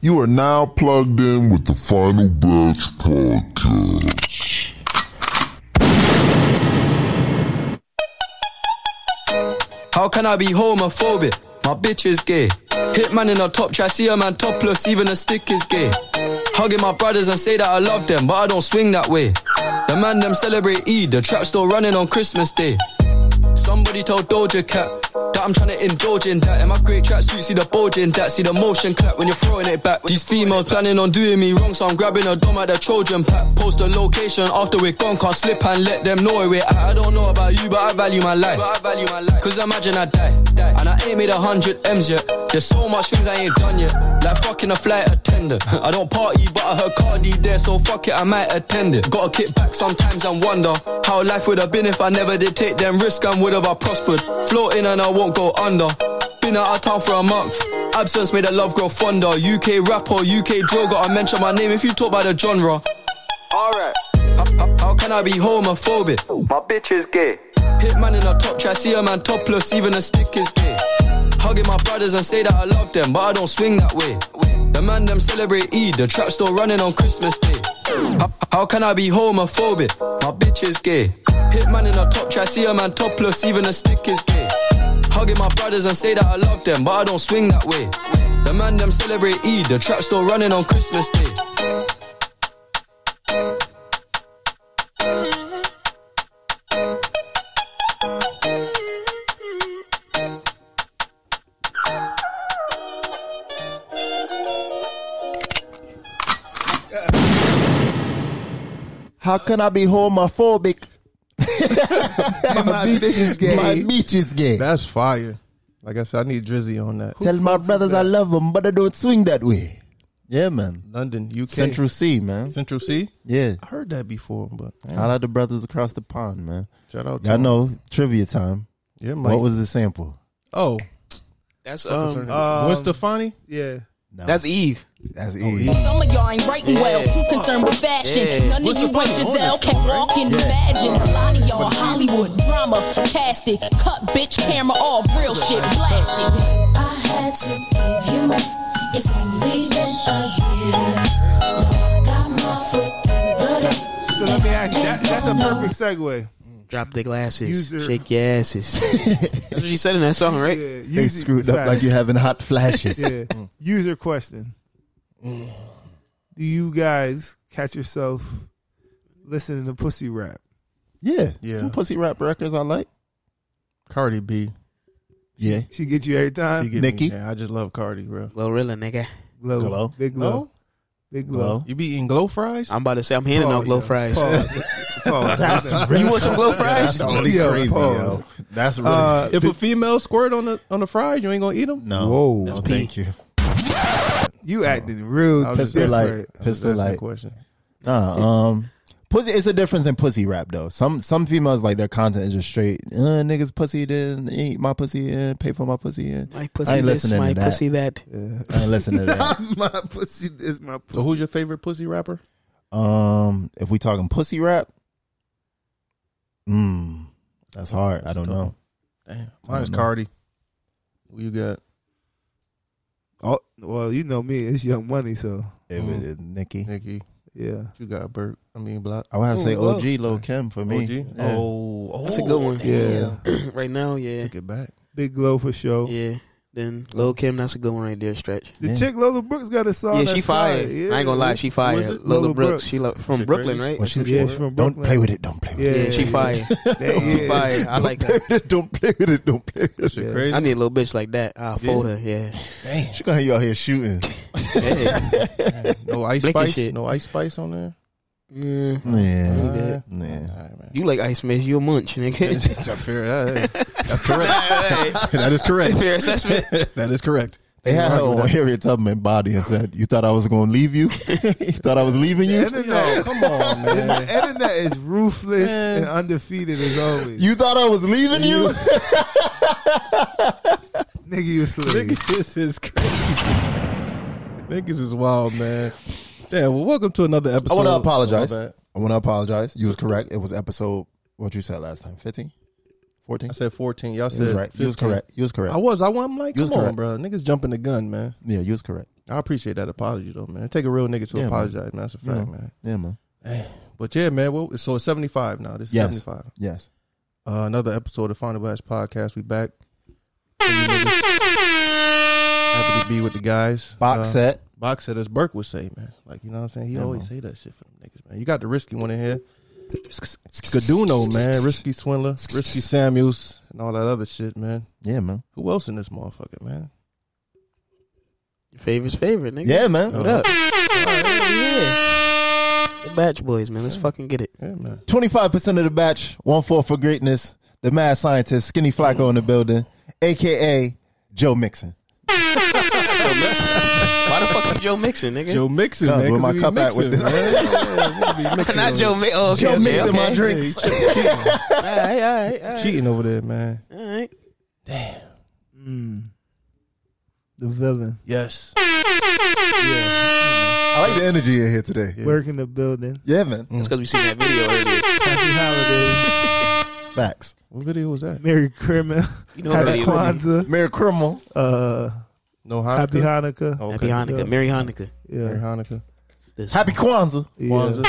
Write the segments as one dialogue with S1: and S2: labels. S1: You are now plugged in with the Final Batch Podcast.
S2: How can I be homophobic? My bitch is gay. Hitman in a top try, see a man topless, even a stick is gay. Hugging my brothers and say that I love them, but I don't swing that way. The man them celebrate Eid, the trap still running on Christmas Day. Somebody told Doja Cat that I'm trying to indulge in that. In my great tracksuit, see the bulge in that. See the motion clap when you're throwing it back. These females planning on doing me wrong, so I'm grabbing a dom at the Trojan pack. Post the location after we're gone, can't slip and let them know where we're at. I don't know about you, but I value my life. Cause imagine I die, and I ain't made a hundred M's yet. There's so much things I ain't done yet, like fucking a flight attendant. I don't party, but I heard Cardi there, so fuck it, I might attend it. Gotta kick back sometimes and wonder how life would have been if I never did take them risks and would have I prospered. Floating and I won't go under. Been out of town for a month. Absence made the love grow fonder. UK rapper, UK droga. I mention my name if you talk by the genre. Alright. How, how, how can I be homophobic? My bitch is gay. Hitman in a top try, see a man topless, even a stick is gay. Hugging my brothers and say that I love them, but I don't swing that way. The man them celebrate Eid, the trap still running on Christmas Day. How, how can I be homophobic? My bitch is gay. Hitman in a top try, see a man topless, even a stick is gay. Hugging my brothers and say that I love them, but I don't swing that way. The man them celebrate Eid, the trap still running on Christmas Day.
S3: How can I be homophobic?
S4: my bitch is gay.
S3: My bitch is gay.
S4: That's fire. Like I said, I need Drizzy on that.
S3: Tell my brothers I love them, but I don't swing that way. Yeah, man.
S4: London, UK,
S3: Central C, man.
S4: Central C.
S3: Yeah.
S4: I heard that before, but
S3: I like the brothers across the pond, man.
S4: shout out. to
S3: I
S4: him.
S3: know trivia time.
S4: Yeah, Mike.
S3: What was the sample?
S4: Oh,
S5: That's um,
S4: um, Gwen Stefani. Yeah.
S5: that's Eve.
S3: That's easy.
S6: Some of y'all ain't writing well, too concerned with fashion.
S5: Yeah.
S6: None
S4: What's
S6: of you
S4: the point?
S6: ain't
S4: Oh,
S6: Giselle,
S4: that's
S6: can
S4: right.
S6: walk and
S3: Yeah.
S6: imagine. A lot of y'all Hollywood drama, cast it, cut bitch camera off, real shit blasted.
S7: I had to give you my. It's only been a year. Now I got my foot through the door.
S4: So let me ask you. That, that's a perfect segue.
S5: Drop the glasses,
S4: User-
S5: shake your asses. that's what she said in that song, right?
S4: Yeah,
S3: They
S4: user-
S3: screwed up like
S4: facts.
S3: you having hot flashes.
S4: Yeah. User question: Do you guys catch yourself listening to pussy rap?
S3: yeah.
S4: Yeah.
S3: Some pussy rap records I like.
S4: Cardi B.
S3: Yeah.
S4: She gets you every time.
S3: get me, Nicki?
S4: Yeah, I just love Cardi, bro.
S5: Glorilla, nigga.
S4: Glow.
S3: Glow.
S4: Big glow. Big glow.
S3: Glow.
S4: You be eating glow fries?
S5: I'm about to say I'm handing
S4: Pause,
S5: out glow
S4: yo.
S5: fries.
S4: Pause. Pause.
S5: You want some glow fries?
S3: really
S4: Yo,
S3: crazy,
S4: pause.
S3: yo. That's really.
S4: Uh, if a female squirt on the on the fries, you ain't gonna eat them.
S3: no.
S4: Whoa.
S3: No,
S5: That's
S3: thank you.
S4: You acting real
S3: Pistol
S4: different.
S3: like- pistol like- Nah, um, pussy. It's a difference in pussy rap though. Some some females like their content is just straight. Uh, niggas pussy didn't eat my pussy and pay for my pussy and
S5: My pussy
S3: I ain't
S5: this,
S3: listening
S5: my
S3: to that.
S5: pussy that.
S3: I ain't listening to
S4: my pussy is my pussy.
S8: So who's your favorite pussy rapper?
S3: that. Um, if we talking pussy rap, mm, that's hard. I don't know.
S8: Damn,
S3: don't
S8: mine's
S3: know.
S8: Cardi. Who you got?
S4: Oh, well, you know me. It's Young Money, so
S3: It was it, Nicki.
S8: Nikki.
S4: yeah.
S8: You got Burt. I mean Block.
S3: I would have to say
S8: Ooh, love.
S3: OG Lil Kim for me.
S8: OG.
S3: Yeah.
S8: Oh, oh,
S5: That's a good one.
S4: Yeah.
S5: right now, yeah.
S8: Take it back.
S4: Big Glow for sure.
S5: Yeah. Then Lil Kim, that's a good one right there, stretch.
S4: The
S3: Yeah.
S4: chick Lola Brooks got a song.
S5: yeah,
S4: Oh, that's
S5: she fired.
S4: fire.
S5: I ain't gonna lie, she fired.
S4: Was it?
S5: Lola, Brooks. She lo- from
S8: She
S5: Brooklyn,
S8: crazy?
S5: right?
S3: When she-
S4: Yeah, she's from
S3: don't
S4: Brooklyn.
S3: play with it. Don't play with
S4: Yeah,
S3: it.
S5: yeah, she fired. She
S4: yeah.
S5: fired. I like that.
S3: don't play with it. Don't play with it.
S8: That shit
S4: Yeah.
S8: crazy.
S5: I need a little bitch like that. I fold her. Yeah.
S3: Damn. She gonna hear you out here shooting.
S5: Hey.
S8: no ice
S5: Blinking
S8: spice.
S5: shit.
S8: No ice spice on there.
S5: Mm,
S3: Yeah.
S5: Yeah.
S3: Yeah.
S8: All right, man.
S5: you like Ice Miss? You a munch, nigga?
S8: That's a fair- that- that's correct.
S5: Hey,
S8: That is correct.
S5: Fair assessment.
S8: That is correct.
S3: They had her on Harriet Tubman body and said, "You thought I was going to leave you? you thought I was leaving you?
S4: Internet,
S8: Come on, man.
S4: the internet is ruthless and undefeated as always.
S3: You thought I was leaving you?
S4: nigga, you a slave.
S8: This is crazy. Niggas is wild, man. Damn. Well, welcome to another episode.
S3: I want to apologize.
S8: My bad.
S3: I want to apologize. You was correct. It was episode what you said last time, 15? 14?
S8: I said 14. Y'all
S3: You was
S8: said
S3: right. You was
S8: 15.
S3: correct. You was correct.
S8: I was. I, was- I'm like,
S3: You was
S8: come on,
S3: correct.
S8: bro. Niggas jumping the gun, man.
S3: yeah, you was correct.
S4: I appreciate that apology though, man. Take a real nigga to
S3: Yeah, man.
S4: apologize, man. That's a
S3: You
S4: fact,
S3: know.
S4: man.
S3: Yeah, man.
S4: But yeah, man. Well, so it's seventy five now. This is
S3: Yes.
S4: seventy five.
S3: Yes.
S4: Uh, another episode of Final Blast Podcast. We back. Happy to be with the guys.
S3: Box
S4: Uh,
S3: set.
S4: Box set, as Burke would say, man. Like, you know what I'm saying? He
S3: Yeah,
S4: always
S3: man.
S4: say that shit for them niggas, man. You got the risky one in here. Scaduno, man. Risky Swindler. Risky Samuels. And all that other shit, man.
S3: Yeah, man.
S4: Who else in this motherfucker, man?
S5: Your favorite's favorite, nigga.
S3: Yeah, man.
S5: What up? yeah. The Batch Boys, man. Let's fucking get it.
S4: Yeah, man.
S3: 25% of the batch, one four for greatness. The mad scientist, Skinny Flacco in the building, aka Joe Mixon.
S5: Why the fuck is Joe Mixon, nigga?
S4: Joe Mixon,
S3: Nah, where
S4: man. 'cause
S3: my
S4: we
S3: cup at
S4: mixing,
S3: with this?
S4: man. Yeah, we be mixing
S5: Not
S4: over
S5: Joe
S4: there.
S5: Mixon. Oh, okay,
S3: Joe
S5: okay,
S3: Mixon,
S5: okay.
S3: my drinks.
S4: Yeah, he cheating, cheating.
S5: All right, all right, all right.
S4: Cheating over there, man.
S5: All right.
S7: Mm. The villain.
S4: Yes.
S3: I like the energy in here today. Yeah,
S7: Work in the building.
S3: man.
S5: That's because we seen that video earlier.
S7: Happy holidays.
S3: Facts.
S4: What video was that?
S7: Merry Christmas.
S5: You know what
S7: Happy
S5: video it is.
S7: Kwanzaa.
S3: Mayor Criminal.
S7: Uh,
S4: No
S7: happy
S4: Hanukkah.
S7: Hanukkah.
S4: Okay.
S5: Happy Hanukkah.
S7: Yeah.
S5: Merry Hanukkah.
S4: Merry
S7: Yeah.
S4: Hanukkah.
S5: This
S3: Happy Kwanzaa.
S7: yeah.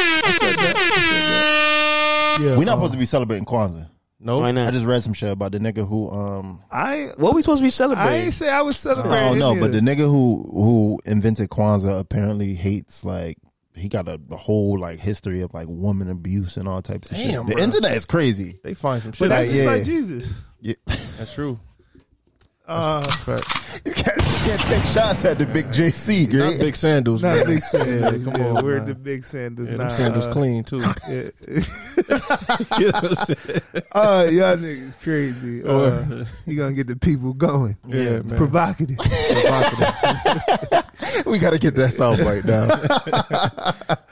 S7: yeah.
S3: We're not supposed to be celebrating Kwanzaa.
S4: No.
S5: Why
S3: I
S5: not?
S3: just read some shit about the nigga who um
S7: Oh, I
S5: What we supposed to be
S7: I
S5: celebrating?
S7: ain't say I was celebrating.
S3: I don't know, but the
S7: either.
S3: nigga who who invented Kwanzaa apparently hates like he got a, a whole like history of like woman abuse and all types of
S4: Damn,
S3: shit. The
S4: bro.
S3: internet is crazy.
S4: They find some shit.
S7: but that's
S4: out
S7: just
S4: here.
S7: like Jesus.
S3: Yeah.
S4: That's true.
S7: Uh,
S3: you can't, you can't take shots at the big JC,
S4: Not
S3: great.
S4: big sandals,
S7: not
S4: man.
S7: big sandals.
S4: Yeah, come
S7: yeah,
S4: on,
S7: we're
S4: man.
S7: the big sandals.
S4: Yeah,
S7: nah,
S4: them sandals
S7: uh,
S4: clean too.
S7: Yeah.
S4: You know what I'm saying?
S7: uh, y'all niggas crazy. Uh, you gonna get the people going.
S4: Oh, Yeah,
S7: It's
S4: man.
S7: provocative.
S3: we gotta get that sound right now.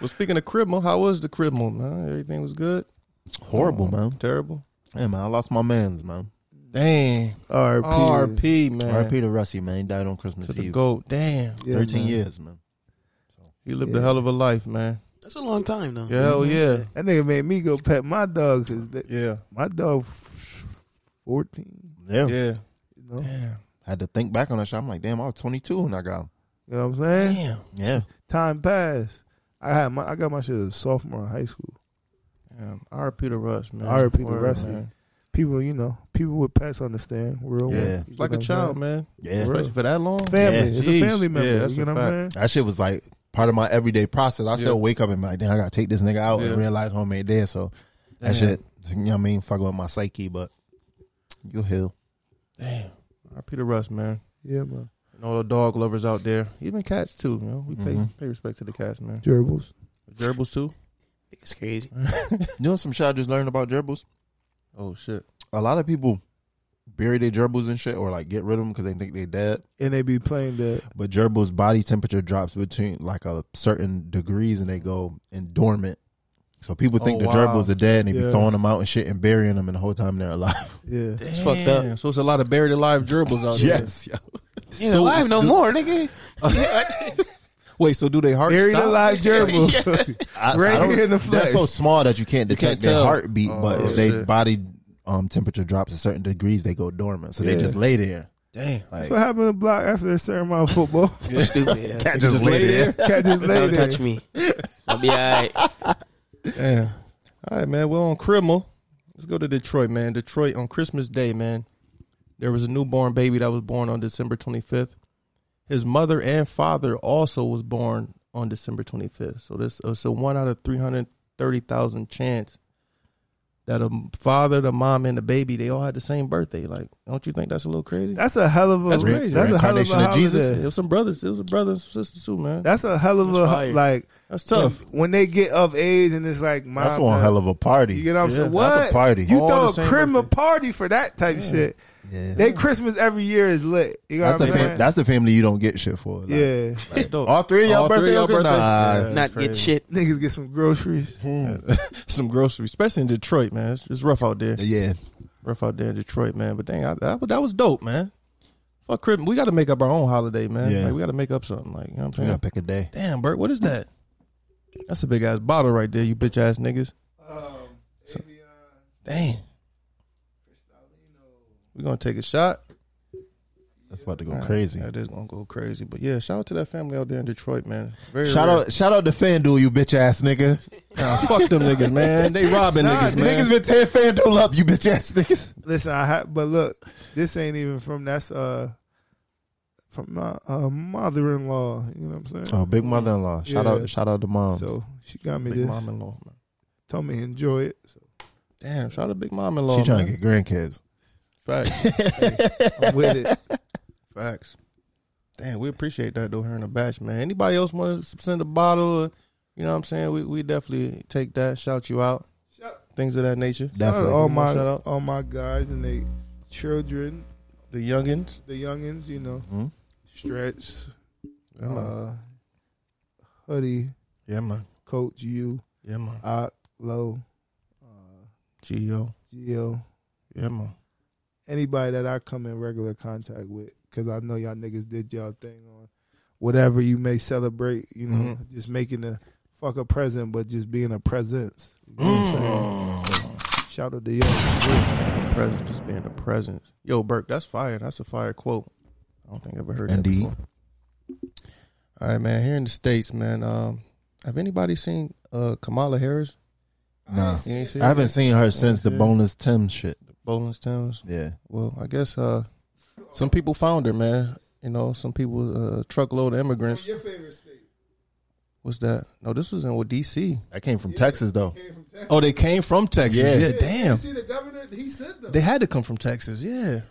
S4: well, speaking of Cribmo, how was the Cribmo, man? Everything was good?
S3: Horrible, man.
S4: Oh, Terrible?
S3: Yeah, man. I lost my man's man.
S4: Dang.
S7: RP.
S4: RP, man.
S3: R.P. to Rusty, man. He died on Christmas
S4: To the
S3: Eve.
S4: GOAT. Damn.
S7: Yeah,
S3: Thirteen
S7: man.
S3: years, man.
S4: He lived a
S7: Yeah.
S4: hell of a life, man.
S5: That's a long time, though.
S4: Yeah, hell yeah.
S7: That nigga made me go pet my dog because
S4: Yeah.
S7: my dog f- fourteen.
S3: Yeah.
S4: Yeah.
S7: You know? you
S3: Had to think back on that shit. I'm like, damn, I was 22 when I got him.
S7: know what I'm saying?
S3: Yeah.
S7: Time passed. I had my I got my shit as a sophomore in high school.
S4: Damn. RP to Russ, man.
S7: R.I.P. to
S4: Word,
S7: Russ.
S4: man.
S7: People, you know, people with pets understand. Real,
S3: Yeah.
S7: one.
S3: It's
S7: You
S4: Like
S7: know
S4: a
S7: what I'm
S4: child,
S7: saying?
S4: man.
S3: Yeah.
S7: Real.
S4: Especially for that long.
S7: Family,
S3: Yeah.
S7: it's
S4: Jeez.
S7: a family member.
S4: Yeah, that's
S7: you know
S4: a
S7: what I'm
S4: fact.
S7: saying?
S3: That shit was like part of my everyday process. I still
S4: Yeah.
S3: wake up and be like, damn, I gotta take this nigga out
S4: Yeah.
S3: and realize homemade there. So that
S4: Damn.
S3: shit, you know what I mean, fucking with my psyche, but you'll heal.
S4: RP to Russ, man.
S7: Yeah, man.
S4: And all the dog lovers out there. Even cats too, you know. We pay
S3: Mhm.
S4: pay respect to the cats, man.
S7: Gerbils.
S4: Gerbils too?
S5: It's crazy.
S3: You know some shit I just learned about gerbils?
S4: Oh shit.
S3: A lot of people bury their gerbils and shit or like get rid of them because they think they dead.
S7: And they be playing the
S3: But gerbils' body temperature drops between like a certain degrees and they go in dormant. So people think
S4: Oh,
S3: the
S4: wow.
S3: gerbils are dead and they
S7: Yeah.
S3: be throwing them out and shit and burying them and the whole time they're alive.
S7: yeah.
S5: It's fucked up.
S4: Damn, So it's a lot of buried alive gerbils out there.
S3: yes. yo.
S5: Yeah, alive no more, nigga.
S4: Wait, so do they heart
S7: Buried
S4: stop?
S7: alive gerbil.
S3: I,
S7: Right
S3: I don't-
S7: here in the
S3: They're
S7: flesh.
S3: so small that you can't detect
S4: can't
S3: their
S4: tell.
S3: heartbeat, but
S4: Oh,
S3: if their
S4: shit.
S3: body um, temperature drops a certain degrees, they go dormant. So
S7: Yeah.
S3: they just lay there.
S4: Damn.
S3: Like,
S7: what happened to block after a certain amount of football?
S5: Stupid. yeah.
S3: cat just, lay there.
S7: Cat just lay
S5: Don't
S7: there.
S5: touch me. I'll be all right.
S4: Damn. All right, man. Well, on Criminal, let's go to Detroit, man. Detroit on Christmas Day, man. There was a newborn baby that was born on December 25th. His mother and father also was born on December 25th. So this it's a one out of 330,000 chance that a father, the mom, and the baby they all had the same birthday. Like, don't you think that's a little crazy?
S7: That's a hell of a
S4: That's
S7: that's,
S4: crazy.
S7: a hell of a
S3: Reincarnation of Jesus.
S7: holiday.
S4: It was some brothers. It was a brother and sister too, man.
S7: That's a hell of
S5: That's
S7: a
S5: fire.
S7: like
S4: That's tough.
S7: When, when they get of age and it's like mom,
S3: That's one hell of a party.
S7: you get what I'm
S4: Yeah,
S7: saying?
S4: that's
S7: What
S3: a party.
S7: You
S4: All the
S7: throw
S4: same
S7: a criminal
S4: birthday.
S7: party for that type of shit.
S3: Yeah.
S7: They Christmas every year is lit. You know
S3: That's the
S7: what I'm
S3: fam-
S7: saying?
S3: that's the family you don't get shit for. Like,
S7: yeah,
S4: That's dope.
S3: All three of y'all
S4: All three
S3: birthday.
S4: of y'all
S3: okay?
S4: birthdays?
S3: Nah.
S4: Yeah.
S5: Not
S4: crazy.
S5: get shit.
S7: niggas get some groceries.
S4: Hmm. some groceries, especially in Detroit, man. It's, it's rough out there.
S3: Yeah.
S4: Rough out there in Detroit, man. But dang, I, I, that was dope, man. Fuck Christmas. We got to make up our own holiday, man.
S3: Yeah.
S4: Like, we got to make up something. Like, you know what I'm
S3: We gotta
S4: saying?
S3: pick a day.
S4: Damn, Bert, what is that? That's a big ass bottle right there, you bitch ass niggas.
S7: Um,
S4: So- Damn. We're going to take a shot.
S3: That's about to go crazy.
S4: That is gonna go crazy. But yeah, shout out to that family out there in Detroit, man. Very
S3: Shout
S4: rare.
S3: out, shout out to FanDuel, you bitch ass nigga.
S4: Nah, fuck them niggas, man. They robbing niggas, man.
S3: Niggas been tearing FanDuel up, you bitch ass niggas.
S7: Listen, I ha- but look, this ain't even from that's uh from my uh, mother-in-law. You know what I'm saying?
S3: Oh, big mother in law. Shout
S7: Yeah.
S3: out, shout out to moms.
S7: so she got me
S4: Big
S7: this.
S4: mom in law, man.
S7: Told me enjoy it. So
S4: Damn, shout out to big mom in law.
S3: she trying to get grandkids.
S4: facts.
S7: I'm with it.
S4: facts. Damn, we appreciate that though here in the batch, man. Anybody else want to send a bottle? Or, you know what I'm saying? We we definitely take that. Shout you out. Things of that nature.
S7: Shout out to
S3: Definitely.
S7: all
S4: Come
S7: my
S4: on, shout out.
S7: all my guys and they children,
S4: The youngins.
S7: the youngins. You know,
S3: Mhm.
S7: stretch,
S4: Yeah, man.
S7: uh, hoodie,
S4: Yeah, man.
S7: coach, you,
S4: Yeah, man.
S7: Ock, uh, low,
S4: Geo.
S7: GL,
S4: Yeah, man.
S7: anybody that I come in regular contact with, because I know y'all niggas did y'all thing on whatever you may celebrate. You know,
S3: Mm-hmm.
S7: just making the fuck a present, but just being a presence. You know what I'm saying? Shout out to y'all.
S4: Present, just being a presence. Yo, Burke, that's fire. That's a fire quote. I don't think I've ever heard
S3: Indeed.
S4: that before. All right, man. Here in the states, man. Um, have anybody seen uh Kamala Harris?
S3: Nah.
S4: You ain't seen
S3: I haven't seen her since the
S4: Yeah.
S3: bonus Tim shit.
S4: Bowling Towns.
S3: Yeah.
S4: Well, I guess uh, some people found her, man. You know, some people uh, truckload of immigrants.
S7: Your favorite state?
S4: What's that? No, this was in well, D.C.
S3: That came from Texas though.
S4: Oh, they came from Texas. Yeah,
S3: Yeah.
S4: damn.
S7: the governor? He sent them.
S4: They had to come from Texas. Yeah,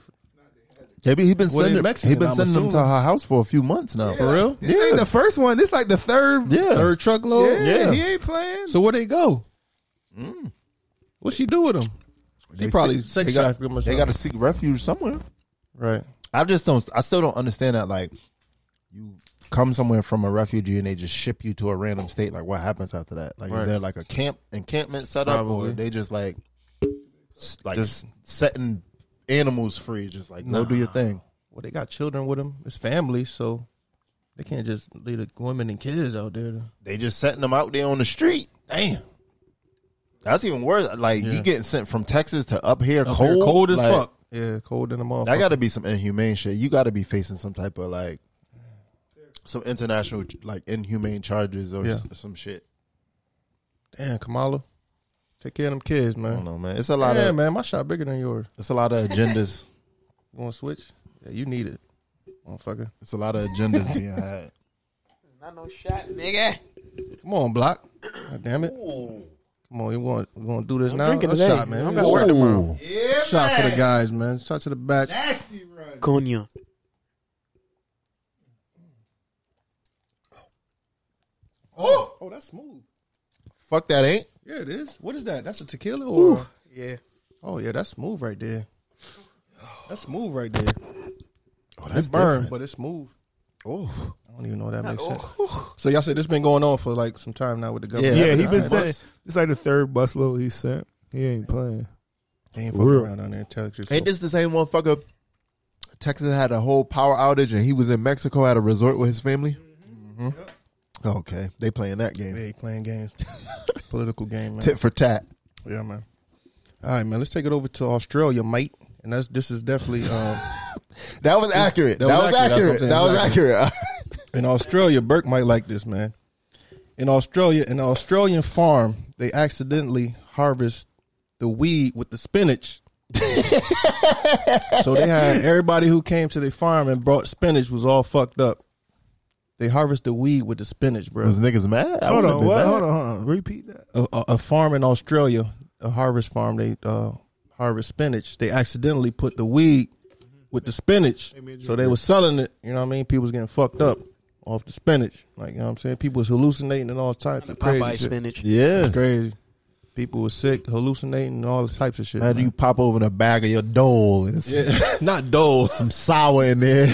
S3: Maybe he been
S4: Well, they
S3: sending
S4: Mexican,
S3: he been
S4: I'm
S3: sending them to
S4: assuming.
S3: her house for a few months now.
S4: for real.
S7: This ain't the first one. This like the third.
S3: Yeah.
S4: Third truckload.
S7: Yeah,
S3: Yeah.
S7: he ain't playing. Mm.
S4: So where they go? What she do with them?
S3: They
S4: She probably
S3: se-
S4: sex
S3: they got-
S4: trafficked them or
S3: They
S4: something.
S3: got to seek refuge somewhere.
S4: Right.
S3: I just don't. I still don't understand that. Like, you come somewhere from a refugee and they just ship you to a random state. Like, what happens after that? Like,
S4: Right.
S3: is there like a camp encampment set up,
S4: Probably.
S3: or they just like, s- like
S4: Just-
S3: just setting animals free? Just like, go do your thing.
S4: Well, they got children with them. It's family, so they can't just leave the women and kids out there. To,
S3: They just setting them out there on the street.
S4: damn.
S3: That's even worse. Like,
S4: Yeah.
S3: you getting sent from Texas to up here
S4: Up
S3: cold,
S4: here, cold as
S3: Like,
S4: fuck. Yeah, cold in the mall.
S3: That got to be some inhumane shit. You got to be facing some type of like, some international like inhumane charges or
S4: Yeah.
S3: s- some shit.
S4: Damn, Kamala. Take care of them kids,
S3: I don't
S4: man.
S3: know, man. It's a lot
S4: Yeah,
S3: of
S4: man, my shot bigger than yours.
S3: It's a lot of agendas.
S4: You want to switch? Yeah, you need it, motherfucker.
S3: It's a lot of agendas being had.
S5: Not no shot, nigga.
S4: Come on, block. God damn it. Come on, you want you want to do this now?
S5: drinking
S4: A
S5: today.
S4: shot, man.
S5: I'm gonna work tomorrow.
S4: shot for the guys, man. Shot to the batch.
S7: nasty run.
S5: Cognac.
S4: Oh, oh, that's smooth.
S3: Fuck that ain't.
S4: Yeah, it is. What is that? That's a tequila or?
S5: Yeah.
S4: Oh yeah, that's smooth right there. That's smooth right there.
S3: Oh,
S4: It's burn, but it's smooth.
S3: Oh,
S4: I don't even know if that makes sense. So y'all said this been going on for like some time now with the government.
S7: Yeah,
S3: Yeah,
S7: he been
S3: that's
S7: sending. It's like the third busload he sent. He ain't playing.
S4: They ain't
S7: For
S4: fucking
S7: real.
S4: around down there in Texas.
S3: ain't this the same motherfucker? Texas had a whole power outage, and he was in Mexico at a resort with his family. Okay, they playing that game.
S4: They ain't playing games. Political game, man.
S3: Tit for tat.
S4: Yeah, man. All right, man. Let's take it over to Australia, mate. And that's this is definitely um,
S3: That was accurate.
S4: that
S3: That,
S4: was
S3: was
S4: accurate.
S3: accurate.
S4: That's
S3: That
S4: what
S3: was
S4: I'm
S3: accurate.
S4: in Australia. Burke might like this, man. In Australia, an Australian farm, they accidentally harvest the weed with the spinach. so they had everybody who came to their farm and brought spinach was all fucked up. They harvest the weed with the spinach, bro.
S3: was niggas mad? I
S7: Hold
S3: would've
S7: on,
S3: been
S7: what?
S3: mad.
S7: Hold on, hold on. Repeat that.
S4: a, a, a farm in Australia, a harvest farm. They uh, harvest spinach. They accidentally put the weed with the spinach, so they was selling it. You know what I mean? People was getting fucked up off the spinach. Like you know what I'm saying? People was hallucinating and all types
S5: The
S4: of crazy
S5: Popeye
S4: shit.
S5: spinach.
S3: Yeah.
S4: It's crazy. People was sick, hallucinating, and all types of shit.
S3: Imagine you
S4: man.
S3: pop open a bag of your dole and it's
S4: Not dole.
S3: some sour in there.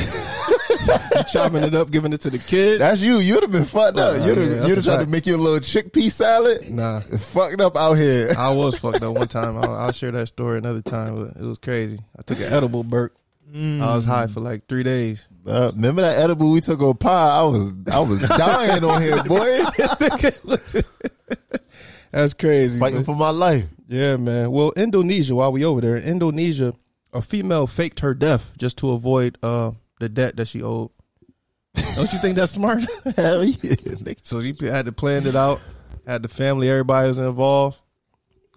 S4: chopping it up, giving it to the kids.
S3: That's you. You'd have been fucked up.
S4: Uh,
S3: you'd
S4: yeah,
S3: have,
S4: that's
S3: you'd
S4: a
S3: have tried to
S4: fact.
S3: make you a little chickpea salad.
S4: nah.
S3: Fucked up out here.
S4: I was fucked up one time. I'll, I'll share that story another time. but It was crazy. I took an edible, Burke. I was high for like three days.
S3: Uh, remember that edible we took on pie? I was I was dying on here, boy,
S4: That's crazy.
S3: fighting
S4: man.
S3: for my life.
S4: yeah, man. Well, Indonesia. While we over there, in Indonesia, a female faked her death just to avoid uh, the the debt that she owed. Don't you think that's smart?
S3: Hell yeah. nigga.
S4: so she had to plan it out, had the family, everybody was involved.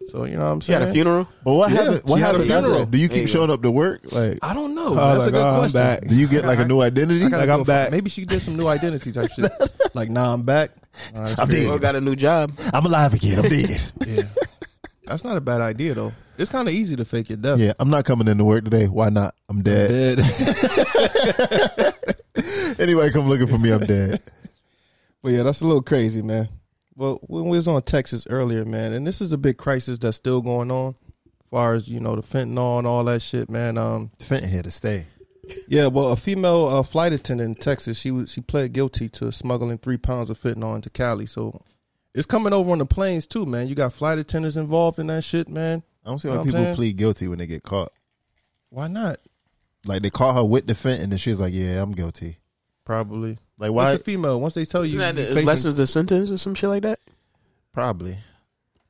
S4: So you know what I'm
S5: She
S4: saying.
S5: had a funeral.
S3: But what
S4: Yeah,
S3: happened? What
S4: she had a
S3: happened after
S4: funeral.
S3: that? Do you
S5: There
S3: keep
S5: you go.
S3: showing up to work? Like,
S4: I don't know.
S1: Oh,
S4: that's
S1: like,
S4: a good
S1: oh, I'm
S4: question.
S1: back.
S3: do you get like a new identity?
S4: I gotta
S1: Like, I'm
S4: go for-
S1: back.
S4: Maybe she did some new identity type shit. Like, nah, I'm back. Nah, that's
S3: I'm
S4: crazy.
S3: dead.
S5: Or got a new job.
S3: I'm alive again. I'm dead.
S4: That's not a bad idea though. It's kind of easy to fake your death.
S3: yeah, I'm not coming into work today. Why not? I'm dead.
S4: Dead.
S3: Anyway, come looking for me. I'm dead.
S4: But yeah, that's a little crazy, man. Well, when we was on Texas earlier, man, and this is a big crisis that's still going on, as far as you know, the fentanyl and all that shit, man. Um,
S3: Fenton here to stay.
S4: yeah, well, a female uh, flight attendant in Texas, she was she pled guilty to smuggling three pounds of fentanyl into Cali. So it's coming over on the planes too, man. You got flight attendants involved in that shit, man.
S3: I don't see
S4: You
S3: why
S4: know what I'm
S3: people
S4: saying?
S3: plead guilty when they get caught.
S4: Why not?
S3: Like they caught her with the Fenton, and she's like, "Yeah, I'm guilty."
S4: Probably.
S3: Like
S4: Why?
S3: why?
S4: It's a female. Once they tell you,
S5: Isn't that
S4: you
S5: the,
S4: facing-
S5: lessens the sentence or some shit like that?
S3: Probably.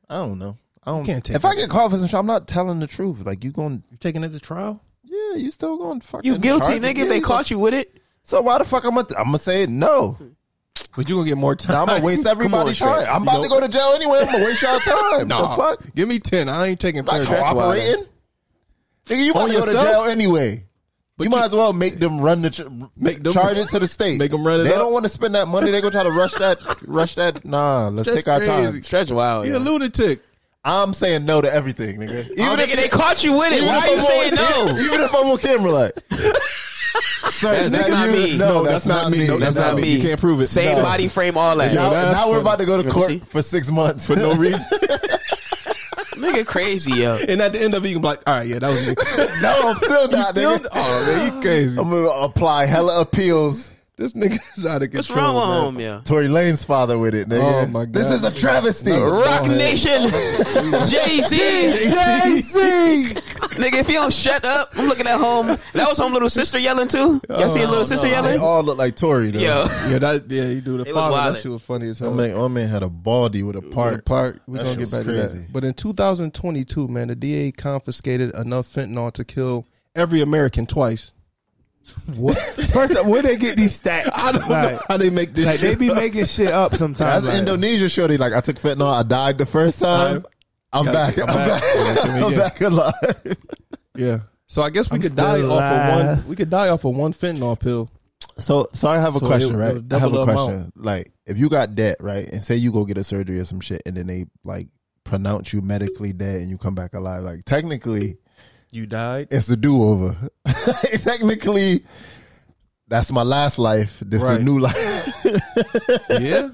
S3: I don't know. I don't.
S4: can't take
S3: if I
S4: it.
S3: get caught for some shit, I'm not telling the truth. Like you going?
S4: you taking it to trial.
S3: Yeah, you still going? Fucking
S5: You guilty,
S3: charge it.
S5: nigga.
S3: Yeah,
S5: They
S3: you
S5: caught you with it.
S3: So why the fuck I'm gonna? I'm gonna say no.
S4: But you gonna get more time.
S3: I'm gonna waste everybody's
S5: Come on,
S3: time.
S5: Trey.
S3: I'm about to go to jail anyway. I'm gonna waste y'all time.
S4: Nah,
S3: The fuck?
S4: give me ten. I ain't taking
S3: Not
S4: thirty.
S3: cooperating. Nigga, you want to go to
S4: yourself?
S3: jail anyway.
S4: But
S3: you,
S4: you-
S3: might as well make them run the ch-
S4: Make them-
S3: charge it to the state.
S4: Make them run it
S3: They
S4: up.
S3: don't want to spend that money. They gonna try to rush that. Rush that. Nah, let's
S4: That's
S3: take our
S4: crazy.
S3: time.
S5: Stretch wild.
S4: You
S5: yeah.
S4: a lunatic.
S3: I'm saying no to everything, nigga. Even
S5: Oh, nigga, they caught you with it.
S3: even
S5: Why
S3: if
S5: are you
S3: I'm
S5: saying
S3: on-
S5: no?
S3: Even if I'm on camera, like. Sir,
S5: That's- that's
S3: nigga,
S5: not
S3: you-
S5: me.
S3: No, that's, not me.
S5: That's not me.
S3: You can't prove it.
S5: Same
S3: No.
S5: body frame, all that.
S3: Now,
S4: that's
S3: now we're
S4: funny.
S3: about to go to
S5: You
S3: court
S5: see?
S3: for six months for no reason.
S5: Nigga, crazy yo.
S4: And at the end of it, you can be like, all right, yeah, that was me.
S3: no, I'm still not.
S4: Still-
S3: nigga.
S4: oh, man, you crazy.
S3: I'm gonna apply hella appeals.
S4: This nigga's out of
S5: What's
S4: control.
S5: wrong
S4: man.
S5: with him, yo?
S3: Tory Lane's father with it, nigga.
S4: Oh, my God.
S3: This is a travesty.
S5: Rock Nation, Jay Z,
S3: Jay-Z.
S5: nigga. If you don't shut up, I'm looking at home. That was home little sister yelling too. Y'all see his little sister
S3: They
S5: yelling?
S3: all look like Tory though.
S5: Yo,
S4: Yeah, that yeah, you do the
S5: It was
S4: father. That
S5: wildin'.
S4: shit was funny as
S3: My
S4: hell.
S3: man, my man had a baldy with a part.
S4: Park. We're
S3: That
S4: gonna
S3: shit
S4: get
S3: was
S4: back to
S3: crazy.
S4: that. But in 2022, man, the DA confiscated enough fentanyl to kill every American twice.
S1: What? First, of- where they get these stats?
S4: I don't know
S1: Like,
S4: how they make this
S1: like,
S4: shit.
S1: they be making shit up sometimes.
S3: That's an
S1: like,
S3: Indonesia shorty. Like I took fentanyl, I died the first time. I'm back. I'm back. I'm back alive.
S4: yeah. So I guess we
S1: I'm
S4: could die
S1: still
S4: off of
S1: alive.
S4: one. We could die off of one fentanyl pill.
S3: So, so I have a
S4: So
S3: question,
S4: it- it
S3: right?
S4: was
S3: I have
S4: double
S3: a
S4: the
S3: question.
S4: amount.
S3: Like, if you got debt, right, and say you go get a surgery or some shit, and then they like pronounce you medically dead, and you come back alive, like technically
S4: You died.
S3: it's a do over. technically, that's my last life. This is
S4: Right.
S3: a new life.
S4: Yeah.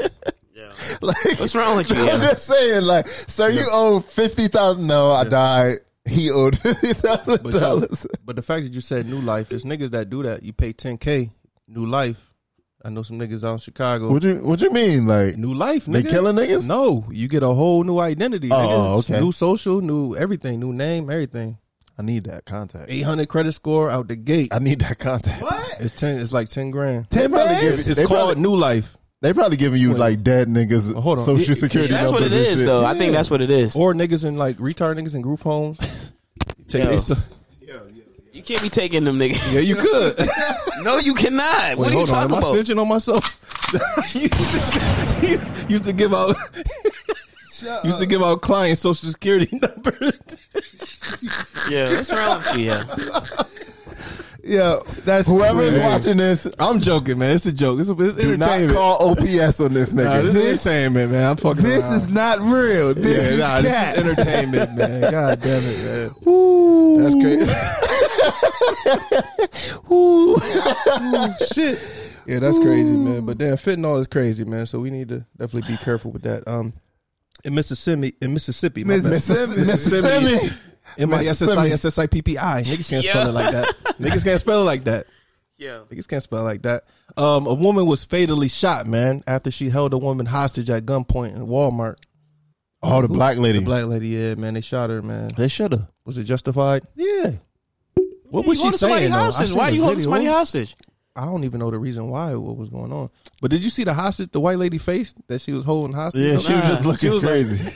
S3: like,
S5: what's wrong with you?
S3: I'm
S5: yo?
S3: just saying, like, sir, you owe fifty thousand. No, I died. He owed fifty thousand
S4: But, yo,
S3: dollars.
S4: but the fact that you said new life, there's niggas that do that. You pay 10k, new life. I know some niggas out in Chicago.
S3: What you What you mean, like?
S4: new life, nigga.
S3: They killing niggas?
S4: No, you get a whole new identity.
S3: Oh,
S4: nigga. It's
S3: okay.
S4: New social, new everything, new name, everything.
S3: I need that contact.
S4: 800 credit score out the gate.
S3: I need that contact.
S4: It's ten. It's like 10 grand.
S3: 10
S4: probably
S3: grand?
S4: give- It's
S3: They
S4: called
S3: probably-
S4: new life,
S3: They probably giving you
S4: Wait.
S3: like dead niggas
S4: Well, hold on.
S3: social
S4: Yeah,
S3: security.
S5: That's what it
S3: numbers and
S5: is,
S3: shit.
S5: though. I think that's what it is.
S4: or niggas in like retard niggas in group homes. Take
S5: Yo.
S4: this-
S5: You can't be taking them, nigga.
S4: yeah, you could. Wait,
S5: No, you cannot. what are you
S4: hold on.
S5: talking
S4: Am I
S5: about?
S4: snitching on myself? used, to, used to give out. used to give out clients social security numbers.
S5: Yeah, what's wrong with you? yo?
S4: Yeah, that's
S3: Whoever's watching this,
S4: I'm joking, man. It's a joke. It's, it's
S3: do not
S4: entertainment.
S3: call OPS on this nigga.
S4: Nah, this,
S3: This-
S4: is entertainment, man. I'm fucking.
S1: This
S4: around.
S1: is not real. This
S4: yeah,
S1: is
S4: nah, this
S1: cat.
S4: is entertainment, man. God damn it, man.
S3: that's crazy.
S4: Shit. Yeah, that's crazy, man. But damn, fentanyl is crazy, man. So we need to definitely be careful with that. Um, in Mississippi, in Mississippi, my bad.
S1: Mississippi.
S4: Mississippi. M I S S I
S3: Mississippi.
S4: S S I P P I. Niggas can't spell it like that. Niggas can't spell it like that.
S5: Yo,
S4: Niggas can't spell it like that. Um, a woman was fatally shot, man, after she held a woman hostage at gunpoint in Walmart.
S3: Oh, the black lady.
S4: The black lady, yeah, man, they shot her, man.
S3: they should have.
S4: Was it justified?
S3: Yeah.
S4: What was
S5: you
S4: she
S5: holding somebody
S4: saying? though? I
S5: hostage?
S4: seen
S5: Why
S4: the
S5: you holding
S4: video.
S5: somebody hostage?
S4: I don't even know the reason why what was going on. But did you see the hostage, the white lady face that she was holding hostage?
S3: Yeah, she was
S5: Nah.
S3: just looking
S4: She was like-
S3: crazy.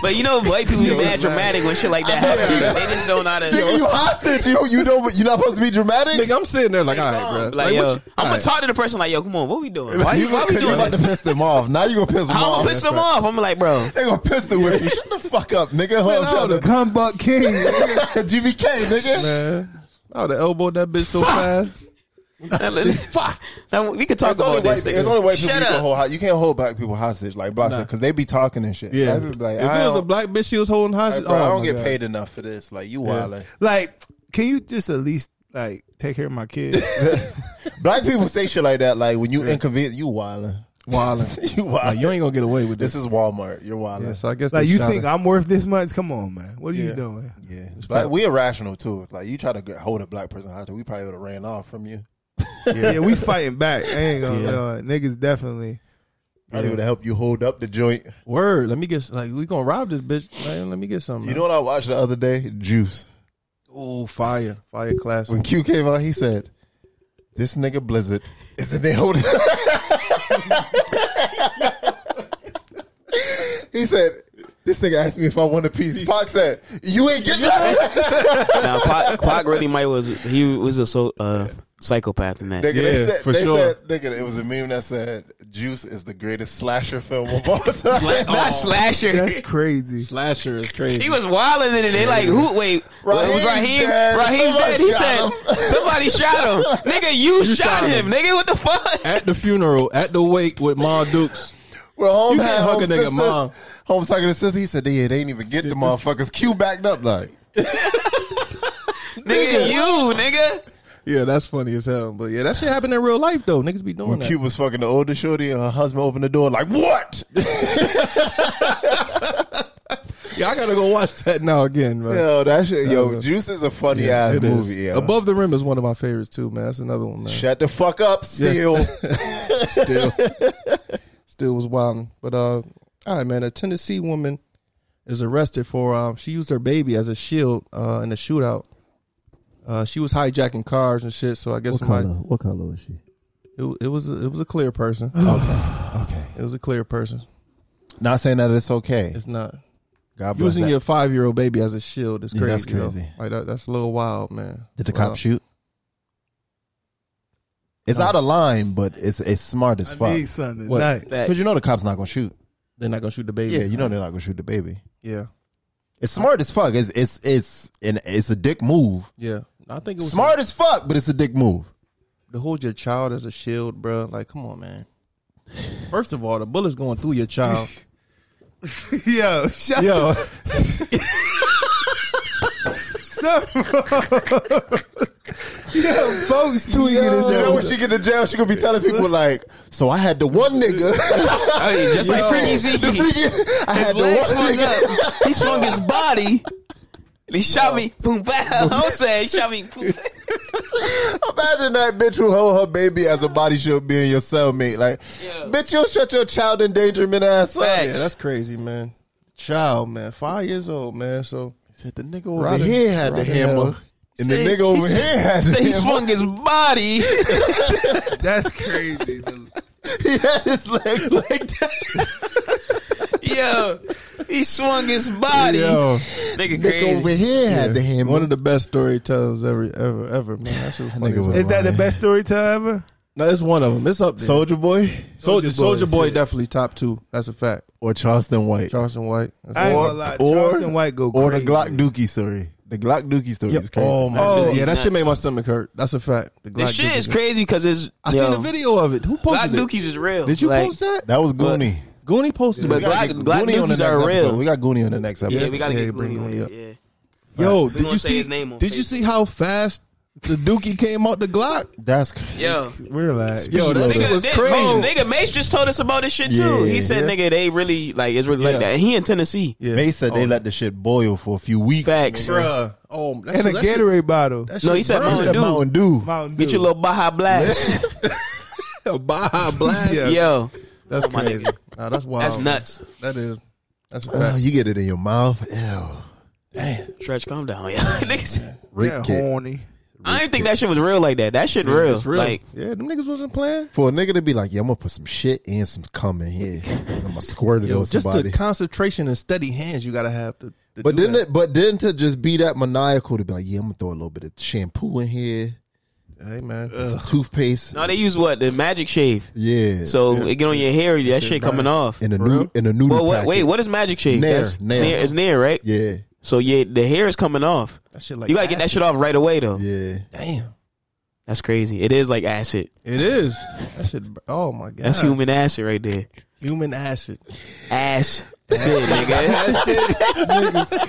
S5: But you know, white people be mad dramatic when shit like that happens. They just don't know how to.
S3: Nigga, you hostage. You you don't. You're not supposed to be dramatic.
S4: Nigga, I'm sitting there like, all right, bro.
S5: Like, yo, I'm gonna
S4: alright.
S5: talk to the person like, yo, come on, what we doing? Why, you,
S3: you
S5: why we
S3: you
S5: doing
S3: about
S5: this?
S3: to piss them off. Now you gonna piss them
S5: I'm
S3: off.
S5: gonna piss them off. I'm like, bro,
S3: They gonna piss the whip you. Shut the fuck up, nigga. Hold
S1: Oh,
S3: on,
S1: the Gumbuck King.
S3: GBK, nigga.
S4: Man. I would have elbowed that bitch so fast.
S5: fuck. Now, we could talk
S3: It's only,
S5: about
S3: white,
S5: this.
S3: it's
S5: nigga.
S3: only white people
S5: Shut
S3: you can
S5: up.
S3: hold. ho- You can't hold black people hostage, like Blas said, because they be talking and shit.
S4: Yeah.
S3: I be like,
S4: if
S3: I
S4: it was a
S3: don't,
S4: black bitch she was holding hostage,
S3: like, bro,
S4: oh,
S3: I don't
S4: my
S3: get
S4: God.
S3: paid enough for this. Like you wildin'.
S1: like, can you just at least like take care of my kids?
S3: Black people say shit like that. Like when you inconvenience, you wildin'.
S4: Wildin'.
S3: you wildin'.
S4: Like, you ain't gonna get away with
S3: this
S4: this.
S3: is Walmart. You're wildin'.
S4: Yeah, so I guess
S1: like
S4: they
S1: you
S4: shot
S1: think
S4: her.
S1: I'm worth this much? Come on, man. What are
S4: Yeah.
S1: you doing?
S3: Yeah, like, we irrational too. If, like you try to get, hold a black person hostage, we probably would have ran off from you.
S1: Yeah, we fighting back. I ain't gonna
S4: Yeah.
S1: lie. niggas definitely.
S3: Probably would have helped you hold up the joint.
S4: word. Let me get like we gonna rob this bitch. Man, let me get something.
S3: You know what I watched the other day? Juice.
S4: oh fire, fire class.
S3: When Q came out, he said, "This nigga Blizzard is in there holding." he said, "This nigga asked me if I want a piece." Pac said, "You ain't getting that."
S5: Now, Pac, Pac really might was he was a so uh, psychopath in that.
S3: Nigga, they
S4: Yeah,
S3: said,
S4: for
S3: they
S4: sure.
S3: said, nigga, it was a meme that said, "Juice is the greatest slasher film of all time."
S5: Not slasher.
S1: That's crazy.
S4: Slasher is crazy.
S5: He was wilding in it. They like, who? Wait,
S3: Raheem's
S5: was Raheem?
S3: dead.
S5: Raheem's
S3: Somebody
S5: dead. He
S3: shot
S5: said, somebody shot him. Nigga, you, shot,
S4: shot
S5: him.
S4: him.
S5: Nigga, what the fuck?
S4: at the funeral, at the wake with Ma Dukes.
S3: Well, home
S4: You
S3: had
S4: can't hug
S3: home
S4: a nigga
S3: sister,
S4: mom.
S3: Home talking to sister. He said, "Yeah, they ain't even get the motherfuckers." Q backed up like,
S5: nigga, you, nigga.
S4: Yeah, that's funny as hell. But yeah, that shit happened in real life though. Niggas be doing
S3: when
S4: that.
S3: Q was fucking the older shorty, and her husband opened the door like, "What?"
S4: Yeah, I gotta go watch that now again, man.
S3: yo, that shit, yo,
S4: was-
S3: Juice is a funny
S4: Yeah,
S3: ass
S4: it is.
S3: movie. Yeah.
S4: Above the Rim is one of my favorites too, man. That's another one, man.
S3: shut the fuck up, still.
S4: still, still was wild. But uh, all right, man. A Tennessee woman is arrested for um, she used her baby as a shield uh, in a shootout. Uh, she was hijacking cars and shit. So I guess somebody,
S3: What color is she?
S4: it, it was a, it was a clear person.
S3: Okay,
S4: It was a clear person.
S3: not saying that it's okay.
S4: It's not
S3: God bless.
S4: using
S3: that.
S4: your five year old baby as a shield. Is
S3: Yeah,
S4: crazy.
S3: that's
S4: you know?
S3: crazy.
S4: Like that, that's a little wild, man.
S3: Did the
S4: Wow.
S3: cop shoot? It's
S4: No.
S3: out of line, but it's it's smart as
S1: I
S3: fuck.
S1: need something
S4: What?
S1: tonight.
S3: Because you know the cop's not gonna shoot.
S4: They're not gonna shoot the baby.
S3: Yeah, you know they're not gonna shoot the baby.
S4: Yeah,
S3: It's smart as fuck. It's it's it's and it's a dick move.
S4: yeah. I think it was
S3: Smart as fuck, but it's a dick move.
S4: to hold your child as a shield, bro. Like, come on, man. First of all, the bullet's going through your child.
S1: Yo, shut
S4: Oh. Yo,
S1: up. Yo, folks tweaking is
S3: You know,
S1: there.
S3: when she get to jail, she gonna be telling people like, "So I had the one nigga,
S5: I mean, just like Freaky Z.
S3: the freaking, I had the one
S5: swung
S3: nigga."
S5: up. He swung his body. And he shot me. Boom, bam. I'm saying, he shot me. Boom.
S3: Imagine that bitch who hold her baby as a body shield being your cellmate. Like,
S5: Yeah.
S3: bitch, you'll shut your child endangerment ass up.
S5: Facts.
S4: yeah, that's crazy, man. Child, man, five years old, man. So
S3: Said the nigga over
S4: Rodden-
S3: here had the
S4: Rodden
S3: hammer,
S4: Hill.
S3: and
S5: Say-
S3: the nigga over
S5: he
S3: here had the
S5: Say he
S3: hammer.
S5: swung his body.
S1: That's crazy. dude.
S3: He had his legs like that.
S5: Yo, he swung his body. Nigga,
S3: Nigga over
S5: crazy.
S3: here had the hammer.
S4: one of the best storytellers ever, ever, ever, man. That shit was funny.
S3: nigga was
S4: as
S1: Is that the best story to ever?
S4: hell. no, it's one of them. It's up there.
S3: Soldier Boy
S4: Soldier, Soldier
S1: Boy,
S4: Boy,
S1: shit.
S4: definitely top two. That's a fact.
S3: or Charleston White
S4: Charleston White. That's
S1: I
S4: a-
S1: ain't
S3: Or-
S1: gonna lie.
S3: or-
S1: Charleston White go crazy.
S3: or the Glock Dookie story. The Glock Dookie story
S4: Yeah.
S3: is crazy.
S4: Oh, my
S5: That
S4: oh
S5: dude
S4: yeah, that
S5: nuts.
S4: shit made my stomach hurt. That's a fact. The
S5: This
S4: Glock
S5: shit is
S4: Dookie.
S5: crazy because it's.
S4: I
S5: yo,
S4: seen the video of it. Who
S5: Black
S4: posted it?
S5: Dookies is real.
S4: Did you
S5: Like,
S4: post that?
S3: That was Goonie.
S4: Goonie posted
S5: But
S4: it.
S5: Glock-
S3: Goonie
S5: Glock
S3: on the
S5: Dookies
S3: next
S5: are
S3: episode.
S5: real.
S3: We got Goonie on the next episode.
S5: Yeah, we gotta
S4: Yeah,
S5: get
S4: bring
S5: Goonie on
S4: Goonie
S5: it.
S4: up.
S5: Yeah.
S4: Yo,
S5: We
S4: did
S5: gonna
S4: you
S5: say
S4: see?
S5: his name on
S4: Did you
S5: Facebook.
S4: see how fast the Dookie came out the Glock?
S3: That's crazy.
S5: Yo,
S1: We're like,
S4: Yo, that
S5: nigga,
S4: nigga was
S5: that-
S4: crazy.
S5: Mace- nigga, Mace just told us about this shit
S3: Yeah,
S5: too. he said, nigga, they really like it's really
S4: Yeah.
S5: like that. And he in Tennessee.
S4: Yeah.
S3: They said they let the shit boil for a few weeks.
S5: Oh. Facts.
S4: Bruh. Oh, that's,
S1: and a Gatorade bottle.
S5: No, he said
S3: Mountain,
S5: Mountain
S3: Dew.
S5: Dew.
S3: Mountain Dew.
S1: Mountain Dew.
S5: Get your little Baja Blast.
S4: Baja Blast.
S1: Yeah.
S5: Yo,
S4: That's
S5: my
S4: crazy. Oh. Nah, that's wild.
S5: that's nuts.
S4: That is. That's a
S3: Uh,
S4: fact.
S3: you get it in your mouth. Ew.
S5: Stretch, calm down, yo. Niggas,
S3: Rick
S1: Yeah,
S3: kick.
S1: horny.
S5: I didn't think that shit was real like that. That shit real.
S7: It's real.
S5: Like
S7: yeah, them niggas wasn't playing.
S3: For a nigga to be like, yeah, I'm gonna put some shit and some cum in here. I'm gonna squirt it
S7: Yo,
S3: on
S7: just
S3: somebody.
S7: the concentration and steady hands you gotta have to. to
S3: but
S7: do
S3: then,
S7: that.
S3: it, but then to just be that maniacal to be like, yeah, I'm gonna throw a little bit of shampoo in here,
S7: hey man,
S3: some toothpaste,
S5: no, they use what the magic shave.
S3: yeah.
S5: So it get on your hair, that shit coming off.
S3: in a new, in a new.
S5: Well, what, wait, what is magic shave?
S3: Nair,
S5: That's-
S3: nair.
S5: It's nair, right?
S3: Yeah,
S5: So yeah, the hair is coming off.
S7: that shit like
S5: You gotta get that shit off right away though.
S3: yeah.
S7: Damn,
S5: That's crazy. It is like acid.
S7: it is. That shit. Oh my god,
S5: That's human acid right there.
S7: Human acid.
S5: Ass. That's it,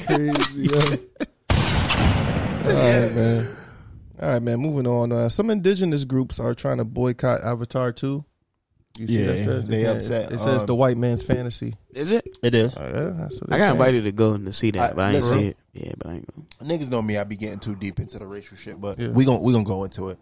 S5: nigga.
S7: All right, man. All right, man. Moving on. Uh, some indigenous groups are trying to boycott Avatar 2. You
S3: Yeah,
S7: that stuff?
S3: they
S7: it says-
S3: upset.
S7: It says
S4: uh,
S3: Um,
S7: the white man's fantasy.
S5: Is it?
S3: It is.
S7: Uh, yeah, that's what
S5: I
S7: they
S5: got
S7: saying.
S5: invited to go and to see that,
S3: I-
S5: but I ain't
S3: listen.
S5: see it. Yeah, but I ain't going.
S3: niggas know me. I be getting too deep into the racial shit, but
S7: Yeah.
S3: we gon' we gonna go into it.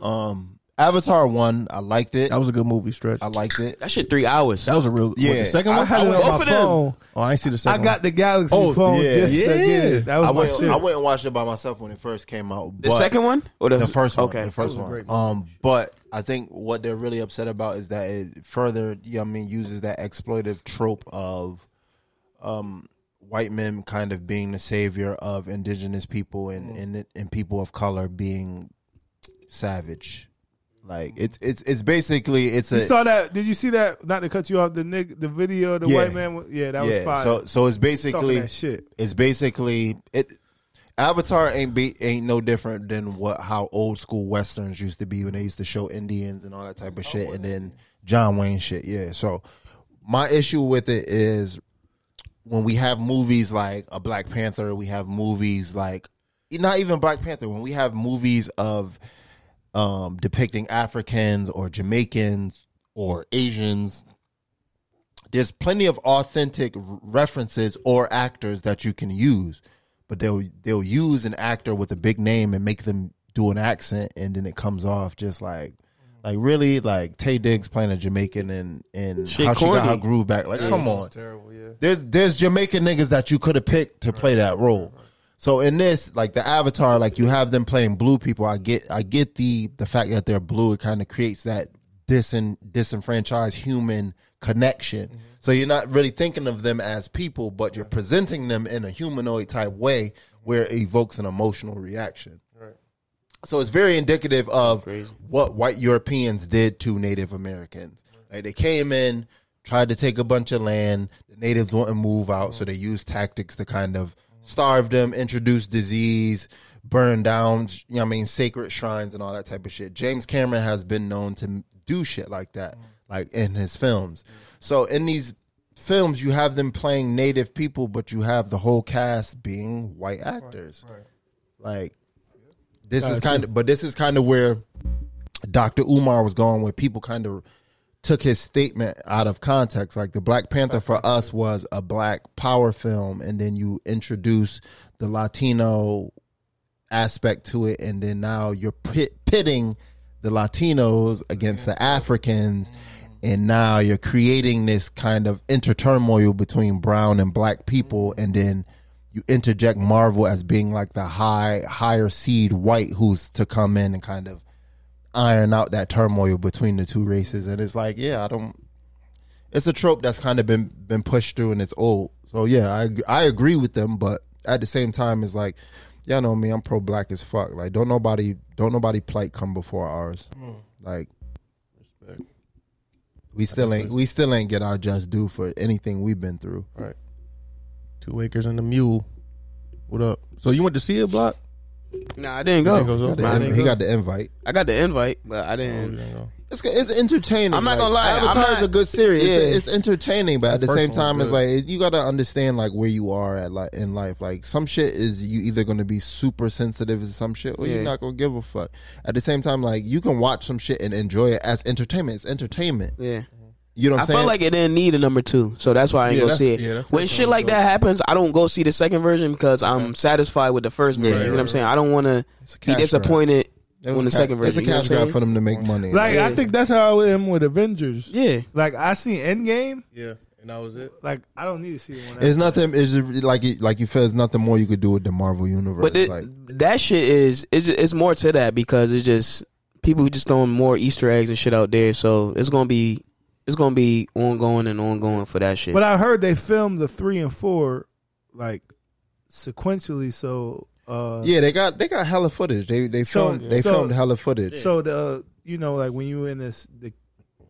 S3: Um, Avatar one, I liked it.
S7: That was a good movie stretch.
S3: I liked it.
S5: That shit three hours.
S7: that was a real.
S3: Yeah.
S7: what, the second
S3: I-
S7: one.
S3: I had it
S7: went-
S5: on my
S7: both of them.
S4: phone.
S7: Oh, I ain't see the
S4: I
S7: second.
S4: got the Galaxy
S7: Oh,
S4: phone
S3: yeah.
S4: just to
S7: Yeah.
S4: get it. That was
S3: I
S4: my
S3: went
S4: shit.
S3: I went and watched it by myself when it first came out.
S5: The
S3: but-
S5: second one or the,
S3: the first one,
S5: Okay,
S3: the first
S7: was a
S3: one.
S7: great
S3: Um, but I think what they're really upset about is that it further, you know what I mean, uses that exploitive trope of um white men kind of being the savior of indigenous people and
S7: Mm.
S3: and and people of color being savage. Like it's it's it's basically it's a
S4: You saw that? Did you see that? Not to cut you off. The nigga, the video, the
S3: Yeah.
S4: white man. wa- Yeah, that was fire.
S3: So so it's
S4: Talking
S3: basically
S4: that shit.
S3: it's basically it. Avatar ain't be ain't no different than what how old school westerns used to be when they used to show Indians and all that type of shit, and then John Wayne shit. Yeah. So my issue with it is when we have movies like a Black Panther, we have movies like not even Black Panther. When we have movies of um, depicting Africans or Jamaicans or Asians, there's plenty of authentic r- references or actors that you can use, but they'll they'll use an actor with a big name and make them do an accent, and then it comes off just like. Like really, like Tay Diggs playing a Jamaican and and
S5: Shit
S3: how she got
S5: corny.
S3: her groove back. Like, come on,
S7: terrible. Yeah.
S3: there's there's Jamaican niggas that you could have picked to play that role. So in this, like the avatar, like you have them playing blue people. I get I get the the fact that they're blue. It kind of creates that disin, disenfranchised human connection. So you're not really thinking of them as people, but you're presenting them in a humanoid type way where it evokes an emotional reaction. So it's very indicative of what white Europeans did to Native Americans. Like they came in, tried to take a bunch of land. The natives wouldn't move out, so they used tactics to kind of starve them, introduce disease, burn down, you know what I mean, sacred shrines and all that type of shit. James Cameron has been known to do shit like that, like in his films. So in these films, you have them playing native people, but you have the whole cast being white actors. Like this is kind of but this is kind of where Dr. Umar was going where people kind of took his statement out of context like the Black Panther for us was a black power film and then you introduce the Latino aspect to it and then now you're pit, pitting the Latinos against the Africans and now you're creating this kind of inter turmoil between brown and black people and then you interject Marvel as being like the high higher seed white who's to come in and kind of iron out that turmoil between the two races and it's like yeah I don't it's a trope that's kind of been been pushed through and it's old. So yeah, I ag- I agree with them, but at the same time, it's like y'all know me, I'm pro black as fuck. Like don't nobody don't nobody plight come before ours. Like we still ain't we still ain't get our just due for anything we've been through.
S7: Two acres and a mule. What up? So you went to see it, block?
S5: Nah, I didn't go.
S7: Niggas was up.
S5: Nah, I, didn't
S3: he
S5: go.
S3: got Oh, the invite.
S5: I got the invite, but I
S7: Oh,
S5: didn't.
S3: It's it's entertaining.
S5: I'm not gonna
S3: Like,
S5: lie, I'm
S3: Avatar is
S5: not-
S3: a good series.
S5: Yeah.
S3: It's, it's entertaining, but at the
S7: first
S3: same
S7: one was
S3: time, it's
S7: good.
S3: like you gotta understand like where you are at like in life. Like some shit is you either gonna be super sensitive to some shit, or you're
S5: Yeah.
S3: not gonna give a fuck. At the same time, like you can watch some shit and enjoy it as entertainment. It's entertainment.
S5: yeah.
S3: You know what
S5: I
S3: I'm saying?
S5: felt like it didn't need a number two, so that's why I ain't
S7: Yeah,
S5: gonna
S7: that's-
S5: see it.
S7: yeah, that
S5: when
S7: first
S5: shit
S7: one was
S5: like
S7: dope.
S5: that happens, I don't go see the second version because I'm satisfied with the first version. you know what I'm saying? I don't want to be
S3: cash grab.
S5: disappointed
S3: It was
S5: when the
S3: a ca-
S5: second
S3: It's
S5: version.
S3: a
S5: you know
S3: cash
S5: what I'm
S3: grab for them to make money.
S4: Like I think that's how I am with Avengers.
S5: saying? Yeah,
S4: Like I seen Endgame.
S7: Yeah. and that was it.
S4: Like I don't need to see one.
S3: It's nothing. It's just like you- like you feel. It's nothing more you could do with the Marvel universe.
S5: But it,
S3: like,
S5: that shit is it's ju- it's more to that because it's just people just throwing more Easter eggs and shit out there. So it's gonna be it's gonna be ongoing and ongoing for that shit.
S4: But I heard they filmed the three and four like sequentially. So uh,
S3: yeah, they got they got hella footage. They they
S4: So-
S3: filmed they
S4: so-
S3: filmed hella footage.
S4: So the uh, you know like when you in this the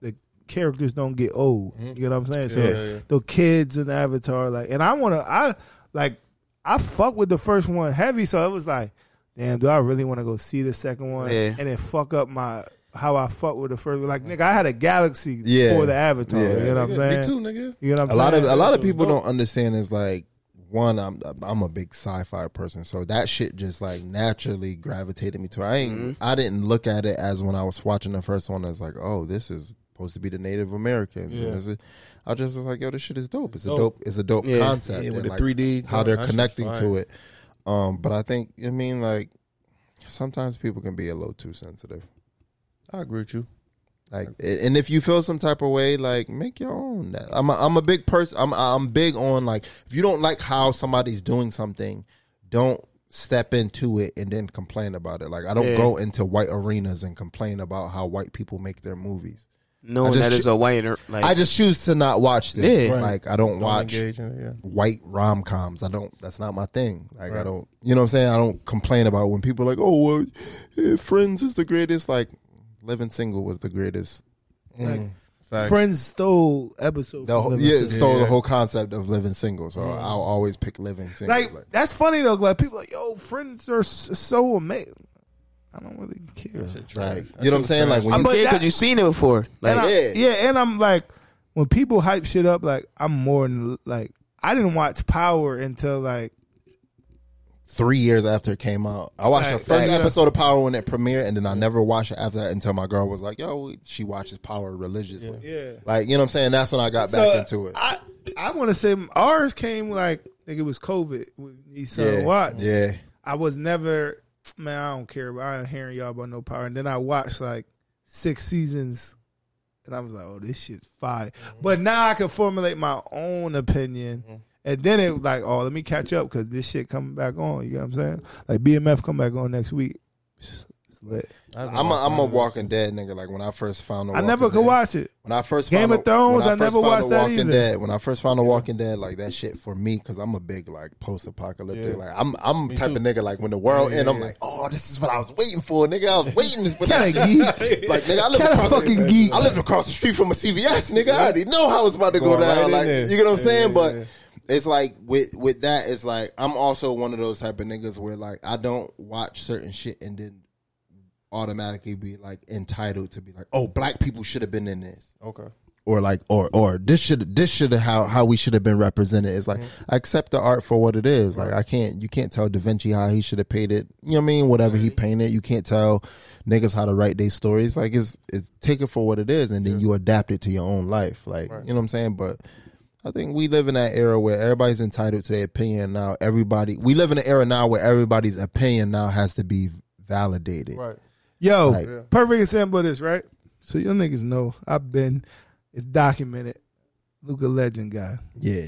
S4: the characters don't get old.
S3: Mm-hmm.
S4: You know what I'm saying? So
S7: Yeah, yeah.
S4: the kids in Avatar like and I want to I like I fuck with the first one heavy so it was like damn do I really want to go see the second one
S5: Yeah.
S4: and then fuck up my how I fuck with the first one. Like nigga I had a galaxy
S3: Yeah.
S4: before the Avatar,
S3: Yeah.
S4: you know what I'm saying?
S7: Me too, nigga.
S4: You know what I'm
S3: a lot
S4: saying?
S3: of a lot of people don't understand is like one I'm I'm a big sci-fi person, so that shit just like naturally gravitated me to. it. I ain't I didn't look at it as when I was watching the first one as like, oh, this is supposed to be the Native Americans. And this is- I just was like, yo, this shit is dope. It's, a dope. It's a dope
S5: Yeah.
S3: concept.
S7: Yeah, with
S3: and,
S7: the
S3: like,
S7: 3D
S3: how they're
S7: that shit's
S3: connecting
S7: fire.
S3: to it. Um, but I think I mean like sometimes people can be a little too sensitive.
S7: I agree with you.
S3: Like, a- and if you feel some type of way, like make your own. I'm a, I'm a big person. I'm I'm big on like if you don't like how somebody's doing something, don't step into it and then complain about it. Like I don't
S5: Yeah.
S3: go into white arenas and complain about how white people make their movies. I
S5: Knowing
S3: just
S5: that
S3: ch-
S5: it's a white or- like
S3: I just choose to not watch them.
S5: Yeah. Right.
S3: Like I don't,
S7: Don't
S3: watch
S7: engage in it, yeah.
S3: white rom coms. I don't. That's not my thing. Like I don't. You know what I'm saying? I don't complain about when people are like, oh, well, eh, Friends is the greatest. Like Living Single was the greatest. Mm. Fact.
S4: Friends stole episodes.
S3: The
S4: from
S3: whole,
S4: Living
S3: yeah, it
S4: Single.
S3: stole the whole concept of living single. So I'll always pick living single.
S4: like, that's funny though. Like people, are like yo, friends are s- so amazing. I don't really care.
S3: like, you know what I'm saying? Like when
S4: I'm
S3: you,
S4: but
S5: because
S4: that-
S5: you seen it before. Like
S4: and I,
S3: yeah.
S4: yeah. and I'm like, when people hype shit up, like I'm more than like I didn't watch Power until like
S3: three years after it came out, I watched
S4: Right,
S3: the first
S4: right.
S3: episode of Power when it premiered, and then I never watched it after that until my girl was like, "Yo, she watches Power religiously."
S4: Yeah.
S3: Like you know what I'm saying? That's when I got
S4: so
S3: back into it.
S4: I I want to say ours came like I think it was COVID when he said
S3: yeah.
S4: watch.
S3: Yeah.
S4: I was never man. I don't care. About, I ain't hearing y'all about no power. And then I watched like six seasons, and I was like, oh, this shit's fire. But now I can formulate my own opinion. And then it was like, oh, let me catch up because this shit coming back on. You know what I'm saying? Like BMF come back on next week. It's lit.
S3: I'm a, I'm a Walking Dead nigga. Like when I first found the
S4: I never
S3: Walking
S4: could
S3: Dead-
S4: watch it.
S3: When I first
S4: Game
S3: found
S4: of
S3: the- when
S4: Thrones, I
S3: first
S4: never
S3: found
S4: watched
S3: the
S4: that
S3: Walking
S4: either.
S3: Dead, when I first found The Walking Dead, like that shit for me, because I'm a big like post apocalyptic. Like I'm I'm type of nigga like when the world end, I'm like, oh, this is what I was waiting for, nigga. I was waiting for that.
S4: Kinda geek.
S3: Like nigga, I live
S4: Kinda
S3: across
S4: fucking
S3: the,
S4: geek.
S3: I lived across the street from a CVS, nigga. I already know how it's about to go
S7: Going right
S3: down.
S7: in
S3: like
S7: there.
S3: you get what I'm
S7: Yeah,
S3: saying,
S7: yeah,
S3: but.
S7: yeah.
S3: It's like with with that. It's like I'm also one of those type of niggas where like I don't watch certain shit and then automatically be like entitled to be like, oh, black people should have been in this,
S7: Okay.
S3: or like, or or this should this should have how how we should have been represented. It's like I accept the art for what it is. Like I can't you can't tell Da Vinci how he should have painted. You know what I mean? Whatever he painted, you can't tell niggas how to write their stories. Like it's it's take it for what it is, and then you adapt it to your own life. Like you know what I'm saying, but. I think we live in that era where everybody's entitled to their opinion now. Everybody, we live in an era now where everybody's opinion now has to be validated.
S7: Right.
S4: Yo,
S3: Like- Yeah.
S4: perfect example of this, right? So you niggas know I've been, it's documented, Luca Legend guy.
S3: Yeah.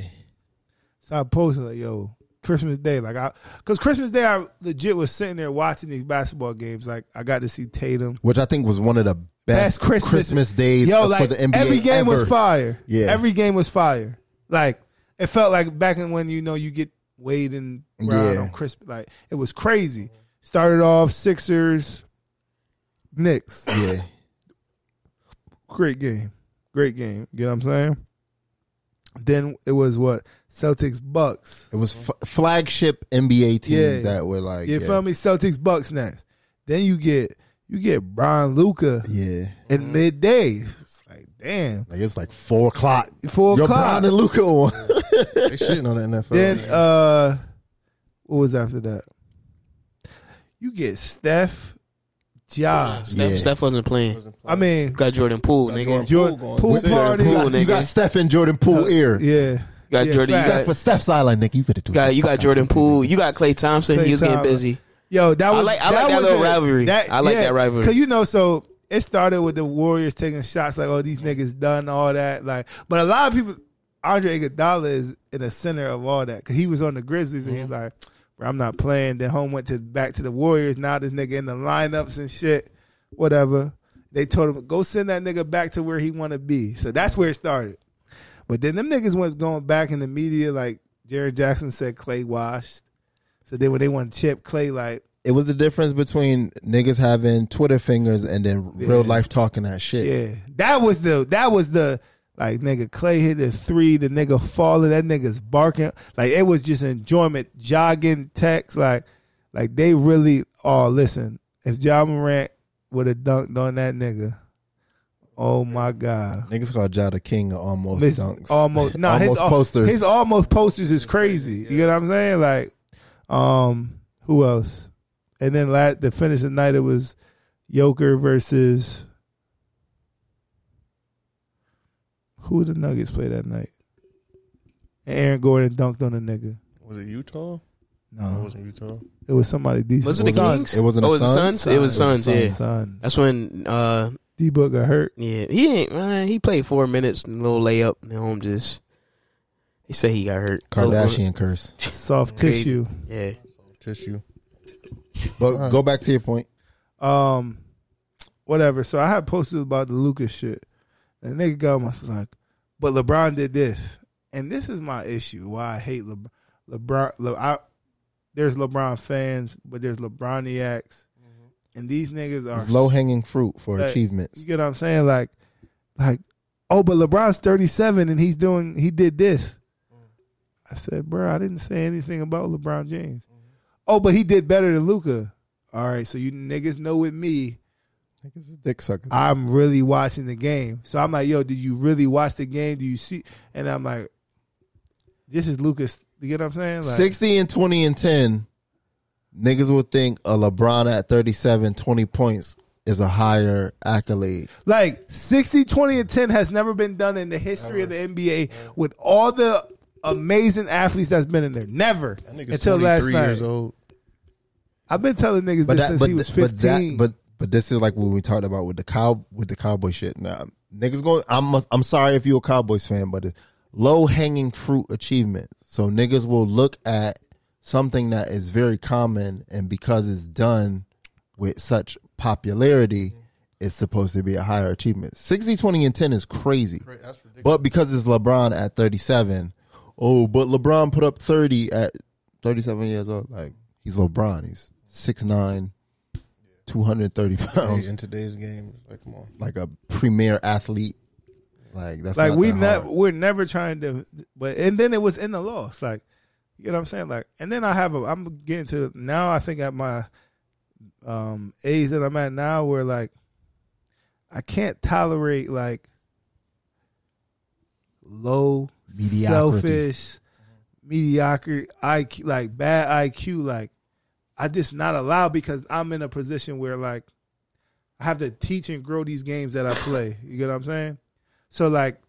S4: So I posted like, yo, Christmas Day, like I, cause Christmas Day I legit was sitting there watching these basketball games. Like I got to see Tatum.
S3: Which I think was one of the best,
S4: Best Christmas,
S3: days
S4: yo,
S3: for
S4: like
S3: the NBA.
S4: every game
S3: ever.
S4: was fire.
S3: Yeah.
S4: every game was fire. Like it felt like back in when you know you get Wade and Brown
S3: Yeah.
S4: on Christmas. Like it was crazy. Started off Sixers, Knicks.
S3: Yeah.
S4: great game. Great game. You know what I'm saying? Then it was what? Celtics Bucks.
S3: It was f- flagship NBA teams
S4: Yeah.
S3: that were like.
S4: You
S3: yeah.
S4: feel me? Celtics Bucks next. Then you get you get Brian Luca
S3: Yeah.
S4: in midday. It's like damn.
S3: Like it's like four o'clock.
S4: Four
S3: Your
S4: o'clock.
S3: Brown and Luca one.
S7: They shitting on the NFL.
S4: Then uh what was after that? You get Steph Josh.
S5: Steph,
S3: Yeah.
S5: Steph wasn't playing.
S4: I mean
S5: Got Jordan Poole, nigga.
S4: Jordan
S7: Poole
S4: pool,
S7: going to sit
S4: party.
S5: Poole,
S3: you got
S5: nigga.
S3: Steph and Jordan Poole ear.
S4: Yeah.
S5: Got
S4: yeah,
S5: Jordan. You
S4: facts.
S5: got,
S3: For Steph's sideline, nigga, you better do
S5: you got, you
S3: what the
S5: got
S3: fuck I
S5: Jordan
S3: do.
S5: Poole. You got Clay Thompson.
S4: Klay
S5: he was
S4: Thompson.
S5: getting busy.
S4: Yo, that was
S5: like- I like that
S4: was
S5: little
S4: a-
S5: rivalry. I like that rivalry.
S4: Cause you know, so it started with the Warriors taking shots like, "Oh, these niggas done all that." Like, but a lot of people Andre Iguodala is in the center of all that because he was on the Grizzlies and he's
S5: Mm-hmm.
S4: like, "Bro, I'm not playing." Then home went to back to the Warriors. Now this nigga in the lineups and shit, whatever. They told him go send that nigga back to where he want to be. So that's where it started. But then them niggas went going back in the media like Jared Jackson said Clay washed. So then when they want to chip Clay like
S3: It was the difference between niggas having Twitter fingers and then real life talking that shit.
S4: Yeah, that was the that was the like nigga Clay hit the three, the nigga falling, that nigga's barking. Like it was just enjoyment, jogging, text, like like they really all listen. If John Morant would have dunked on that nigga, oh my god,
S3: Niggas called Jada King almost
S4: Miss-
S3: dunks.
S4: almost no,
S3: almost
S4: his, al-
S3: posters.
S4: His almost posters is crazy. You know what I'm saying? Like, um, who else? And then last the finish of the night it was Joker versus who the Nuggets play that night? And Aaron Gordon dunked on a nigga.
S7: Was it Utah?
S4: No,
S7: wasn't Utah.
S4: it was somebody decent.
S5: Was it the
S4: Suns.
S5: Kings?
S3: It wasn't the
S5: Oh, it was the
S3: Suns?
S5: Suns. It was
S4: Suns,
S5: Suns. Yeah,
S4: Suns.
S5: that's when. Uh,
S4: D Book got hurt.
S5: yeah, he ain't. Man, he played four minutes, little layup, and home just. He said he got hurt.
S3: Kardashian curse.
S4: Soft
S5: Crazy.
S4: tissue.
S5: Yeah,
S7: Tissue.
S3: But go back to your point.
S4: um, whatever. So I had posted about the Lucas shit, and nigga got my like, but LeBron did this, and this is my issue. Why I hate LeBron. LeBron. Le, I, there's LeBron fans, but there's LeBroniacs, and these niggas are
S3: It's low hanging fruit for
S4: Like,
S3: achievements.
S4: You get what I'm saying? Like, like, oh, but LeBron's 37 and he's doing, he did this. I said, bro, I didn't say anything about LeBron James. Oh, but he did better than Luca. All right, so you niggas know with me,
S3: Niggas is dick suckers.
S4: I'm really watching the game. So I'm like, yo, did you really watch the game? Do you see? And I'm like, this is Lucas. You get what I'm saying? Like,
S3: 60 and 20 and 10, niggas would think a LeBron at 37, 20 points is a higher accolade.
S4: Like 60, 20, and 10 has never been done in the history of the NBA with all the amazing athletes that's been in there. Never.
S7: That nigga's
S4: Until last
S7: 23
S4: night.
S7: years old.
S4: I've been telling niggas
S3: But
S4: this
S3: that,
S4: since
S3: but,
S4: he was
S3: th- but that,
S4: 15.
S3: but but this is like what we talked about with the cow with the cowboy shit. Now niggas going. I'm a, I'm sorry if you're a Cowboys fan, but low hanging fruit achievement. So niggas will look at something that is very common, and because it's done with such popularity, it's supposed to be a higher achievement. 60, 20, and ten is crazy. But because it's LeBron at 37, oh, but LeBron put up 30 at 37 years old. Like, he's LeBron. He's 6'9, 230
S7: Hey, in
S3: pounds.
S7: today's game, like come on.
S3: Like a premier athlete. Like, that's
S4: like
S3: not
S4: we
S3: that
S4: never
S3: hard.
S4: we're never trying to but and then it was in the loss. Like you know what I'm saying? Like and then I have a I'm getting to now I think at my um age that I'm at now where like I can't tolerate like low
S3: Mediocrity.
S4: selfish mediocre IQ like bad IQ like I just not allowed because I'm in a position where like I have to teach and grow these games that I play. You get what I'm saying? So like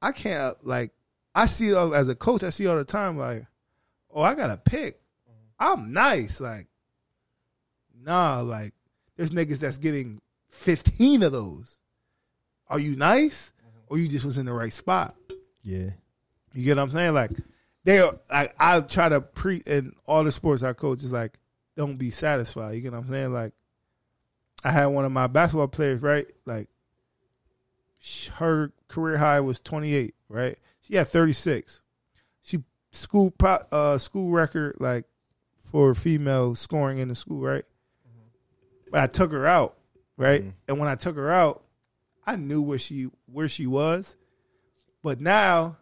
S4: I can't like I see it all, as a coach, I see all the time like, oh, I got to pick. I'm nice. Like, nah, like there's niggas that's getting 15 of those. Are you nice? Or you just was in the right spot?
S3: Yeah.
S4: You get what I'm saying? Like they are like I try to pre and all the sports I coach is like, don't be satisfied. You get what I'm saying? Like I had one of my basketball players, right? Like sh- her career high was 28, right? She had 36. She school pro, uh school record like for female scoring in the school, right? But I took her out, right? And when I took her out, I knew where she where she was. But now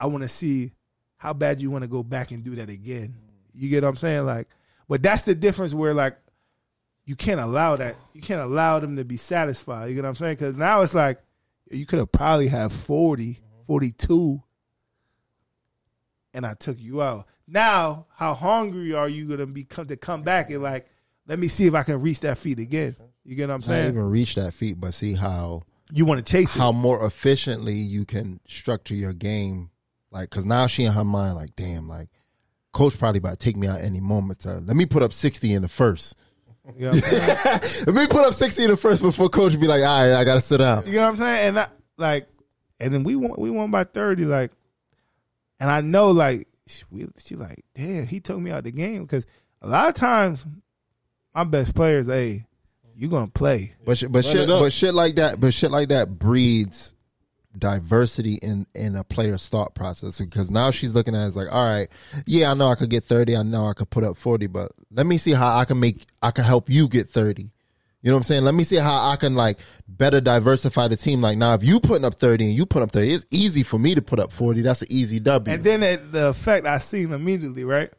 S4: I want to see how bad you want to go back and do that again. You get what I'm saying? Like, but that's the difference where like you can't allow that. You can't allow them to be satisfied. You get what I'm saying? Because now it's like you could have probably had 40, 42, and I took you out. Now, how hungry are you gonna be come, to come back and like? Let me see if I can reach that feet again. You get what I'm
S3: I didn't
S4: saying?
S3: even reach that feat, but see how
S4: You want to chase it.
S3: how more efficiently you can structure your game. Like, cause now she in her mind, like, damn, like, coach probably about to take me out any moment. So let me put up 60 in the first.
S4: You know what I'm saying?
S3: let me put up 60 in the first before coach be like, all right, I got to sit down.
S4: You know what I'm saying? And I, like, and then we won. We won by thirty. Like, and I know like she, we, she like, damn, he took me out the game because a lot of times my best players, hey, you gonna play.
S3: But sh- but shit but shit like that but shit like that breeds diversity in in a player's thought process because now she's looking at it as like all right yeah I know I could get 30 I know I could put up 40 but let me see how I can make I can help you get 30 you know what I'm saying let me see how I can like better diversify the team like now if you putting up 30 and you put up 30 it's easy for me to put up 40 that's an easy W
S4: And then at the effect I seen immediately, right?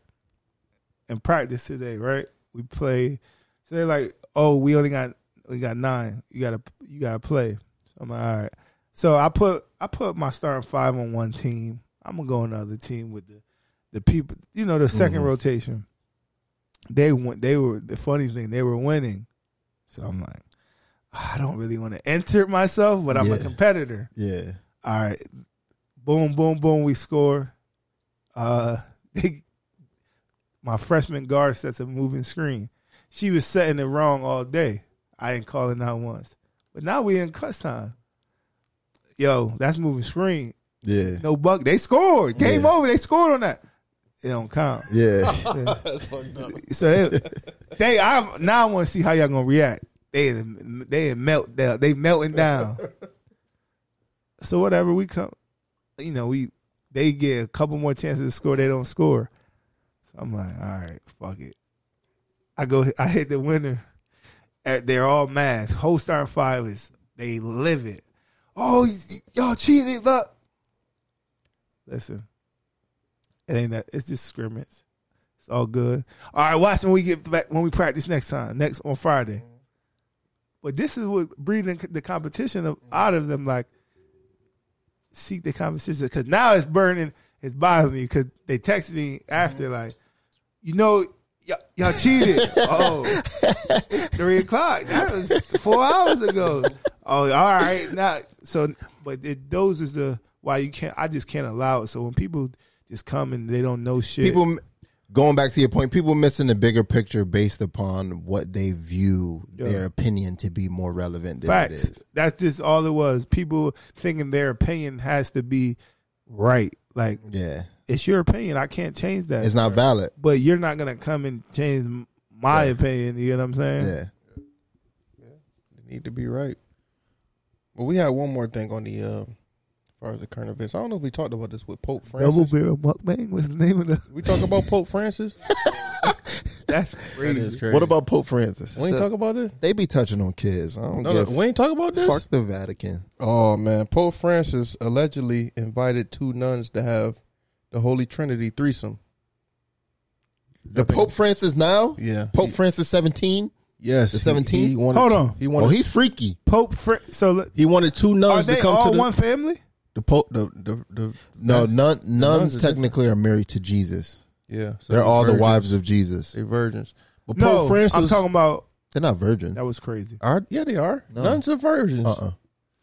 S4: In practice today, right? We play. So they're like, "Oh, we only got we got nine. You gotta you gotta play." So I'm like, "All right." So I put I put my starting five on one team. I'm gonna go on the other team with the the people. You know, the 2nd
S3: Mm-hmm.
S4: rotation. They went. They were the funny thing. They were winning. So I'm like, I don't really want to enter myself, but I'm a
S3: Yeah.
S4: competitor.
S3: yeah
S4: All right. Boom, boom, boom, we score. Uh they, my freshman guard sets a moving screen. She was setting it wrong all day. I didn't call it not once. But now we in cuss time. Yo, that's moving screen.
S3: yeah
S4: No buck. They scored. Game
S3: Yeah.
S4: over. They scored on that. It don't count.
S3: yeah
S4: So they, they I now I want to see how y'all gonna react. They in- they in melt down. They melting down. so whatever we come, you know we they get a couple more chances to score. They don't score. So I'm like, all right, fuck it. I go. I hit the winner. At, they're all mad. Whole starting five is they live it. Oh, y- y- y'all cheated, but listen, it ain't that. It's just scrimmage. It's all good. All right, watch when we get back when we practice next time, next on Friday. But this is what breeding the competition of, out of them. Like seek the competition because now it's burning. It's bothering me because they text me after like, you know, y- y'all cheated. oh, it's three o'clock. That was four hours ago. Oh, all right. Now, so but it, those is the why you can't. I just can't allow it. So when people just come and they don't know shit,
S3: people going back to your point people missing the bigger picture based upon what they view their opinion to be more relevant than it
S4: Facts.
S3: is
S4: That's just all it was. People thinking their opinion has to be right. Like
S3: yeah
S4: it's your opinion. I can't change that.
S3: it's not valid
S4: but you're not gonna come and change m- my opinion. You know what I'm saying?
S3: yeah
S7: They need to be right. But we had one more thing on the, uh, as far as the current events. I don't know if we talked about this with Pope Francis.
S4: Double barrel mukbang was the name of the.
S7: We talk about Pope Francis.
S4: That's crazy.
S7: crazy.
S3: what about pope francis
S7: We ain't talk about this.
S3: they be touching on kids i don't
S7: No,
S3: give
S7: no, we ain't talk about this.
S3: fuck the vatican
S7: Oh man, Pope Francis allegedly invited two nuns to have the Holy Trinity threesome.
S3: the pope francis now
S7: Yeah.
S3: pope francis 17
S7: Yes,
S3: The
S7: he-
S3: 17?
S7: he wanted-
S4: Hold on.
S7: he
S3: well
S7: wanted.
S3: he's freaky
S4: Pope Fr- So l-
S7: he wanted two
S4: are
S7: nuns to
S4: they
S7: come
S4: all
S7: to the,
S4: one family?
S7: the Pope. The, the, the
S3: no nun,
S7: nuns
S3: nuns
S7: are
S3: technically are married to jesus
S7: yeah, so
S3: they're all the
S7: virgins.
S3: wives of jesus
S7: They virgins. But
S4: No,
S7: Pope Francis,
S4: I'm talking about
S3: they're not virgins
S4: that was crazy.
S7: Are, yeah, they are. Nuns are virgins.
S3: uh-uh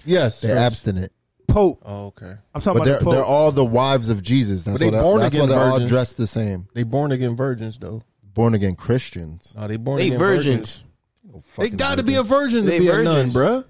S7: Yes,
S3: they're abstinent
S4: Pope.
S7: oh, okay.
S4: I'm talking
S3: but
S4: about
S3: they're,
S4: the Pope.
S3: they're all the wives of jesus that's
S7: But they
S3: why they're,
S7: born
S3: that's why
S7: again
S3: they're all
S7: virgins.
S3: dressed the same
S7: They born again virgins though.
S3: born again Christians.
S7: No, they born
S5: They
S7: again
S5: virgins.
S7: They got to be a virgin to
S5: They
S7: be
S5: virgins.
S7: a nun, bruh.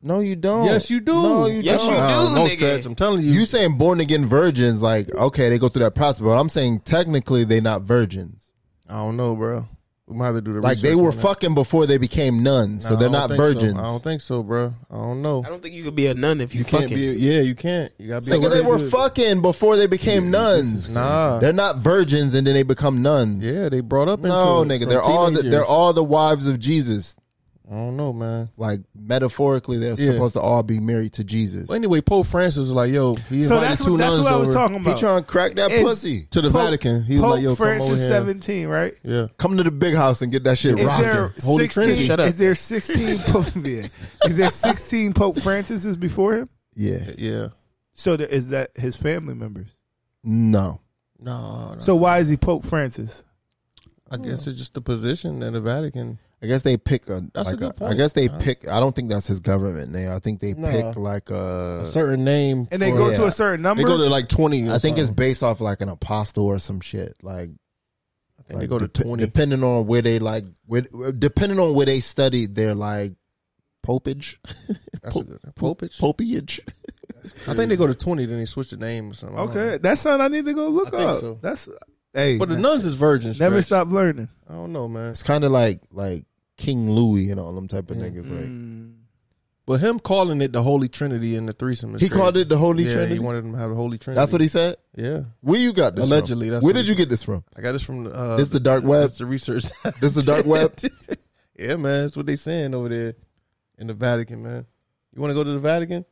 S3: No, you don't.
S7: Yes, you do.
S3: No, you
S5: Yes,
S3: don't.
S5: you
S7: No,
S5: do,
S7: no
S5: nigga.
S7: stretch. I'm telling you.
S3: You saying born again virgins? Like, okay, they go through that process, but I'm saying technically they not virgins.
S7: I don't know, bro. We might have to do the
S3: Like they
S7: research
S3: were
S7: on that.
S3: fucking before they became nuns, so
S7: Nah,
S3: they're
S7: I don't
S3: not
S7: think so.
S3: virgins.
S7: I don't think so, bro. I don't know.
S5: I don't think you could be a nun if you,
S7: you can't
S5: fucking.
S7: be. Yeah, you can't. You gotta be.
S3: Nigga, they were fucking before they became nuns.
S7: Nah.
S3: they're not virgins, and then they become nuns.
S7: yeah, they brought up.
S3: No,
S7: into it
S3: nigga,
S7: from
S3: they're all the,
S7: teenagers.
S3: they're all the wives of Jesus.
S7: I don't know, man.
S3: Like metaphorically, they're
S7: Yeah.
S3: supposed to all be married to Jesus.
S7: Well, anyway, Pope Francis was like, "Yo, he
S4: so
S7: invited
S4: that's
S7: two
S4: what, that's
S7: nuns
S4: what I was
S7: over
S4: talking
S3: He
S4: about.
S3: trying to crack that
S4: It's-
S3: pussy.
S7: to the
S4: Pope-
S7: Vatican." He was
S4: Pope
S7: like, "Yo, come over
S4: Francis
S7: here."
S4: 17, right?
S7: Yeah,
S3: Come to the big house and get that shit
S4: Is
S3: rocking.
S4: there
S7: Holy Trinity.
S4: sixteen?
S5: Shut up.
S4: Is there sixteen Pope? yeah. Is there sixteen Pope Francis's before him?
S3: yeah.
S7: yeah.
S4: So there, is that his family members?
S3: No.
S7: No, no.
S4: So why is he Pope Francis?
S7: I guess it's just the position in the Vatican.
S3: I guess they pick a.
S7: That's a
S3: like
S7: good
S3: I
S7: point.
S3: guess they
S7: Huh?
S3: pick. I don't think that's his government name. I think they pick like
S7: A
S3: a.
S7: certain name,
S4: And they
S7: for-
S4: go
S3: yeah.
S4: to a certain number.
S7: They go to like twenty. or
S3: I think it's
S7: something.
S3: based off like an apostle or some shit. Like,
S7: And they
S3: like
S7: go to
S3: dep-
S7: twenty.
S3: Depending on where they like, where, depending on where they studied, their like popage,
S7: That's a good- Popage.
S3: popiage.
S7: I think they go to twenty, then they switch the name or something. I don't
S4: Okay, that's something I need to go look
S7: I think
S4: up.
S7: so.
S4: That's hey,
S7: know. But the
S4: man,
S7: nuns is virgins.
S4: never
S7: Chris.
S4: stop learning.
S7: I don't know, man.
S3: It's kind of like like King Louis and all them type of niggas. Like
S7: Mm, But him calling it the Holy Trinity in the threesome. Is
S3: he
S7: crazy.
S3: called it the Holy
S7: yeah,
S3: Trinity.
S7: He wanted them to have the Holy Trinity.
S3: That's what he said.
S7: Yeah,
S3: Where you got this?
S7: Allegedly,
S3: from?
S7: that's
S3: where
S7: what
S3: did
S7: he-
S3: you get this from?
S7: I got this from uh,
S3: This the dark web?
S7: That's the research.
S3: This the dark web.
S7: yeah, man. That's what they saying over there in the Vatican, man. You want to go to the Vatican?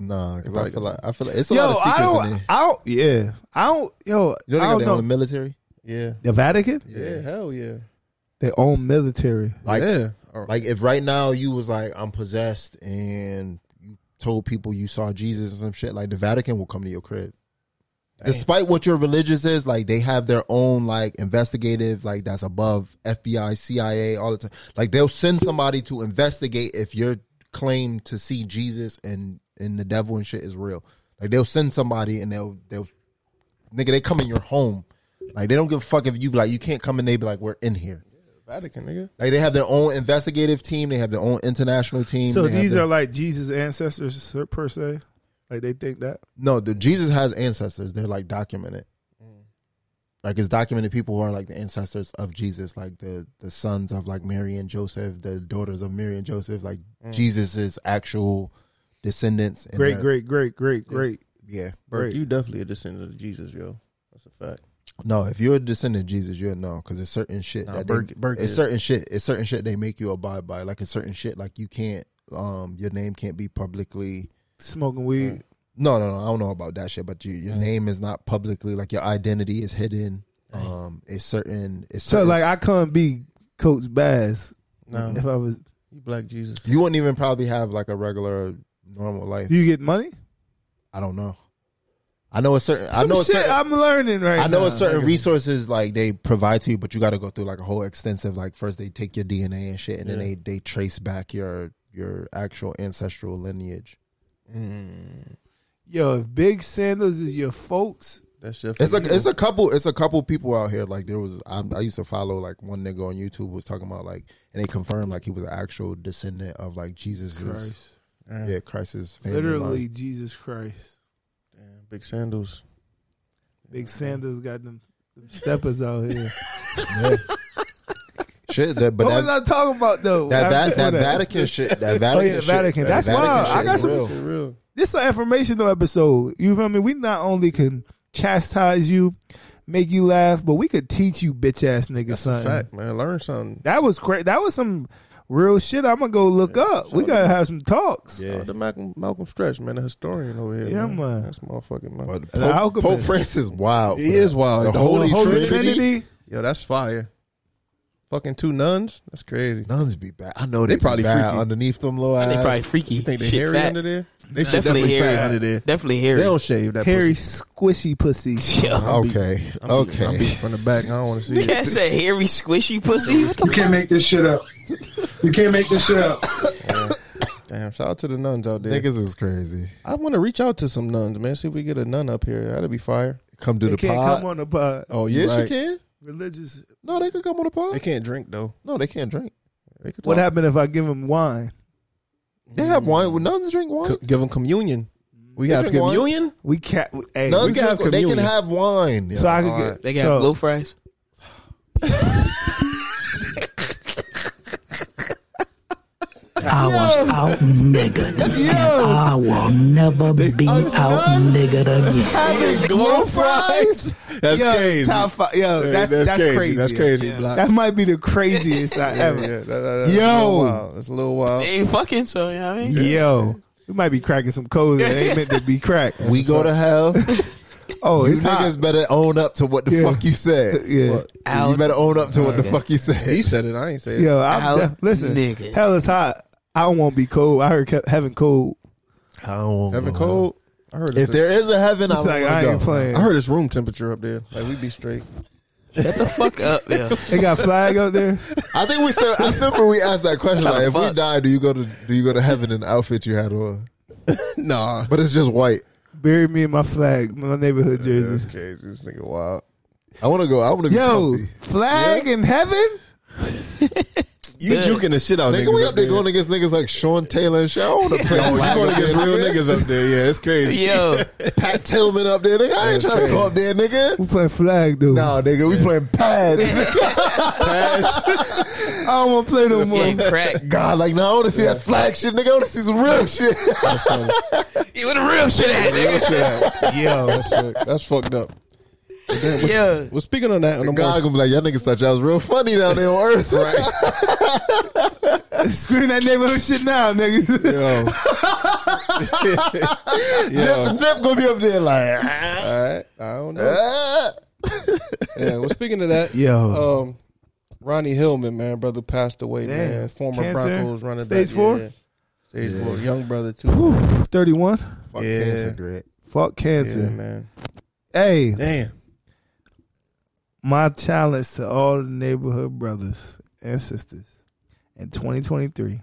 S3: Nah, because I
S7: Probably
S3: feel
S7: got
S3: like I feel like it's a
S4: Yo,
S3: lot of
S4: I
S3: secrets in
S4: don't,
S3: there.
S4: I don't, yeah, I don't, yo,
S3: You know they
S4: I
S3: got
S4: don't
S3: their
S4: know.
S3: own military.
S7: Yeah.
S4: the Vatican,
S7: Yeah. hell yeah.
S4: their own military.
S3: Like
S7: yeah. Or-
S3: Like if right now you was like I'm possessed and you told people you saw Jesus and some shit, like the Vatican will come to your crib. Despite what your religious is, like they have their own like investigative, like that's above FBI, CIA, all the time. Like they'll send somebody to investigate if your claim to see Jesus and and the devil and shit is real. Like they'll send somebody and they'll they'll nigga they come in your home. Like they don't give a fuck if you like you can't come in. They be like we're in here.
S7: Vatican, nigga.
S3: Like they have their own investigative team. They have their own international team.
S4: So
S3: they have
S4: these
S3: their-
S4: are like Jesus' ancestors per se. Like they think that.
S3: no. The Jesus has ancestors. They're like documented. Like it's documented people who are like the ancestors of Jesus, like the the sons of like Mary and Joseph, the daughters of Mary and Joseph, like Jesus's actual descendants. and
S4: Great,
S3: their-
S4: great, great, great, great.
S3: yeah.
S7: Bro,
S4: Great.
S7: you definitely a descendant of Jesus, yo. That's a fact.
S3: No, if you're a descendant of Jesus, you'll know because it's certain shit
S7: Nah,
S3: that they,
S7: Burke- Burke
S3: it's
S7: is.
S3: certain shit. It's certain shit they make you abide by. Like it's certain shit like you can't, um, your name can't be publicly.
S4: Smoking weed.
S3: No, no, no. I don't know about that shit, but you, your name is not publicly like your identity is hidden. Um, it's certain. It's
S4: So
S3: certain,
S4: like I couldn't be Coach Bass
S7: No,
S4: if I was.
S7: you black Jesus.
S3: you wouldn't even probably have like a regular normal life.
S4: Do you get money?
S3: I don't know. I know a certain. I
S4: Some
S3: know a
S4: shit
S3: certain. i
S4: I'm learning right now.
S3: know a certain
S4: Like,
S3: resources like they provide to you, but you got to go through like a whole extensive like first they take your DNA and shit, and then they they trace back your your actual ancestral lineage.
S4: Yo, if Big Sanders is your folks,
S7: That's just
S3: It's a it's a couple it's a couple people out here like there was I, I used to follow like one nigga on YouTube was talking about like and they confirmed like he was an actual descendant of like Jesus
S4: Christ,
S3: yeah Christ's family
S4: literally
S3: line.
S4: Jesus Christ.
S7: Damn, big sandals.
S4: Big Sanders got them, them steppers out here.
S3: shit that but
S4: what was
S3: that
S4: I talking about though?
S3: that,
S4: I
S3: that,
S4: before Oh,
S3: that Vatican shit that Vatican
S4: yeah,
S3: shit,
S4: Vatican.
S3: that
S4: That's
S3: Vatican
S4: wild.
S3: shit
S4: I got
S3: is
S4: some-
S3: real.
S7: For real.
S4: This is an informational episode. You feel me? We not only can chastise you, make you laugh, but we could teach you bitch ass niggas something.
S7: Fact, man. Learn something.
S4: That was crazy. That was some real shit. I'm gonna go look up. We gotta have some talks.
S7: Yeah. the Malcolm, Malcolm Stretch, man, a historian over here.
S4: Yeah, man.
S7: That's motherfucking man.
S3: But
S4: The
S3: Pope,
S4: alchemist.
S3: Pope Francis wild
S7: He is wild.
S3: the,
S7: The
S3: Holy, Trinity,
S7: Holy
S4: Trinity.
S7: Yo, that's fire. Fucking two nuns? That's crazy.
S3: nuns be bad I know
S7: They
S3: they,
S7: probably
S3: probably bad
S7: freaky.
S3: underneath them little
S5: They
S3: ass
S5: probably freaky.
S7: You think they
S5: Shit
S7: hairy
S5: fat.
S7: under there? They should
S5: Definitely
S7: definitely
S5: hairy.
S7: fat under there.
S5: Definitely
S7: They
S5: hairy.
S7: don't shave that
S4: Hairy
S7: pussy.
S4: squishy pussy.
S5: Yo.
S3: okay okay
S7: I'm beating from the back. I don't want to see it.
S5: That's a hairy, squishy pussy. What the fuck?
S9: can't make this shit up. You can't make this shit up.
S7: Damn, shout out to the nuns out there.
S3: niggas is crazy
S7: I want to reach out to some nuns, man. See if we get a nun up here. That'd be fire.
S3: come to
S4: They
S3: the
S4: can't
S3: pod
S4: come on the pod.
S7: Oh,
S3: yes
S7: right.
S3: you can
S4: Religious.
S3: no they can come on the pod
S7: They can't drink though.
S3: no they can't drink
S7: They could
S4: What
S7: talk.
S4: happened if I give him wine?
S3: They have wine. Well, nuns drink wine. Mm.
S7: Co- give them communion. We
S3: They
S7: have
S3: drink wine.
S7: communion.
S4: We can't. we- Hey,
S3: nuns
S4: we
S7: can
S4: got,
S7: have
S3: drink, they can
S7: communion.
S3: have wine.
S4: so I could
S7: All
S4: get.
S7: right.
S5: They got
S4: so,
S5: blue fries.
S10: I was out niggered.
S4: Yo,
S10: I will never be out niggered again.
S4: having glow fries.
S3: That's
S4: yo,
S3: crazy.
S4: Top five. Yo,
S7: Hey,
S4: that's, that's crazy.
S7: That's crazy. Block.
S4: That might be the craziest I
S7: Yeah,
S4: ever.
S7: yeah, that- that- that's a
S4: Yo.
S7: little wild. that's a little
S5: They
S7: wild.
S5: ain't fucking, so you know what I mean?
S4: Yo, we might be cracking some codes that ain't meant to be cracked.
S3: we go to hell.
S4: oh,
S3: you
S4: it's hot.
S3: niggas better own up to what the
S4: Yeah.
S3: fuck you said.
S4: Yeah.
S3: What? You better own up to what the
S5: Okay.
S3: fuck you said.
S7: He said it. I ain't saying.
S4: Yo, I'm
S5: Out
S4: def- listen.
S5: nigga.
S4: Hell is hot. I don't want to be cold. I heard kept having cold.
S3: I don't wanna
S7: Heaven
S3: go
S7: cold. I heard.
S3: hell. If
S7: It's
S3: there is a heaven, I,
S4: It's like I ain't playing.
S7: I heard it's room temperature up there. Like we be straight.
S5: Shut the fuck up, yo.
S4: They got flag out there.
S3: I think we said. I remember we asked that question.
S5: Kinda
S3: Like, if we
S5: fuck.
S3: die, do you go to do you go to heaven in the outfit you had on?
S7: nah,
S3: But it's just white.
S4: Bury me in my flag, my neighborhood
S7: that's
S4: jerseys.
S7: crazy. This nigga wild.
S3: I want to go. I want to be
S4: Yo,
S3: comfy.
S4: flag in heaven?
S1: You juking the shit out of
S3: nigga.
S1: niggas
S3: We
S1: up
S3: up there
S1: there.
S3: going against niggas like Sean Taylor and shit. I don't want to play.
S1: Yo, you going against real niggas up there? Yeah, it's crazy.
S3: Pat Tillman up there, nigga. I ain't trying to go up there, nigga.
S4: We playing flag, dude.
S3: Nah, nigga, we playing pads.
S4: I don't want to play no more.
S3: Yeah, crack. God, like, nah, I want to see that flag shit, nigga. I want to see some real shit.
S5: You with the real shit at, nigga.
S3: Yo, that's, fuck- that's fucked up.
S5: Yeah.
S7: Well, speaking on that, on
S3: The
S7: the
S3: guy
S7: more,
S3: gonna be like, y'all niggas thought y'all was real funny down there on Earth.
S4: Scream that neighborhood shit now, nigga.
S7: yo,
S3: Nip, Nip gonna be up there like,
S7: all right, I don't know.
S3: ah.
S7: yeah, well, speaking of that,
S4: Yo.
S7: um, Ronnie Hillman, man, brother passed away,
S4: Damn.
S7: man. Former
S4: Cancer?
S7: Broncos running
S4: Stage
S7: back,
S4: four?
S7: yeah. stage four, young brother too.
S4: 31.
S3: Fuck
S7: Yeah.
S3: cancer, Greg.
S4: Fuck
S7: Yeah,
S4: cancer.
S7: man.
S4: Hey,
S7: Damn.
S4: my challenge to all the neighborhood brothers and sisters in 2023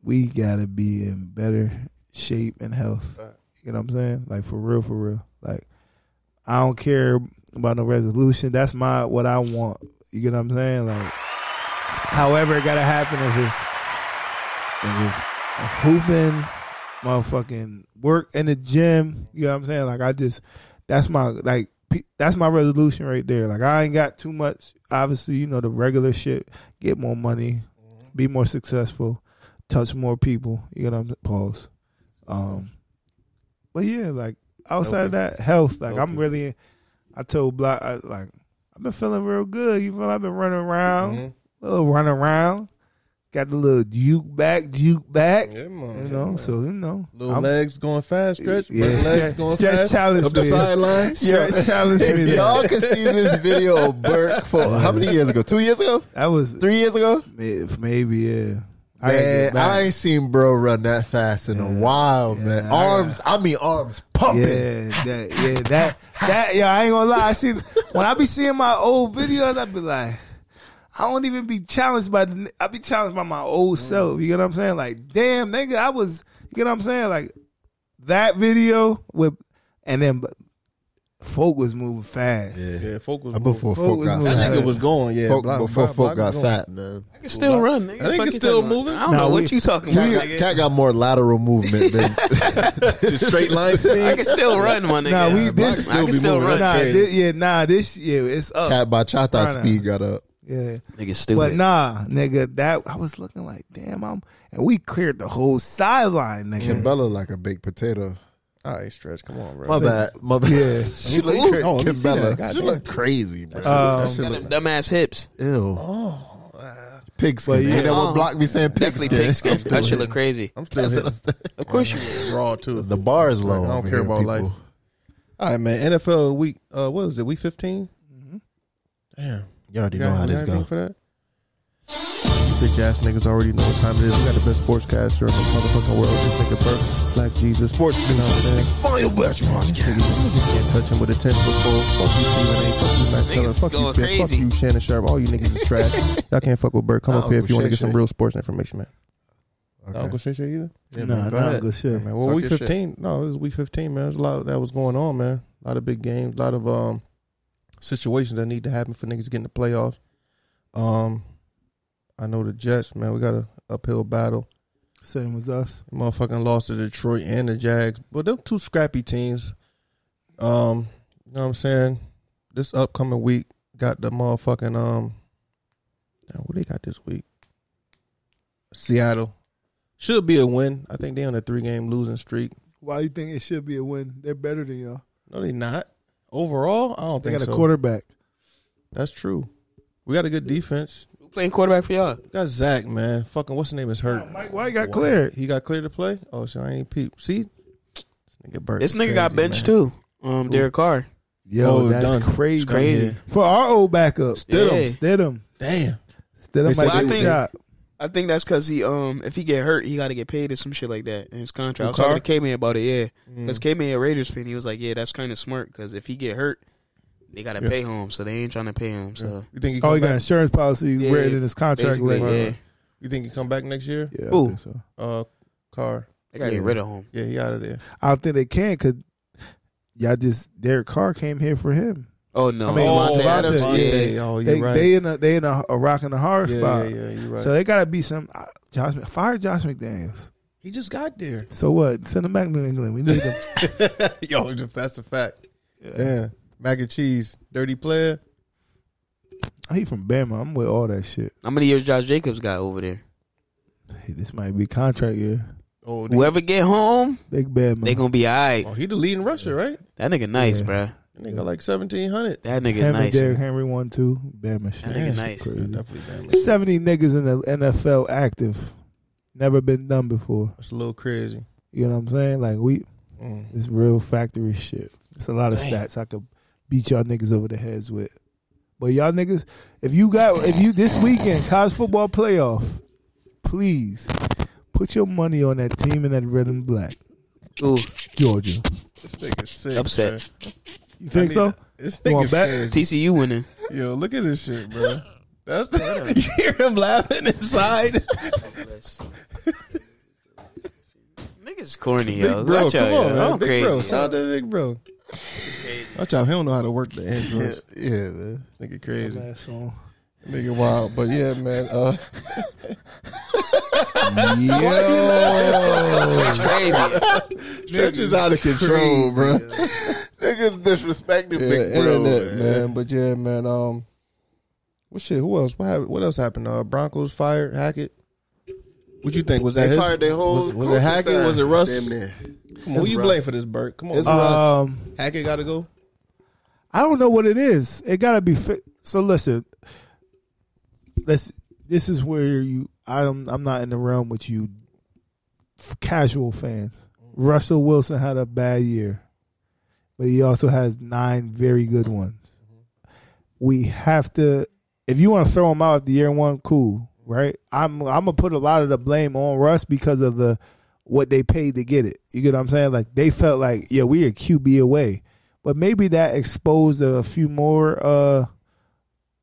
S4: we gotta be in better shape and health you know what i'm saying like for real for real like i don't care about no resolution that's my what i want you get what i'm saying like however it gotta happen if it's if it's hooping motherfucking work in the gym you know what i'm saying like i just that's my like pe- that's my resolution right there. Like I ain't got too much. Obviously, you know the regular shit. Get more money,
S7: Mm-hmm.
S4: be more successful, touch more people. You know what I'm saying? Pause. Um, but yeah, like outside of that, health. Like I'm really. I told Block I, like I've been feeling real good. You feel I've been running around,
S7: Mm-hmm.
S4: little run around. Got the little juke back, juke back.
S7: Yeah, man.
S4: You know, so you know,
S7: Little
S4: I'm-
S7: legs going fast, stretch.
S4: Yeah.
S7: Legs going
S4: Stretch
S7: fast.
S4: challenge
S7: Up the
S4: me.
S7: sideline.
S4: Stretch challenge me.
S3: If y'all can see this video of Burke for how many years ago? Two years ago?
S4: That was
S3: Three years ago?
S4: if maybe yeah. I gotta get
S3: Man,
S4: back.
S3: I ain't seen bro run that fast in a while, man.
S4: I
S3: Arms, I mean arms pumping.
S4: Yeah, that, yeah, that, that, yeah. I ain't gonna lie. I see when I be seeing my old videos, I be like, I don't even be challenged by. The, I be challenged by my old self. You get what I'm saying? Like, damn, nigga, I was. You get what I'm saying? Like that video with, and then, but folk was moving fast.
S7: Yeah, folk was
S3: I Before
S4: Folk
S3: folk
S4: was
S3: got
S4: moving
S7: That
S3: fat.
S7: nigga was going, yeah.
S3: Folk-
S7: Block-
S3: before
S7: block-
S3: folk
S7: block
S3: got
S7: was
S3: fat, man.
S5: I can still run, nigga.
S7: That nigga
S5: Fuck you
S7: still
S5: talking about?
S7: moving?
S5: I don't
S4: Nah,
S5: know
S4: we-
S5: what you talking about,
S3: Cat got,
S5: nigga.
S3: Cat got more lateral movement than just straight line
S5: I
S3: speed.
S5: can still run, my nigga.
S4: Nah, we this.
S5: I can still run.
S4: Nah,
S3: crazy.
S4: this, yeah, nah, this yeah, it's up.
S3: Cat bachata
S4: Right
S3: speed got up.
S4: Yeah.
S5: Nigga, stupid.
S4: But nah, nigga, that I was looking like, damn, I'm and we cleared the whole sideline, nigga.
S3: Kimbella like a baked potato.
S7: All right, stretch. Come on, bro.
S3: My bad. My bad.
S4: Yeah.
S3: she look
S7: Ooh. Oh, let me see that.
S3: Kimbella.
S7: God
S3: She
S7: damn.
S3: look crazy,
S7: Um,
S3: bro.
S5: Got them dumbass hips.
S3: Ew. Oh.
S7: uh,
S3: Pigskin. Yeah, that
S5: Uh-huh.
S3: would block me saying
S5: Definitely
S3: pigskin.
S5: pig skin. That shit look crazy.
S7: I'm still hitting
S5: Of course you would.
S7: raw too.
S3: The bar is low.
S7: I don't
S3: over
S7: care
S3: here,
S7: about
S3: people.
S7: life. All right, man. NFL week. Uh, what was it? Week 15 Damn.
S3: You already
S7: You
S3: know
S7: got,
S3: how
S7: you
S3: this
S7: got anything
S3: go.
S7: for that? Bitch ass niggas already know what time it is. We got the best sportscaster in the motherfucking world. This nigga Burke, Black Jesus, sports. You know what I'm saying?
S3: Final batch podcast.
S7: Niggas can't touch him with a ten foot pole. Fuck you, Stephen A. Fuck you, Max Keller.
S5: Niggas
S7: Fuck you,
S5: going
S7: Stan.
S5: crazy.
S7: Fuck you, Shannon Sharp. All you niggas is trash. Y'all can't fuck with Bert. Come
S3: Nah,
S7: up here if
S3: Uncle
S7: you want to
S3: Shay
S7: get some
S3: Shay.
S7: real sports information, man.
S3: Okay.
S7: I don't go shit shit either.
S3: Yeah,
S4: nah,
S3: man, go
S4: nah,
S3: ahead.
S4: good shit,
S7: Man, well,
S3: Talk
S7: week
S3: your shit.
S7: fifteen. No, it was week fifteen, man. There's a lot that was going on, man. A lot of big games, a lot of um situations that need to happen for niggas getting the playoffs. Um, I know the Jets, man. We got a uphill battle.
S4: Same as us.
S7: Motherfucking lost to Detroit and the Jags. But them two scrappy teams. Um, you know what I'm saying? This upcoming week got the motherfucking um now who they got this week? Seattle. Should be a win. I think they on a three game losing streak.
S4: Why you think it should be a win? They're better than y'all.
S7: No, they not. Overall, I don't
S4: They
S7: think
S4: got a
S7: so.
S4: quarterback.
S7: That's true. We got a good defense.
S5: Who playing quarterback for y'all?
S7: We got Zach, man. Fucking what's his name is hurt.
S4: Mike White got
S7: Wow.
S4: cleared.
S7: He got cleared to play. Oh shit, I ain't peep. See, this nigga burnt.
S5: This nigga got benched too. Um, Derek Carr.
S4: Yo,
S7: Oh,
S4: that's
S7: done.
S4: crazy.
S7: It's crazy.
S4: Yeah. For our old backup.
S5: Stidham. Yeah.
S4: Stidham.
S7: Damn.
S4: Stidham
S7: said
S4: might
S5: they
S4: get
S5: was-
S4: shot.
S5: I think that's because he um if he get hurt he got to get paid or some shit like that in his contract. I was
S7: Who,
S5: talking to
S7: Carr?
S5: K Man about it, yeah, because K Man a Raiders fan. He was like, yeah, that's kind of smart because if he get hurt, they got to pay him, so they ain't trying to pay him. So
S7: You think he
S4: Oh,
S7: come
S4: he got
S7: back?
S4: insurance policy
S5: Yeah,
S4: written in his contract.
S5: basically,
S4: Like,
S5: yeah,
S7: You think he come back next year?
S4: yeah, I
S5: Who?
S4: think so.
S7: Uh, Carr.
S5: they got to
S7: Yeah.
S5: get rid of him.
S7: Yeah, he out of there.
S4: I don't think they can because y'all just Derek Carr came here for him.
S5: Oh no,
S4: I mean,
S5: Devontae Adams.
S4: Devontae.
S5: Yeah.
S7: Oh, you're
S4: they,
S7: right.
S4: they in a they in a, a rock and a hard
S7: Yeah,
S4: spot.
S7: yeah, yeah, you're right.
S4: So they gotta be some I- Josh. Fire Josh McDaniels.
S7: He just got there.
S4: So what? Send him back to England. We need him.
S7: Yo, that's a fact. Yeah. Mac and cheese, dirty player.
S4: he from Bama. I'm with all that shit.
S5: How many years Josh Jacobs got over there?
S4: Hey, this might be contract year.
S7: Oh, they-
S5: Whoever get home,
S4: Big Bama.
S5: they gonna be all right.
S7: oh, he the leading rusher, right?
S5: That nigga nice, bruh.
S7: That nigga like seventeen hundred.
S5: That nigga's
S4: Henry
S5: nice.
S4: Derrick Henry one two. Bama shit.
S5: That nigga nice.
S7: Definitely Bama.
S4: Seventy niggas in the NFL active. Never been done before.
S7: That's a little crazy.
S4: You know what I'm saying? Like we,
S7: Mm.
S4: it's real factory shit. It's a lot of
S7: Damn.
S4: stats I could beat y'all niggas over the heads with. But y'all niggas, if you got if you this weekend college football playoff, please put your money on that team in that red and black.
S5: Ooh,
S4: Georgia.
S7: This nigga sick.
S5: Upset.
S7: bruh.
S4: You think
S7: I
S4: so?
S7: need- This
S4: You want
S7: nigga
S4: bet?
S7: crazy.
S5: TCU winning.
S7: Yo, look at this shit, bro. That's you hear him laughing inside.
S5: Niggas corny, yo.
S7: Big bro,
S5: Watch out,
S7: come on,
S5: yo.
S7: man.
S5: I'm
S7: Big
S5: crazy.
S7: bro,
S5: yo.
S7: shout out to the big bro. Watch out, he don't know how to work the Android.
S1: Yeah, man.
S7: Nigga crazy,
S4: Last song.
S7: nigga wild. But yeah, man. Uh,
S5: That's crazy.
S1: Stretch is out of control, bro. Niggas disrespecting
S7: yeah,
S1: Big Bro,
S7: internet, man.
S1: man.
S7: But yeah, man. Um, what shit? Who else? What happened? What else happened? Uh, Broncos fired Hackett. What you think? Was that
S1: They
S7: his,
S1: fired their whole
S7: Was, was it
S1: coaching
S7: Hackett?
S1: staff.
S7: Was it Russ?
S1: Damn near.
S7: Come on, who
S1: It's
S7: you
S1: Russ.
S7: blame for this, Bert? Come on,
S1: It's Russ.
S4: Um,
S7: Hackett got to go.
S4: I don't know what it is. It gotta be fi- so. Listen, let's. This is where you. I don't. I'm not in the realm with you. f- Casual fans. Russell Wilson had a bad year, but he also has nine very good ones. We have to. If you want to throw him out at the year one, cool, right? I'm. I'm gonna put a lot of the blame on Russ because of the what they paid to get it. You get what I'm saying? Like they felt like, yeah, we a QB away but maybe that exposed a few more uh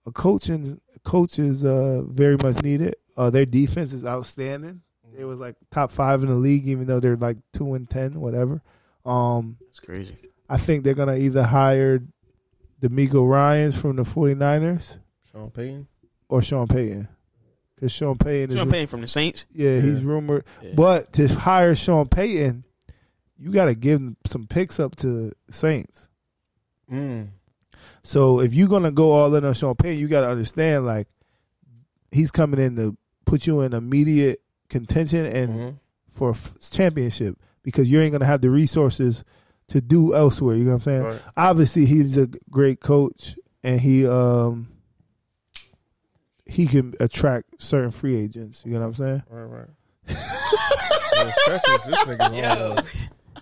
S4: a coaching coaches uh very much needed. Uh their defense is outstanding. They was like top five in the league, even though they're like two and ten, whatever. Um
S5: That's crazy.
S4: I think they're gonna either hire D'Amico Ryans from the 49ers
S7: Sean Payton.
S4: or Sean Payton. Because Sean Payton is
S5: Sean Payton from the Saints.
S4: yeah, he's rumored. But to hire Sean Payton, you gotta give him some picks up to Saints.
S7: Mm.
S4: So if you're gonna go all in on Sean Payton, you gotta understand like he's coming in to put you in immediate contention and for f- championship because you ain't gonna have the resources to do elsewhere. You know what I'm saying?
S7: Right.
S4: Obviously, he's a great coach and he um he can attract certain free agents. You know what I'm saying?
S7: Right, right. Yo, stretches, this nigga on, uh,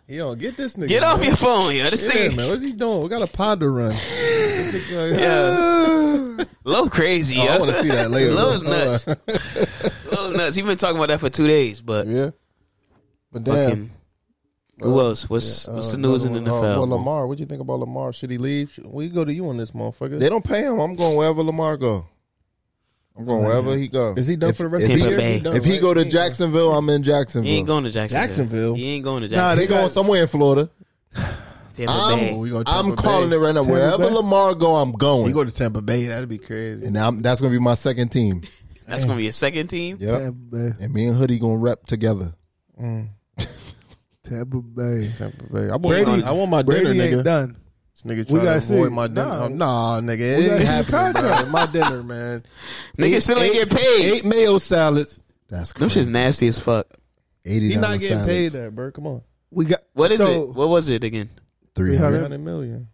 S7: He don't get this nigga.
S5: Get off
S7: man.
S5: your phone, yo. This
S7: Yeah,
S5: nigga
S7: man. What's he doing? We got a pod to run. This nigga like,
S5: Yeah. Low crazy,
S7: Oh,
S5: yo.
S7: I wanna see that later,
S5: Low's
S7: though.
S5: nuts. Low's nuts. He been talking about that for two days, but
S7: Yeah. But damn.
S5: fucking. Who else? What's
S7: Yeah,
S5: what's
S7: uh,
S5: the news in
S7: another
S5: the
S7: one. Uh,
S5: NFL?
S7: well, Lamar. What do you think about Lamar? Should he leave? We go to you on this motherfucker.
S1: They don't pay him. I'm going wherever Lamar go. I'm going wherever he go.
S7: Is he done
S1: If-
S7: for the rest
S1: if
S7: of the
S5: Tampa
S1: he-
S7: year?
S5: Bay.
S7: He done,
S1: If he
S7: right?
S1: go to
S7: ain't going.
S1: Jacksonville, I'm in Jacksonville.
S5: he ain't going to Jacksonville.
S7: Jacksonville.
S5: He ain't going to
S1: Nah, they
S5: Jacksonville.
S1: going somewhere in Florida.
S5: Tampa Bay.
S7: Oh, we go to
S1: I'm
S7: Tampa
S1: calling
S7: Bay.
S1: it right now. Wherever
S4: Bay.
S1: Lamar go, I'm
S7: He
S1: going.
S7: go to Tampa Bay. That'd be crazy.
S1: and I'm, that's gonna be my second team.
S5: That's gonna be a second team.
S1: Yep.
S4: Tampa Bay.
S1: And me and Hoodie gonna rep together.
S4: Tampa Bay.
S7: Tampa Bay. I want,
S4: Brady-
S7: my, I want my dinner,
S4: Brady ain't
S7: nigga.
S4: done.
S7: This nigga
S4: We
S7: trying to
S4: gotta see.
S7: avoid my dinner.
S4: Nah.
S7: Nah, nah nigga,
S4: We
S7: it
S4: gotta
S7: ain't
S4: see
S7: happening.
S4: contract.
S7: bro. My dinner, man.
S5: Nigga still ain't get paid.
S7: Eight mayo salads.
S1: That's
S5: Them
S1: crazy.
S5: shit's nasty as fuck.
S1: Eighty
S7: He
S1: dollars.
S7: not getting paid that, bro. Come on,
S4: We got
S5: What is
S4: so-
S5: it? What was it again?
S1: Three hundred.
S7: hundred million.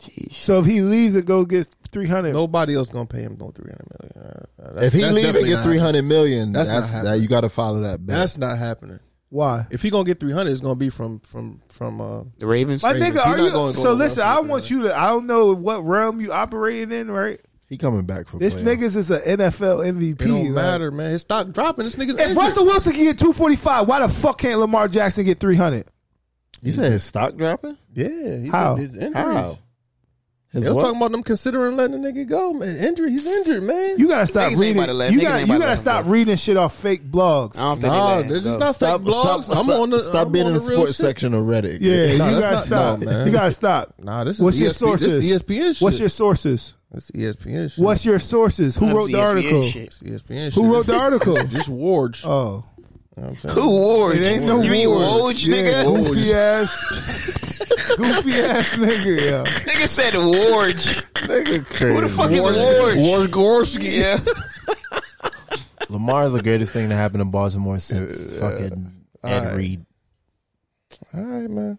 S5: Jeez.
S4: So if he leaves and go gets three hundred,
S7: Nobody else gonna pay him no three hundred million. Uh, uh, that's-
S1: If he
S7: that's
S1: leave and
S7: definitely
S1: get
S7: not
S1: three hundred million,
S7: That's
S1: that's,
S7: not
S1: that,
S7: happening.
S1: you got to follow that
S7: happening.
S1: bet.
S7: That's not happening.
S4: why?
S7: If he gonna get three hundred, it's gonna be from from from. Uh,
S5: The Ravens.
S4: My
S7: Ravens.
S4: nigga,
S7: He
S4: are
S7: not
S4: you?
S7: gonna go
S4: so
S7: to
S4: listen, I
S7: Washington,
S4: want
S7: right?
S4: you to. I don't know what realm you operating in, right?
S1: he coming back for
S4: This
S1: playoff.
S4: niggas is an NFL MVP.
S7: Oh, it don't
S4: like-
S7: matter, man. His stock dropping. This nigga's
S4: If
S7: injured.
S4: Russell Wilson can get two forty five, why the fuck can't Lamar Jackson get three hundred?
S1: You said his stock dropping?
S7: yeah, he's
S4: How?
S7: His injuries.
S1: How?
S7: They was talking about them considering letting the nigga go, man. Injury, he's injured, man.
S4: You gotta stop reading. You gotta, you gotta stop reading shit off fake blogs.
S7: I don't think they Nah, let him they're just go. not
S3: Stop,
S7: fake blogs.
S3: stop,
S7: I'm
S3: stop,
S7: on the-
S3: stop
S7: I'm
S3: being in
S7: on
S3: the
S7: the real
S3: sports
S7: shit.
S3: section of Reddit.
S4: Yeah,
S3: Nah, that's
S4: you gotta
S3: not-
S4: stop.
S3: no, man.
S4: You gotta stop.
S7: Nah, this is
S4: What's your
S7: ESP This
S4: sources?
S7: is ESPN shit.
S4: What's your sources?
S7: That's E ESPN shit.
S4: What's your sources? Who
S7: That's E
S4: wrote the
S7: ESPN
S4: article?
S7: shit. It's ESPN
S4: Who
S7: shit.
S4: wrote the article?
S7: Just Warge.
S4: Oh.
S7: Who
S4: Ward? It ain't no
S7: You mean
S4: Ward.
S7: Woj,
S4: Yeah,
S7: nigga?
S4: Goofy ass. goofy ass nigga, yo.
S5: Nigga said Warge.
S3: Nigga crazy.
S5: Who the fuck is Warge?
S3: Warge Gorski.
S5: Yeah.
S3: Lamar is the greatest thing to happen to Baltimore since fucking Ed
S7: Alright.
S3: Reed.
S7: All right, man.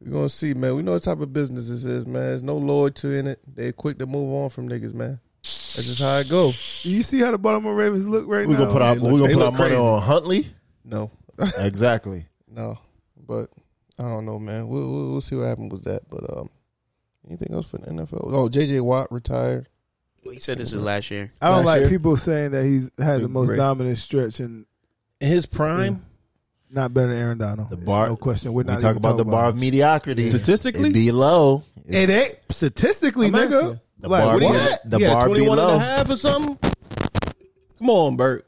S7: We're gonna see, man. We know what type of business this is, man. There's no loyalty in it. They're quick to move on from niggas, man. That's just how it go.
S4: You see how the Baltimore Ravens look right
S3: We
S4: now?
S3: gonna put our
S7: They
S3: we
S7: look-
S3: gonna
S7: they
S3: put
S7: look
S3: our money
S7: crazy.
S3: on Huntley.
S7: No,
S3: Exactly.
S7: no. But I don't know, man. We'll we'll, we'll see what happened with that. But um, anything else for the NFL? Oh, JJ Watt retired.
S5: He said this is last year.
S4: I don't
S7: Last
S4: like
S7: year.
S4: people saying that he's had the
S7: Big
S4: most
S7: break.
S4: dominant stretch in
S7: In his prime,
S4: Yeah. Not better than Aaron Donald. The
S3: bar-
S4: no question. We're
S3: We
S4: not
S3: talk
S4: even
S3: about the
S4: talking
S3: bar of
S4: it.
S3: mediocrity.
S7: Statistically?
S3: it be low.
S4: It ain't statistically,
S7: I'm asking.
S4: nigga.
S3: The bar be- the
S7: yeah,
S3: bar be
S7: 21 and
S3: low.
S7: a half or something. Come on, Bert.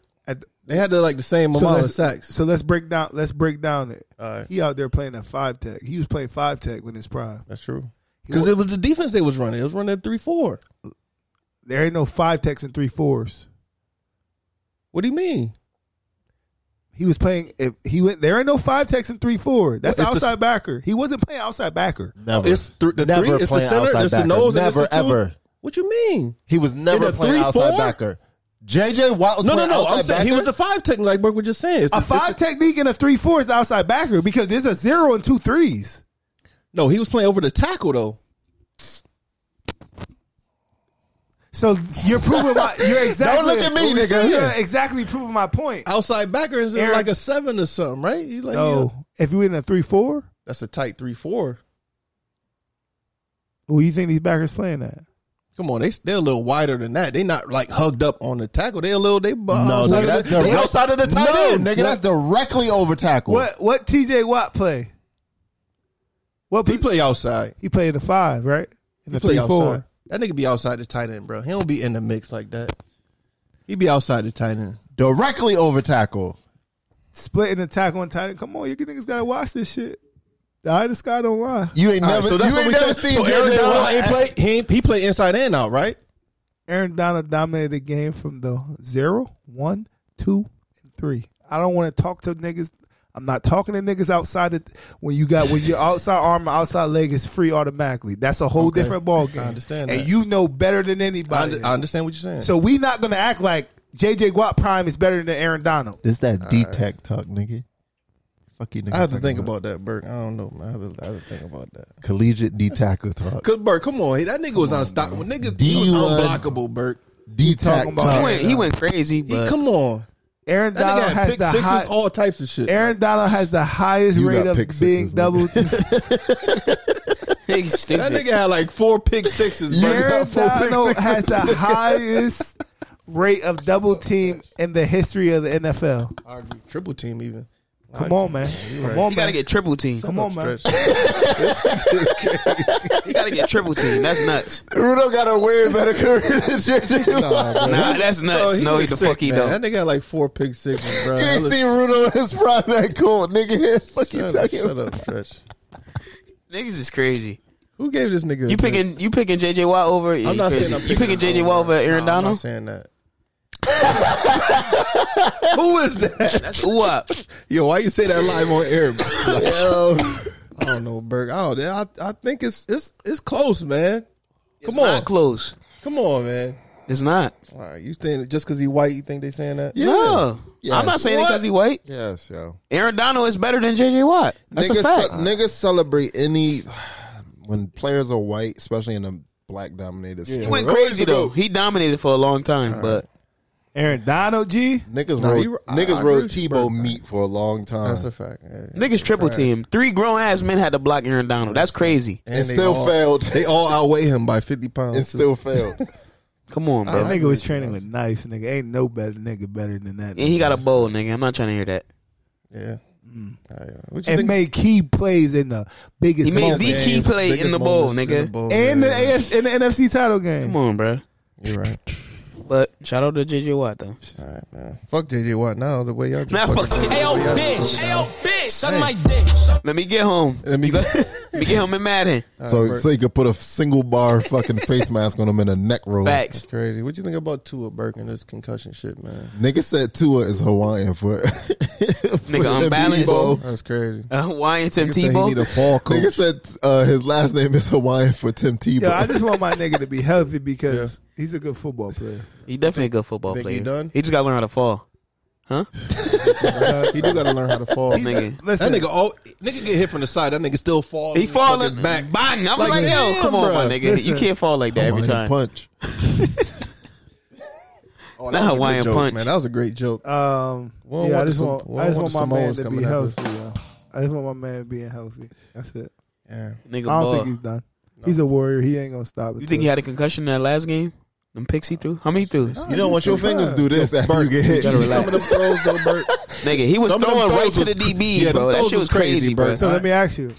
S7: They had to like the same
S4: So
S7: amount of
S4: let's,
S7: sacks.
S4: so let's break down. Let's break down it.
S7: All right.
S4: He out there playing at five tech. He was playing five tech when his prime.
S7: That's true.
S4: He
S7: Because
S4: wa-
S7: it was the defense they was running. It was running at three four.
S4: there ain't no five techs and three fours.
S7: What do you mean?
S4: He was playing. If he went, there ain't no five techs and three four. That's
S7: Well, it's the-
S4: outside backer. He wasn't playing outside backer.
S3: Never.
S7: It's th- the
S3: Never
S7: three. It's the
S3: playing
S7: center.
S3: outside
S7: It's the
S3: backer.
S7: nose.
S3: Never,
S7: and it's the two.
S3: ever.
S7: What you mean?
S3: He was never
S7: In a
S3: playing
S7: three,
S3: outside
S7: four?
S3: backer. JJ Watt was
S7: No, no,
S3: playing
S7: no.
S3: outside
S7: I'm saying he
S3: backer?
S7: was the five technique, like Burke was just saying. It's
S4: A
S7: the- it's the-
S4: five technique and a three four is outside backer because there's a zero and two threes.
S7: no, he was playing over the tackle though.
S4: So you're proving my. You're exactly.
S3: look at me,
S4: so
S3: nigga.
S4: You're exactly proving my point.
S7: Outside backer is
S4: Aaron-
S7: like a seven or something, right? He's like, yeah,
S4: No, if you in a three four,
S7: that's a tight three four.
S4: who you think these backers playing at?
S7: Come on, they they're a little wider than that. They not like hugged up on the tackle. They a little they no,
S3: no, nigga, that's
S7: they,
S3: direct-
S7: outside of the tight
S3: no,
S7: end.
S3: nigga, that's directly over tackle.
S4: What what TJ Watt play? What
S7: he play outside.
S4: He played the five, right? In
S7: He
S4: the
S7: play
S4: three
S7: outside.
S4: four.
S7: That nigga be outside the tight end, bro. He don't be in the mix like that. He be outside the tight end.
S3: Directly over tackle.
S4: Splitting the tackle and tight end. Come on, you niggas gotta watch this shit. The eye of the sky don't lie.
S3: You ain't
S7: All right,
S3: never. you
S7: what
S3: ain't
S7: we
S3: never
S7: said.
S3: seen
S7: So
S3: Jared
S7: Aaron Donald
S3: Donald
S7: ain't
S3: at-
S7: play. He ain't, he play inside and out, right?
S4: Aaron Donald dominated the game from the zero, one, two, and three. I don't want to talk to niggas. I'm not talking to niggas outside of when you got when your outside arm, and outside leg is free automatically. That's a whole
S7: Okay.
S4: different ball
S7: I
S4: game.
S7: understand
S4: and
S7: that.
S4: you know better than
S7: I,
S4: anybody.
S7: under- I understand what you're saying.
S4: so we not gonna act like JJ Watt prime is better than Aaron Donald.
S3: This that D tech talk, nigga. Fuck you, nigga.
S7: I have to
S3: talking
S7: think about that, Burke. I don't know, man. I have to, I have to think about that.
S3: collegiate D tackle talk.
S7: Cause Burke, come on, hey, that nigga was unstoppable. Nigga, he was
S3: D-line.
S7: unblockable, Burke.
S3: D tech
S4: talking about
S5: He
S3: talk.
S5: went, he went crazy,
S7: He,
S5: but
S7: come on,
S4: Aaron
S7: that
S4: Donald
S7: nigga had
S4: has
S7: pick
S4: the
S7: sixes,
S4: high,
S7: all types of shit.
S4: Aaron Donald has the highest
S3: You got
S4: rate of
S3: pick sixes,
S4: being
S3: nigga.
S4: double.
S5: he's
S7: that
S5: stupid.
S7: nigga had like four pick sixes. Burke.
S4: Aaron
S7: Got four pick
S4: Donald
S7: sixes.
S4: has the highest rate of double team in the history of the NFL.
S7: I agree. Triple team even.
S4: Come on, man. Come on,
S5: He gotta
S4: man.
S5: get triple team.
S4: Come on, man.
S5: He gotta get triple team. That's nuts.
S3: Rudo got a way better career than JJ. Watt.
S5: Nah,
S7: Oh,
S5: that's nuts. no, he the
S7: sick,
S5: fuck he
S7: man.
S5: don't.
S7: That nigga had like four pick sixes, bro.
S3: You
S7: That
S3: ain't
S7: was-
S3: seen Rudo in his prime that cool, nigga. What you
S7: shut, up,
S3: talking
S7: shut
S3: about?
S7: up, Stretch.
S5: Niggas is crazy.
S7: Who gave this nigga? a
S5: You
S7: pick?
S5: picking you picking JJ Watt over? Yeah,
S7: I'm
S5: you
S7: not
S5: crazy.
S7: saying I'm
S5: you picking JJ Watt over Aaron
S7: Nah, I'm not
S5: Donald?
S7: saying that. Who is that?
S5: That's ooh up.
S7: Yo, why you say that live on air? bro? I don't know, Berg. I don't. I, I think it's it's it's close, man.
S5: It's
S7: Come on.
S5: not close.
S7: Come on, man.
S5: It's not.
S7: All right, you think just because he white, you think they saying that?
S5: No. I'm not saying
S7: What?
S5: because he white.
S3: Yes, yo.
S5: Aaron Donald is better than JJ Watt. That's a
S3: niggas,
S5: fact.
S3: ce- niggas celebrate any when players are white, especially in a black dominated sport.
S5: he went crazy though. He dominated for a long time, but
S4: Aaron Donald G.
S3: Niggas
S7: Nah,
S3: rode,
S7: you- I-
S3: niggas
S7: I
S3: rode
S7: agree with
S3: Tebow
S7: Bert.
S3: meat for a long time.
S7: That's a fact. Yeah, yeah.
S5: niggas triple team. Three grown ass men had to block Aaron Donald. That's crazy.
S3: and
S7: they
S3: still
S7: all-
S3: failed.
S7: They all outweigh him by fifty pounds.
S3: and still failed.
S5: Come
S7: Ah,
S5: on, bro.
S4: That nigga was training with knives, nigga. Ain't no better nigga better than that.
S5: And he got a bowl, nigga. I'm not trying to hear that.
S7: yeah. All right, what you
S4: and
S7: think-
S4: made key plays in the biggest.
S7: He made
S4: moments.
S7: the key Games, play in biggest the bowl, moments in nigga. the bowl,
S4: and the
S7: yeah.
S4: AFC and the NFC title game.
S5: Come on, bro.
S7: You're right.
S5: But shout out to JJ Watt though.
S7: All right, man. Fuck JJ Watt now. The way y'all just
S5: Nah,
S7: fucking
S5: fuck
S7: talking.
S5: JJ Watt.
S7: Y'all-
S5: bitch. Hey, yo,
S11: bitch. Suck
S5: Hey.
S11: my dick.
S5: Let me get home.
S7: Let me
S5: get, let me get home and Madden.
S3: So, so you could put a single bar fucking face mask on him in a neck roll.
S7: That's crazy. What you think about Tua Burke and this concussion shit, man?
S3: Nigga said Tua is Hawaiian for
S5: nigga unbalanced.
S7: That's crazy.
S5: Uh, Hawaiian Tim
S3: Nigga said he
S5: Tebow.
S3: need a fall coach. Nigga said uh, his last name is Hawaiian for Tim Tebow.
S4: Yo, I just want my nigga to be healthy because he's a good football player.
S5: He definitely a good football
S4: Think
S5: player.
S4: he done?
S5: just got to learn how to fall. Huh?
S7: he do got to learn how to fall.
S5: He's a-
S7: Nigga.
S5: listen.
S7: that nigga, all, nigga get hit from the side. That nigga still falling.
S5: He falling
S7: fucking
S5: back.
S7: back.
S5: Bang. I'm like, yo,
S7: damn,
S5: come on, my
S7: bruh.
S5: nigga. You can't fall like that every time.
S7: Hawaiian Punch. oh,
S5: Not
S7: was a good
S5: Hawaiian
S7: joke,
S5: punch.
S7: man. That was a great joke.
S4: Um,
S7: We don't
S4: yeah, I
S7: want
S4: just
S7: the
S4: want,
S7: Sam- we
S4: I
S7: don't
S4: just want,
S7: the
S4: my man
S7: Samoans
S4: to be
S7: coming after us.
S4: healthy. Yo. I just want my man being healthy. That's it.
S7: Yeah.
S5: Nigga
S4: I don't
S5: ball.
S4: think he's done. He's a warrior. He ain't gonna stop.
S5: You think he had a concussion in that last game? Them picks he threw? How many he threw?
S3: You don't want your fingers to do this after you get hit.
S5: gotta
S3: You see
S5: relax.
S3: some of them throws though, Bert.
S5: Nigga, he was
S3: Some of them
S5: throwing right
S3: throws
S5: to the
S3: was-
S5: DB,
S3: yeah, them
S5: bro. That
S3: throws
S5: shit was
S3: was crazy,
S5: crazy,
S3: bro.
S5: bro.
S4: So let me ask you: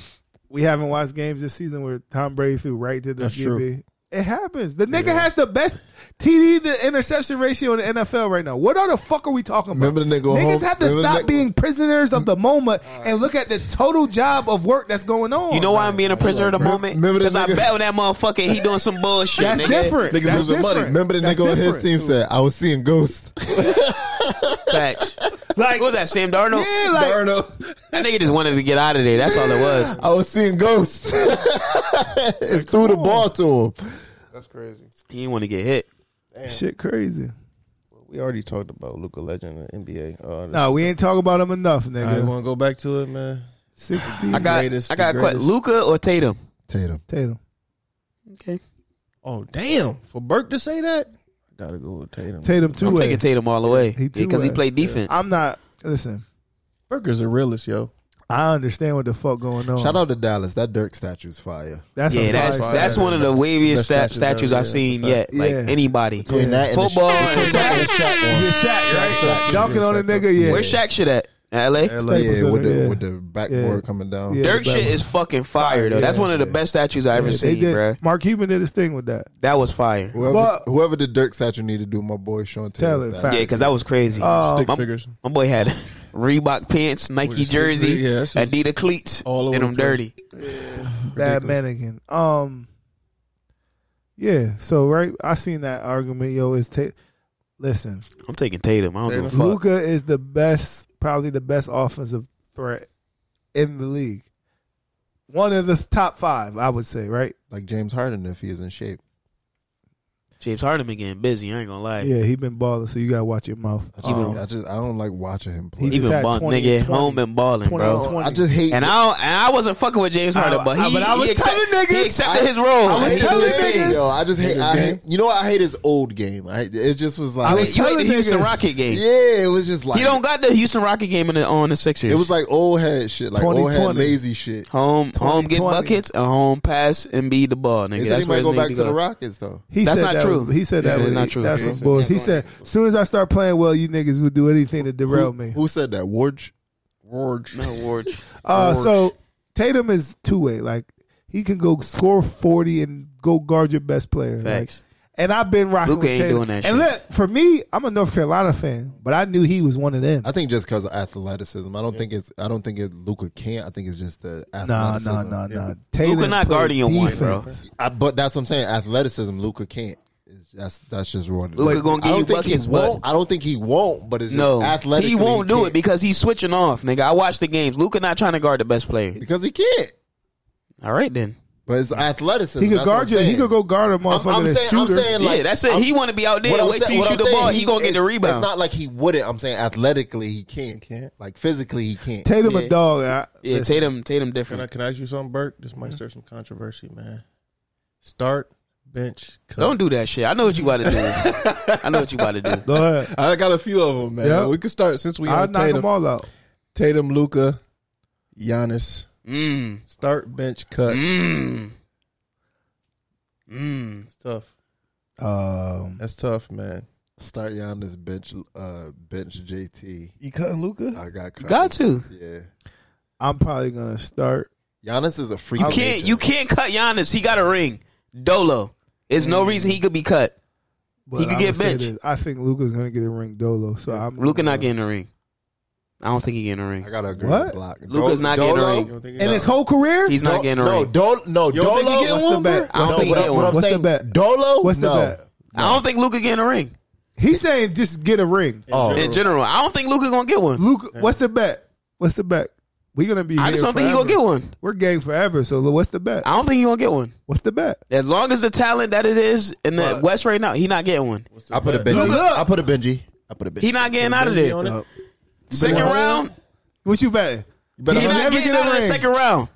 S4: We haven't watched games this season where Tom Brady threw right to the
S7: That's
S4: DB.
S7: true.
S4: It happens. The nigga has the best TD to interception ratio in the NFL right now. What are the fuck are we talking about?
S3: Remember the nigga
S4: Niggas
S3: home-
S4: have to
S3: remember the
S4: stop
S3: nigga- Mm.
S4: being prisoners of the moment and look at the total job of work that's going on.
S5: You know why I'm being a prisoner of the moment?
S3: Remember that
S5: Because I
S3: nigga-
S5: bet on that motherfucker he doing some bullshit.
S4: That's
S5: nigga.
S4: different.
S3: Niggas
S4: That's
S3: losing money.
S4: different.
S3: Remember the
S4: That's
S3: nigga on his
S4: different.
S3: team said, "I was seeing ghosts."
S5: Facts. Like, what was that, Sam Darnold?
S4: Yeah, like-
S5: That nigga just wanted to get out of there. That's all it was.
S3: I was seeing ghosts. and threw the ball to him.
S7: That's crazy.
S5: He didn't want to get hit.
S4: Shit crazy.
S7: We already talked about Luca Legend in the NBA. Uh,
S4: No, we ain't talk about him enough,
S7: I
S4: nigga.
S7: want to go back to it, man.
S4: Sixty.
S5: I got,
S7: greatest,
S5: I got
S7: the
S5: a question.
S7: greatest.
S5: Luca or Tatum?
S3: Tatum.
S4: Tatum.
S5: Okay.
S7: Oh damn! For Burke to say that, I gotta go with Tatum.
S4: Tatum two
S5: I'm
S4: way.
S5: taking Tatum all the way.
S4: He two
S5: Because he
S4: way.
S5: played defense.
S4: I'm not. Listen,
S7: Burker's a realist, yo.
S4: I understand what the fuck going on.
S3: Shout out to Dallas. That Dirk statue's fire.
S4: That's
S5: yeah,
S4: a
S5: that's
S4: fire
S5: that's
S4: statue.
S5: one of the
S3: Best
S5: waviest sta-
S3: statues
S5: statues
S3: ever,
S5: I've
S3: yeah,
S5: seen
S3: that's a
S5: yet.
S3: fact.
S5: Like
S4: Yeah.
S5: anybody,
S3: Between that and the
S5: football.
S3: Shaq-
S5: and
S3: between that and the Shaq
S4: Yeah,
S3: one.
S4: Shaq, right?
S3: Shaq.
S4: Dunking on a nigga, yeah.
S5: Where's Shaq shit at?
S3: LA,
S5: L.A.
S3: yeah,
S4: Staples
S3: with the
S4: Center, yeah.
S3: with the backboard coming down.
S4: Yeah.
S5: Dirk shit
S4: Alabama.
S5: is fucking fire though. that's one of the best statues I ever
S4: They
S5: seen,
S4: did-
S5: bruh.
S4: Mark Cuban did his thing with that.
S5: That was fire.
S3: Whoever,
S4: But-
S3: whoever the Dirk statue need to do, my boy Sean
S4: Taylor,
S3: Taylor.
S4: fact.
S3: statue.
S5: Yeah, because that was crazy.
S4: Uh,
S7: Stick
S5: my,
S7: figures.
S5: my boy had Reebok pants, Nike
S7: stick figure,
S5: jersey,
S7: yeah, that's just
S5: Adidas cleats,
S7: all over
S5: and
S7: the
S5: them
S7: place.
S5: dirty.
S4: Bad
S7: Ridiculous.
S4: mannequin. Um, yeah. So right, I seen that argument. Yo, is ta- listen,
S5: I'm taking Tatum. I don't give a fuck.
S4: Luca is the best, probably the best offensive threat in the league. One of the top five, I would say. Right?
S3: Like James Harden if he is in shape.
S5: James Harden been getting busy. I ain't gonna lie.
S4: Yeah, he been balling, so you gotta watch your mouth.
S3: I just,
S4: Um,
S3: I just I don't like watching him play.
S4: he
S5: He
S4: just
S5: been
S4: had
S5: balling,
S4: 20,
S5: nigga.
S4: 20,
S5: Home been balling,
S4: 20,
S5: bro.
S4: 20.
S3: I just hate
S5: And I don't, and I wasn't fucking with James Harden,
S4: I-
S5: but he,
S4: I- but I was
S5: he,
S4: telling
S5: accept-
S4: niggas-
S5: he accepted his role.
S3: I
S5: and
S3: hate
S5: he did
S3: his
S5: his
S3: game,
S5: thing.
S3: yo. I just hate, I
S7: game?
S3: hate. You know what? I hate his old game. I, it just was
S5: You
S3: like,
S5: hate- you hate the
S4: telling
S5: Houston
S4: niggas.
S5: Rocket game.
S3: yeah, it was just like
S5: He don't got the Houston Rocket game in the, on the Sixers.
S3: It was like old head shit, like old head
S4: 2020.
S3: lazy shit.
S5: home, home get
S4: 2020.
S5: buckets, a home pass, and be the ball, nigga.
S3: He said
S5: That's
S3: he
S5: where
S3: might
S5: his
S3: go
S5: nigga
S3: back
S5: be
S3: to the
S5: going.
S3: Rockets though.
S4: He
S5: That's
S4: said
S5: not
S4: that
S5: true.
S4: Was, he said
S5: He
S4: that
S5: said
S4: was
S5: it's not true.
S4: That's
S5: Yeah,
S4: some bullshit. He said, as soon as I start playing well, you niggas would do anything to derail me.
S3: Who said that? Ward?
S7: George.
S5: No Warge.
S4: Uh, so Tatum is two way. Like he can go score forty and go guard your best player. Like,
S5: Facts.
S4: and I've been rocking.
S5: Luka
S4: with
S5: ain't
S4: Tatum.
S5: doing that
S4: And
S5: shit.
S4: look, for me, I'm a North Carolina fan, but I knew he was one of them.
S3: I think just because of athleticism. I don't think it's. I don't think it. Luca can't. I think it's just the
S4: Nah,
S3: athleticism.
S4: nah, nah, nah. Tatum
S5: Luka not
S4: played
S5: guarding your one, bro.
S4: defense.
S3: I, but that's what I'm saying. Athleticism, Luca can't. It's- That's that's just what.
S5: Luka
S3: I
S5: gonna give
S3: don't
S5: you
S3: think
S5: buckets,
S3: he
S5: but-
S3: won't. I don't think he won't. But it's
S5: No,
S3: just athletically
S5: he won't do it
S3: can't.
S5: because he's switching off, nigga. I watched the games. Luca not trying to guard the best player.
S3: because he can't.
S5: All right then.
S3: But it's athleticism.
S4: He could
S3: That's what I'm
S4: guard you. He
S3: saying.
S4: could go guard a motherfucker
S3: I'm
S4: that's
S3: saying- I'm
S4: shooter.
S3: saying, And like,
S5: yeah, that's it.
S3: I'm-
S5: he want to be out
S3: What
S5: there.
S3: I'm
S5: Wait till
S3: saying-
S5: you
S3: what
S5: shoot
S3: I'm
S5: the
S3: saying,
S5: ball. He, gonna get
S3: it's-
S5: the rebound.
S3: It's not like he wouldn't. I'm saying athletically he can't.
S7: Can't.
S3: Like physically he can't.
S4: Tatum
S5: Yeah.
S4: a dog. and I-
S5: yeah,
S4: listen,
S5: Tatum. Tatum
S7: Can I
S5: different.
S7: can I ask you something, Burke? This might stir some controversy, man. Start, bench, cut.
S5: Don't do that shit. I know what you about to do. I know what you about to do.
S4: Go ahead.
S7: I got a few of them, man.
S4: Yeah.
S7: We can start since we
S4: I'll
S7: on
S4: knock them
S7: Tatum.
S4: all out.
S7: Tatum, Luca, Giannis.
S5: Mm.
S7: Start, bench, cut.
S5: Mm. Mm.
S7: Mm. It's tough.
S4: Um,
S7: That's tough, man.
S3: Start you on this bench, uh, bench JT.
S4: You cutting Luca?
S3: I got cut.
S5: Got to.
S3: Yeah.
S4: I'm probably gonna start.
S3: Giannis is a free.
S5: You can't you can't cut Giannis. He got a ring. Dolo. There's no reason he could be cut.
S4: But
S5: he could
S4: I'ma
S5: get
S4: say
S5: benched.
S4: this, I think Luca's gonna get a ring dolo. So I'm
S5: Luca not getting a ring. I don't think he getting a ring. I
S3: gotta agree.
S4: What?
S3: Block.
S5: Luca's not getting a ring.
S4: in his whole career.
S5: He's not getting a
S3: No,
S5: ring.
S3: Dol- no,
S4: You don't think he
S3: Dolo.
S4: getting What's the one, bet? bro?
S3: I don't
S4: No,
S3: think he
S4: what I-
S3: getting
S4: what
S3: one.
S4: I'm
S3: What's
S4: saying-
S3: the bet? Dolo.
S4: What's the
S3: no.
S4: bet?
S5: I don't think Luca getting a ring.
S4: He's saying just get a ring.
S3: Oh,
S5: In general, I don't think Luca gonna get one.
S4: Luca, what's the bet? What's the bet? We gonna be.
S5: I
S4: here
S5: just don't think he
S4: forever.
S5: gonna get one.
S4: We're game forever. So look, what's the bet?
S5: I don't think he gonna get one.
S4: What's the bet?
S5: As long as the talent that it is in the West right now, he not getting one.
S3: I put a Benji. I put a Benji. I put a Benji.
S5: He not getting out of there.
S3: Uh,
S5: Second round,
S4: What you betting?
S5: he
S4: He'll
S5: not
S4: never
S5: getting
S4: get a
S5: out of the
S4: ring.
S5: second round.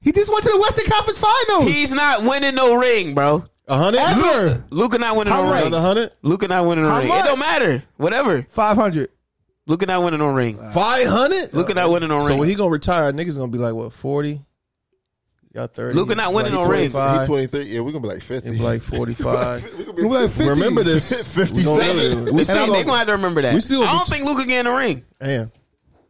S4: He just went to the Western Conference Finals.
S5: He's not winning no ring, bro.
S3: A hundred.
S4: Ever
S5: Luca not winning
S4: How
S5: no
S4: much?
S5: ring.
S3: Another hundred.
S5: Luca not winning no
S4: How
S5: ring. It
S4: much?
S5: don't matter. Whatever.
S4: five hundred.
S5: Luca not winning no ring.
S3: Five hundred.
S5: Luca not winning no
S7: So when
S5: ring.
S7: he gonna retire, niggas gonna be like what forty? Y'all thirty.
S5: Luka not winning
S7: like
S5: no ring.
S7: 25.
S3: He twenty three. Yeah, we're gonna be like fifty.
S7: It'd be like forty five.
S4: We like 50.
S7: Remember this. We gonna remember this.
S5: They they
S7: still-
S5: gonna have to remember that.
S7: we still
S5: I
S7: be-
S5: don't think Luca getting a ring.
S7: Damn.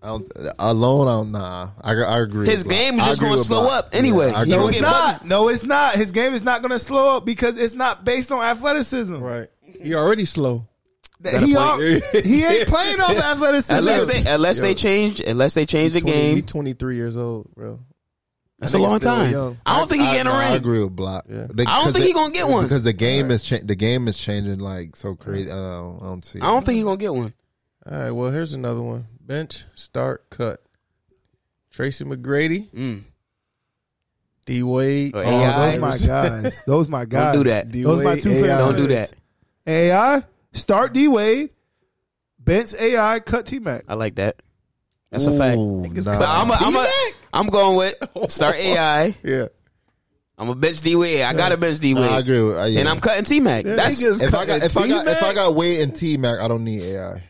S3: I don't, alone, I don't, nah. I, I agree.
S5: His
S3: with Block.
S5: game
S3: I
S5: just
S3: agree
S5: gonna
S3: with
S5: slow
S3: Block.
S5: up anyway.
S3: I
S5: He
S3: agree
S5: gonna
S4: No,
S3: with
S4: it's
S5: get
S4: not. No, it's not. His game is not going to slow up because it's not based on athleticism.
S7: Right. He already slow.
S4: That He, al- he ain't playing off athleticism.
S5: Unless they unless they change unless they change the
S7: He
S5: game.
S7: twenty three years old, bro.
S5: That's
S7: That
S5: a
S7: nigga's
S5: long
S7: still
S5: time.
S7: young.
S5: I don't think he getting a
S3: nah, I
S5: ring.
S3: agree with Block.
S7: Yeah.
S3: They-
S5: I
S3: 'cause
S5: don't think
S3: they-
S5: he gonna get one.
S3: because the game is cha- the game is changing like so crazy. I don't, I don't see.
S5: I don't think he gonna get one.
S7: All right. Well, here's another one. Bench, start, cut. Tracy McGrady,
S5: Mm. Oh,
S7: D Wade.
S5: Or
S7: all
S5: AI.
S4: those my guys. Those my guys.
S5: do that.
S4: Those my two
S7: D-Wade,
S4: favorite.
S7: AI.
S5: Don't do that.
S4: AI start D Wade, bench AI cut T Mac.
S5: I like that. That's a fact.
S3: Ooh,
S5: But
S3: nah.
S5: I'm a, I'm a, I'm going with start AI.
S7: Yeah.
S5: I'm a bench D Wade. I got a bench D Wade.
S3: Nah, I agree with. Uh, yeah.
S5: And I'm cutting T Mac. That's
S3: if I got if I got if I
S7: T-Mac?
S3: got Wade and T Mac, I don't need AI.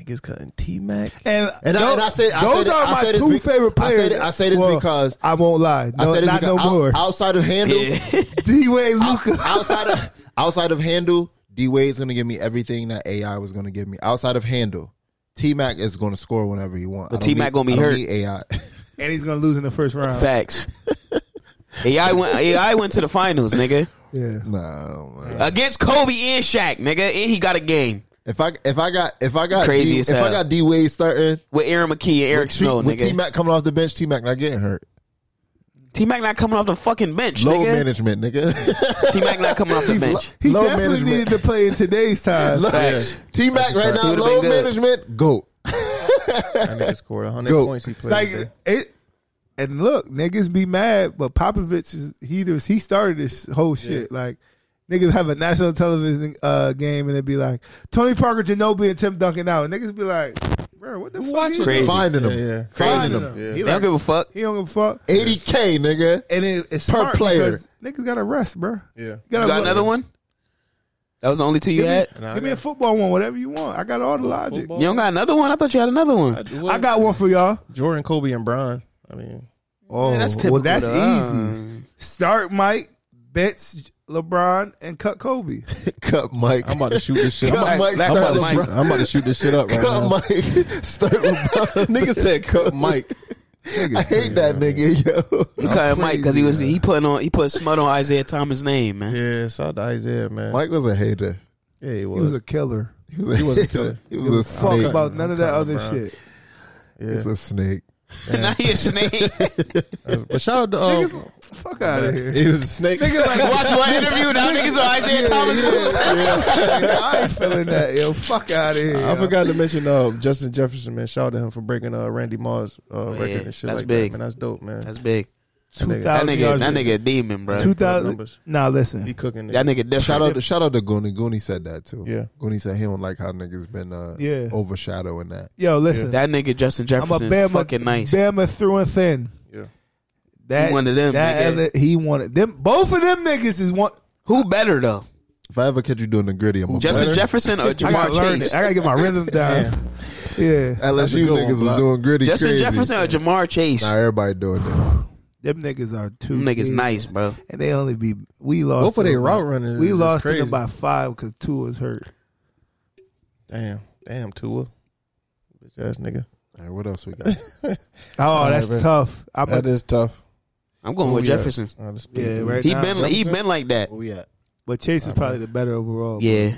S7: Niggas cutting T Mac.
S4: And,
S3: And I, and I said I
S4: those
S3: said,
S4: are
S3: I
S4: my
S3: said this
S4: two
S3: be-
S4: favorite
S3: I said-
S4: players.
S3: I say this
S4: Well,
S3: because
S4: I won't lie.
S3: I
S4: No,
S3: said this
S4: not no
S3: because out-
S4: more.
S3: outside of handle.
S5: yeah.
S4: D Wade, Luca.
S3: outside of outside of handle, D Wade's gonna give me everything that AI was gonna give me. Outside of handle, T Mac is gonna score whenever you want.
S5: But
S3: I don't need-
S5: T-Mac gonna be
S3: I don't
S5: hurt.
S3: need AI.
S4: and he's gonna lose in the first round.
S5: facts. AI went AI went to the finals, nigga.
S4: Yeah.
S3: no, man.
S5: Against Kobe and Shaq, nigga. And he got a game
S3: If I if I got if I got
S5: Crazy
S3: D,
S5: as
S3: if I
S5: hell.
S3: got D Wade starting
S5: with Aaron McKee and Eric Snow,
S3: with T
S5: nigga.
S3: Mac coming off the bench, T Mac not getting hurt.
S5: T Mac not coming off the fucking bench,
S3: Low
S5: nigga.
S3: management, nigga.
S5: T Mac not coming off the bench.
S4: He
S3: Low
S4: definitely
S3: management.
S4: needed to play in today's time.
S5: Facts.
S3: T Mac right now,
S5: Would've been
S3: low
S5: good.
S3: management, go.
S7: That nigga scored hundred
S3: Go.
S7: points. He played.
S4: like
S7: today.
S4: it. And look, niggas be mad, but Popovich is he was, he started this whole shit. Like niggas have a national television uh, game and it'd be like Tony Parker, Ginobili, and Tim Duncan out, and niggas be like, bro, what the fuck? you
S5: Crazy.
S3: Finding
S7: Yeah,
S3: him,
S7: yeah.
S3: finding him.
S4: doing?" He,
S5: They don't
S4: like,
S5: give a fuck.
S4: he don't give a fuck.
S3: Eighty k, nigga.
S4: And it, it's
S3: Per
S4: smart
S3: player.
S4: because Niggas got to rest, bro.
S7: Yeah.
S4: You
S5: You
S4: gotta
S5: got
S4: look.
S5: another one? That was the only two you
S4: Give me,
S5: had?
S7: Nah, I
S4: give me
S7: got-
S4: a football one, whatever you want. I got all the logic.
S7: Football?
S5: You don't got another one? I thought you had another one.
S4: I got one for y'all.
S7: Jordan, Kobe, and Brian. I mean,
S4: Oh,
S5: that's typical
S4: well, that's
S5: though.
S4: easy. Start Mike, bench LeBron, and cut Kobe.
S3: Cut Mike.
S7: I'm about to shoot this shit. I'm
S3: Cut
S7: about,
S3: Mike.
S5: Black
S7: I'm about
S3: Start
S7: to
S5: Mike.
S7: shoot,
S3: LeBron.
S7: I'm about to shoot this shit up right
S3: Cut
S7: now.
S3: Mike. Start LeBron. Nigga said cut Mike. I hate that nigga, yo.
S5: You cut Mike because he was he putting on he put smut on Isaiah Thomas' name, man.
S7: Yeah, shout to Isaiah, man.
S3: Mike was a hater.
S7: yeah, he was.
S4: He was a killer.
S3: He was, he was a killer. he was a
S4: Talk
S3: snake.
S4: about none of that
S7: cutting
S4: other
S7: LeBron.
S4: shit.
S3: He was a snake.
S5: now he a snake.
S7: but shout out to um,
S4: Fuck out of here.
S7: he was a snake.
S5: Watch my interview now, niggas on Isaiah Thomas.
S4: I ain't feeling that, yo. Fuck out of here.
S7: I
S4: yo.
S7: forgot to mention uh, Justin Jefferson, man. Shout out to him for breaking uh, Randy Moss uh, record
S5: Oh, yeah,
S7: and shit
S5: that's
S7: like
S5: big.
S7: that. Man, that's dope, man.
S5: That's big. That
S4: 2,000
S5: nigga,
S4: yards
S5: that
S4: receiving.
S5: nigga a demon, bro.
S4: 2000.
S7: numbers.
S4: Nah,
S7: he
S4: listen.
S7: cooking.
S5: That nigga different.
S3: Shout out, to, Oh, shout out to Goonie. Goonie said that too.
S7: Yeah.
S3: Goonie said he don't like how niggas been uh,
S4: Yeah.
S3: overshadowing that.
S4: Yo, listen.
S5: that nigga Justin
S4: I'm a
S5: Jefferson,
S4: Bama,
S5: fucking nice.
S4: Bama through and thin.
S7: Yeah.
S4: That,
S5: He one of them,
S4: That
S5: nigga.
S4: ele- he wanted them. Both of them niggas is one.
S5: Who better though,
S3: If I ever catch you doing the gritty, I'm a
S5: Justin
S3: better.
S5: Jefferson or
S4: I gotta
S5: Jamar
S4: learn
S5: Chase?
S4: it. I gotta get my rhythm down. yeah.
S3: LSU
S7: good one,
S3: niggas was
S7: Block.
S3: doing gritty
S5: Justin
S3: crazy.
S5: Jefferson or Jamar Chase?
S3: Now everybody doing that.
S4: them niggas are two.
S5: Them niggas nice, bro.
S4: and they only be we lost.
S7: Both of
S4: to
S7: they
S4: them
S7: route
S4: by-
S7: runners
S4: We
S7: is
S4: lost to
S7: crazy.
S4: them by five because two was hurt.
S7: Damn, damn, Tua, bitch ass nigga.
S3: All right, what else we got?
S4: oh, that's tough. I'm
S3: That
S4: a-
S3: is tough.
S5: I'm going with
S3: Who we at?
S5: Jefferson.
S3: All
S7: Oh,
S3: right, let's do
S4: Yeah,
S3: it.
S4: right
S5: he
S4: now,
S5: been he
S4: Jefferson.
S5: been like that.
S3: Where we at?
S4: But Chase is probably the better overall.
S5: Yeah.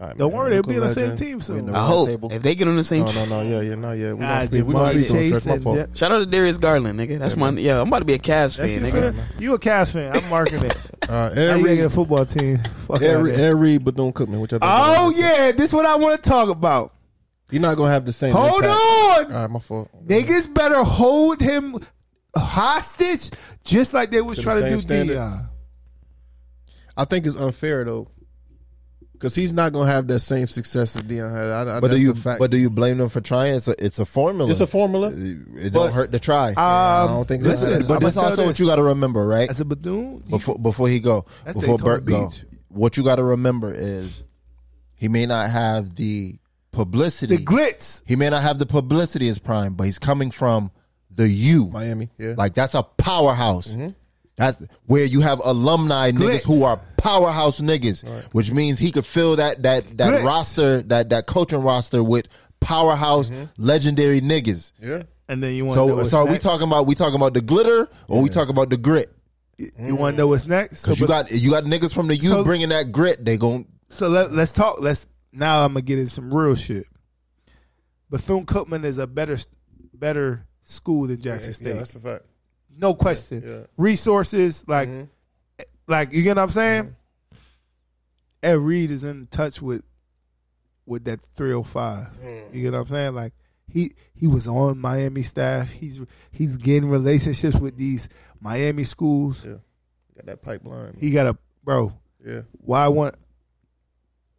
S3: All right,
S4: Don't
S3: man.
S4: worry, they'll be on the
S3: Nicola
S4: same
S3: Jackson.
S4: team
S3: We in
S4: soon.
S3: the
S5: I
S3: round
S5: hope
S3: table.
S5: if they get on the same.
S3: No, no, no, yeah, yeah, no, yeah. We
S4: Nah,
S3: gonna speak. We gonna
S4: Jamar
S3: speak. on
S4: Chase
S3: Chris. My
S4: and
S3: fault.
S4: Jet-
S5: Shout out to Darius Garland, nigga. That's my yeah. I'm about to be a Cavs
S4: That's
S5: fan,
S4: you,
S5: nigga.
S4: fan. you a Cavs fan. I'm marking it.
S7: Uh,
S4: How you
S7: every
S4: making a football team? Fuck
S7: every
S4: outta here.
S7: every Bethune Cookman, which I think
S4: Oh, yeah. This what I want to talk about.
S7: you're not gonna have the same.
S4: Hold
S7: impact.
S4: on.
S7: All right, my fault.
S4: Niggas better hold him hostage just like they was
S7: To the
S4: trying to
S7: same
S4: do
S7: standard?
S4: Dion.
S7: I think it's unfair though, because he's not gonna have that same success as Dion had. I, I,
S3: But do
S7: that's
S3: you
S7: a fact.
S3: but do you blame them for trying? It's a it's a formula. Uh,
S7: it's a formula.
S3: It
S7: but-
S3: don't hurt to try.
S4: Um,
S7: I don't think it's
S4: listen,
S7: that.
S3: but
S4: but
S3: that's
S4: this-
S3: also what you got to remember, right?
S4: As a Badoon, you-
S3: before before he go,
S4: That's
S3: before
S4: Daytona
S3: Burt go,
S4: Beach.
S3: what you got to remember is he may not have the publicity.
S4: the glitz.
S3: he may not have the publicity as Prime, but he's coming from the U,
S7: Miami, yeah. Mm-hmm.
S3: Like that's a powerhouse. That's where you have alumni
S4: Glitz.
S3: niggas who are powerhouse niggas, which means he could fill that that that
S4: Glitz.
S3: roster, that that coaching roster with powerhouse legendary niggas.
S7: Mm-hmm. yeah,
S4: And then you want to know
S3: So
S4: what's
S3: so are we
S4: next?
S3: talking about we talking about the glitter
S7: Oh,
S3: or we talking about the grit?
S4: You want to know what's next? So,
S3: Cause you
S4: bef-
S3: got you got niggas from the U
S4: So-
S3: bringing that grit. They gon'
S4: so let, let's talk. Let's now. I'm gonna get in some real shit. Bethune Cookman is a better, better school than Jackson State.
S7: yeah, that's a fact.
S4: no question.
S7: yeah. Mm-hmm.
S4: Resources, like, like you get what I'm saying. Ed Reed is in touch with, with that 305.
S7: Mm.
S4: You get what I'm saying? Like he he was on Miami staff. He's he's getting relationships with these Miami schools.
S7: Got that pipeline.
S4: He got a bro.
S7: Yeah,
S4: Why want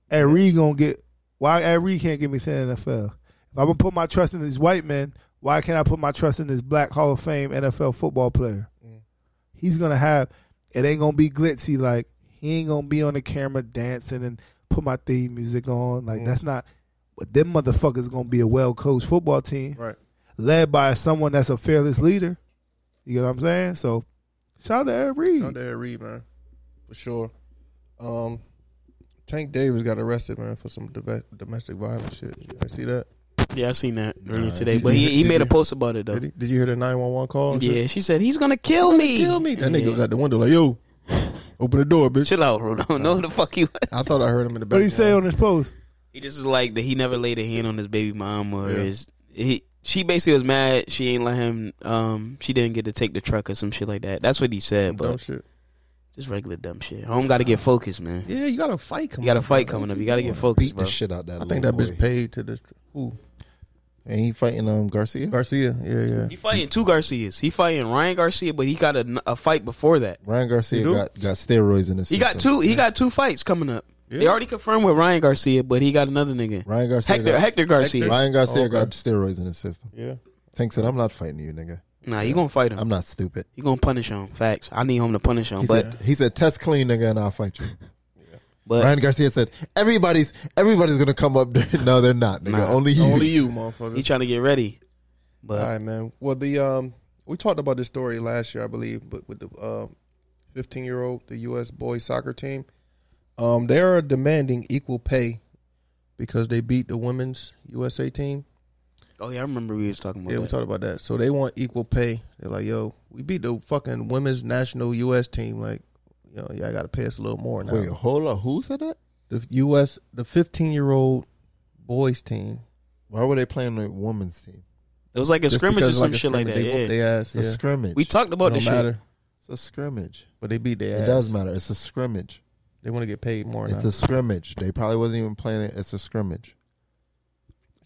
S4: Ed Reed gonna get? Why Ed Reed can't get me to the NFL? If I'm gonna put my trust in these white men, why can't I put my trust in this black Hall of Fame NFL football player?
S7: Mm.
S4: He's gonna have. It ain't gonna be glitzy. Like he ain't gonna be on the camera dancing and put my theme music on. Like
S7: Mm.
S4: that's not. But them motherfuckers gonna be a well coached football team
S7: right.
S4: led by someone that's a fearless leader. You get what I'm saying? So shout out to Ed Reed.
S7: Not that Reed, man, for sure. Um, Tank Davis got arrested, man, for some deve- domestic violence shit. You guys see that?
S5: Yeah, I seen that earlier today,
S7: did
S5: but
S7: you-
S5: he, he
S7: did
S5: made a
S7: you-
S5: post about it though.
S7: Did, he, did you hear the nine one one call? and shit?
S5: Yeah, she said he's gonna kill me.
S7: kill me. That nigga
S5: Yeah.
S7: was at the window like, yo, open the door, bitch.
S5: Chill out, Rodo. Know who the fuck you.
S7: I thought I heard him in the back.
S4: What he say on his post?
S5: He just is like that. He never laid a hand on his baby mom or
S7: Yeah.
S5: his. He she basically was mad. She ain't let him. Um, she didn't get to take the truck or some shit like that. That's what he said.
S7: Dumb
S5: But
S7: shit.
S5: just regular dumb shit. Home got to get focused, man.
S7: Yeah, you got a fight coming.
S5: You got a
S7: up,
S5: fight
S7: man.
S5: coming up. You got to get focused,
S3: beat
S5: bro.
S3: the shit out that.
S7: I think that bitch paid to the who
S3: Ain't he fighting um Garcia?
S7: Garcia. Yeah, yeah.
S5: He fighting two Garcias. He fighting Ryan Garcia, but he got a, a fight before that.
S3: Ryan Garcia
S7: He do?
S3: got, got steroids in his.
S5: He got
S3: system.
S5: two. He got two fights coming up. They
S7: Yeah.
S5: already confirmed with Ryan Garcia, but he got another nigga.
S3: Ryan Garcia.
S5: Hector
S3: got,
S5: Hector Garcia.
S3: Ryan Garcia
S7: Oh, okay.
S3: got steroids in his system.
S7: Yeah.
S3: Tank said, "I'm not fighting you, nigga.
S5: Nah, you gonna fight him.
S3: I'm not stupid."
S5: You gonna punish him. Facts. I need him to punish him.
S3: He
S5: but
S3: said, "He said test clean, nigga, and I'll fight you."
S5: but
S3: Ryan Garcia said, "Everybody's everybody's gonna come up there. No, they're not, nigga.
S5: Nah.
S3: Only you.
S7: Only you, motherfucker.
S5: he trying to get ready.
S7: All
S5: But
S7: right, man. Well, the um, we talked about this story last year, I believe, but with the uh, fifteen-year-old, the U.S. boys soccer team, um, they are demanding equal pay because they beat the women's USA team.
S5: oh yeah, I remember we was talking about
S7: yeah, we
S5: that.
S7: talked about that. So they want equal pay. They're like, yo, we beat the fucking women's national U.S. team. Like, you know, yeah, I got to pay us a little more now.
S3: Wait, hold up. Who said that?
S7: The U.S. the fifteen-year-old boys team.
S3: Why were they playing the women's team?
S5: it was like a
S7: Just
S5: scrimmage or
S7: because,
S5: some
S7: like, a
S5: shit like that.
S7: scrimmage, They whooped
S5: Yeah.
S7: their ass.
S3: It's a
S7: yeah.
S3: scrimmage.
S5: We talked
S7: It
S5: about
S7: don't
S5: this
S7: matter,
S5: shit.
S3: it's a scrimmage.
S7: but they beat their ass.
S3: It does matter. It's a scrimmage.
S7: They want to get paid more.
S3: It's
S7: now.
S3: a scrimmage. They probably wasn't even playing it. It's a scrimmage.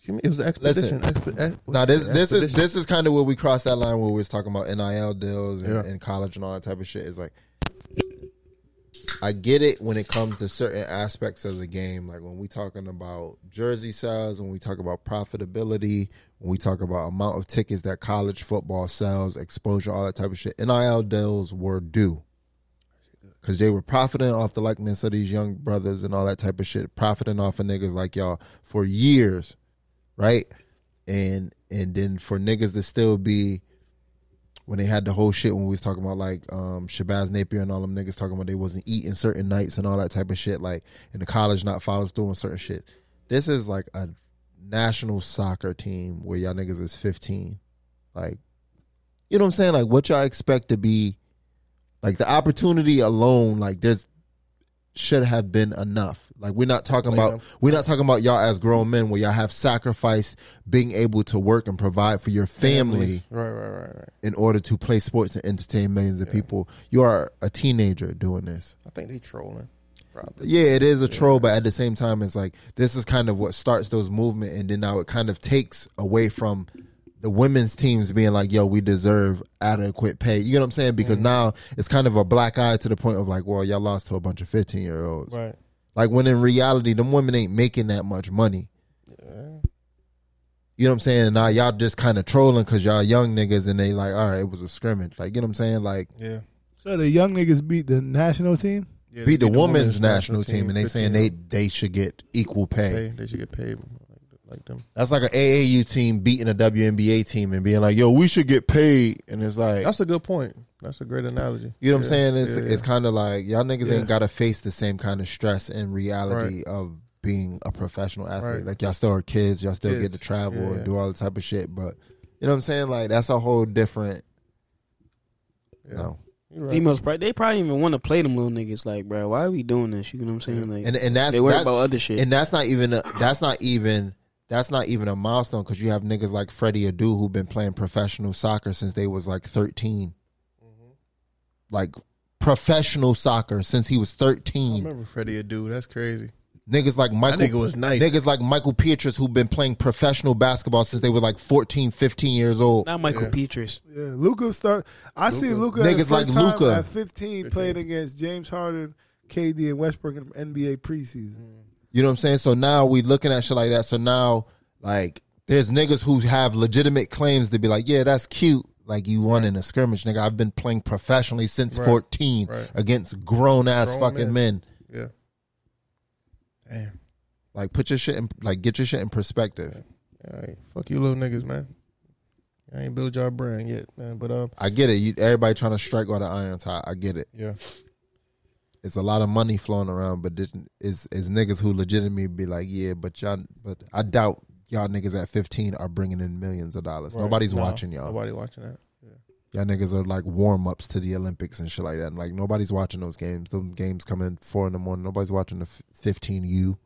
S7: You mean- It was an expedition. Expe- ex-
S3: Now this this is
S7: expedition.
S3: this is kind of where we cross that line where we was talking about NIL deals and,
S7: Yeah.
S3: and college and all that type of shit. It's like I get it when it comes to certain aspects of the game, like when we talking about jersey sales, when we talk about profitability, when we talk about amount of tickets that college football sells, exposure, all that type of shit. NIL deals were due because they were profiting off the likeness of these young brothers and all that type of shit, profiting off of niggas like y'all for years, right? And and then for niggas to still be when they had the whole shit when we was talking about like um Shabazz Napier and all them niggas talking about they wasn't eating certain nights and all that type of shit, like and the college not follows through on certain shit. This is like a national soccer team where y'all niggas is 15. Like, you know what I'm saying? Like, what y'all expect to be, like, the opportunity alone, like, there's, should have been enough. Like we're not talking about we're not talking about y'all as grown men where y'all have sacrificed being able to work and provide for your family
S7: Families. Right, right, right, right.
S3: in order to play sports and entertain millions of people. You are a teenager doing this.
S7: I think they trolling. Probably.
S3: Yeah, it is a troll, but at the same time, it's like this is kind of what starts those movement, and then now it kind of takes away from the women's teams being like, "Yo, we deserve adequate pay." You know what I'm saying? Because now it's kind of a black eye to the point of like, "Well, y'all lost to a bunch of 15 year olds."
S7: Right.
S3: Like when in reality, them women ain't making that much money. You know what I'm saying? And now y'all just kind of trolling because y'all young niggas, and they like, "All right, it was a scrimmage." Like, you know what I'm saying? Like,
S7: Yeah.
S4: So the young niggas beat the national team.
S7: Yeah,
S3: beat the, women's national team, and they saying they they should get equal pay.
S7: They, they should get paid like, like them.
S3: That's like an AAU team beating a WNBA team and being like, "Yo, we should get paid," and it's like,
S7: That's a good point. That's a great analogy.
S3: you know what I'm
S7: Yeah,
S3: saying? It's
S7: yeah,
S3: it's
S7: yeah.
S3: kind of like y'all niggas
S7: Yeah.
S3: ain't gotta face the same kind of stress and reality of being a professional athlete.
S7: Right.
S3: Like y'all still are kids, y'all still get
S7: Kids.
S3: to travel
S7: Yeah.
S3: and do all the type of shit. But you know what I'm saying? Like that's a whole different.
S7: Yeah.
S3: No.
S7: You're right.
S5: Females, probably, they probably even want to play them little niggas. Like, bro, why are we doing this? You know what I'm saying? Like,
S3: and and that's
S5: they worry
S3: that's-
S5: about other shit.
S3: And that's not even a, that's not even that's not even a milestone because you have niggas like Freddie Adu who've been playing professional soccer since they was like 13
S7: Mm-hmm.
S3: Like professional soccer since he was
S7: I
S3: thirteen.
S7: remember Freddie Adu. That's crazy.
S3: Niggas like Michael
S7: nigga was nice.
S3: Niggas like Michael Pietrus who've been playing professional basketball since they were like 14, 15 years old.
S5: Not Michael Petras.
S4: Yeah, Luca start. I see Luca
S3: Niggas
S4: niggas
S3: like
S4: like time
S3: Luka.
S4: at 15, playing against James Harden, KD, and Westbrook in NBA preseason.
S3: You know what I'm saying? So now we looking at shit like that. So now like there's niggas who have legitimate claims to be like, yeah, that's cute. Like you won in a scrimmage, nigga. I've been playing professionally since
S7: Right.
S3: 14
S7: Right.
S3: against grown ass
S7: Grown
S3: fucking men.
S7: Yeah. Damn.
S3: Like put your shit in like get your shit in perspective.
S7: All right. Fuck you, little niggas, man. I ain't built y'all brand yet, man. But um,
S3: I get it. You, everybody trying to strike while the iron's hot. I get it.
S7: yeah.
S3: It's a lot of money flowing around, but didn't- it's it's niggas who legitimately be like, yeah, but y'all, but I doubt y'all niggas at 15 are bringing in millions of dollars.
S7: Right.
S3: Nobody's
S7: Nah,
S3: watching y'all.
S7: Nobody watching that. Yeah.
S3: Y'all niggas are like warm ups to the Olympics and shit like that. And like nobody's watching those games. Them games come in four in the morning. Nobody's watching the fifteen U.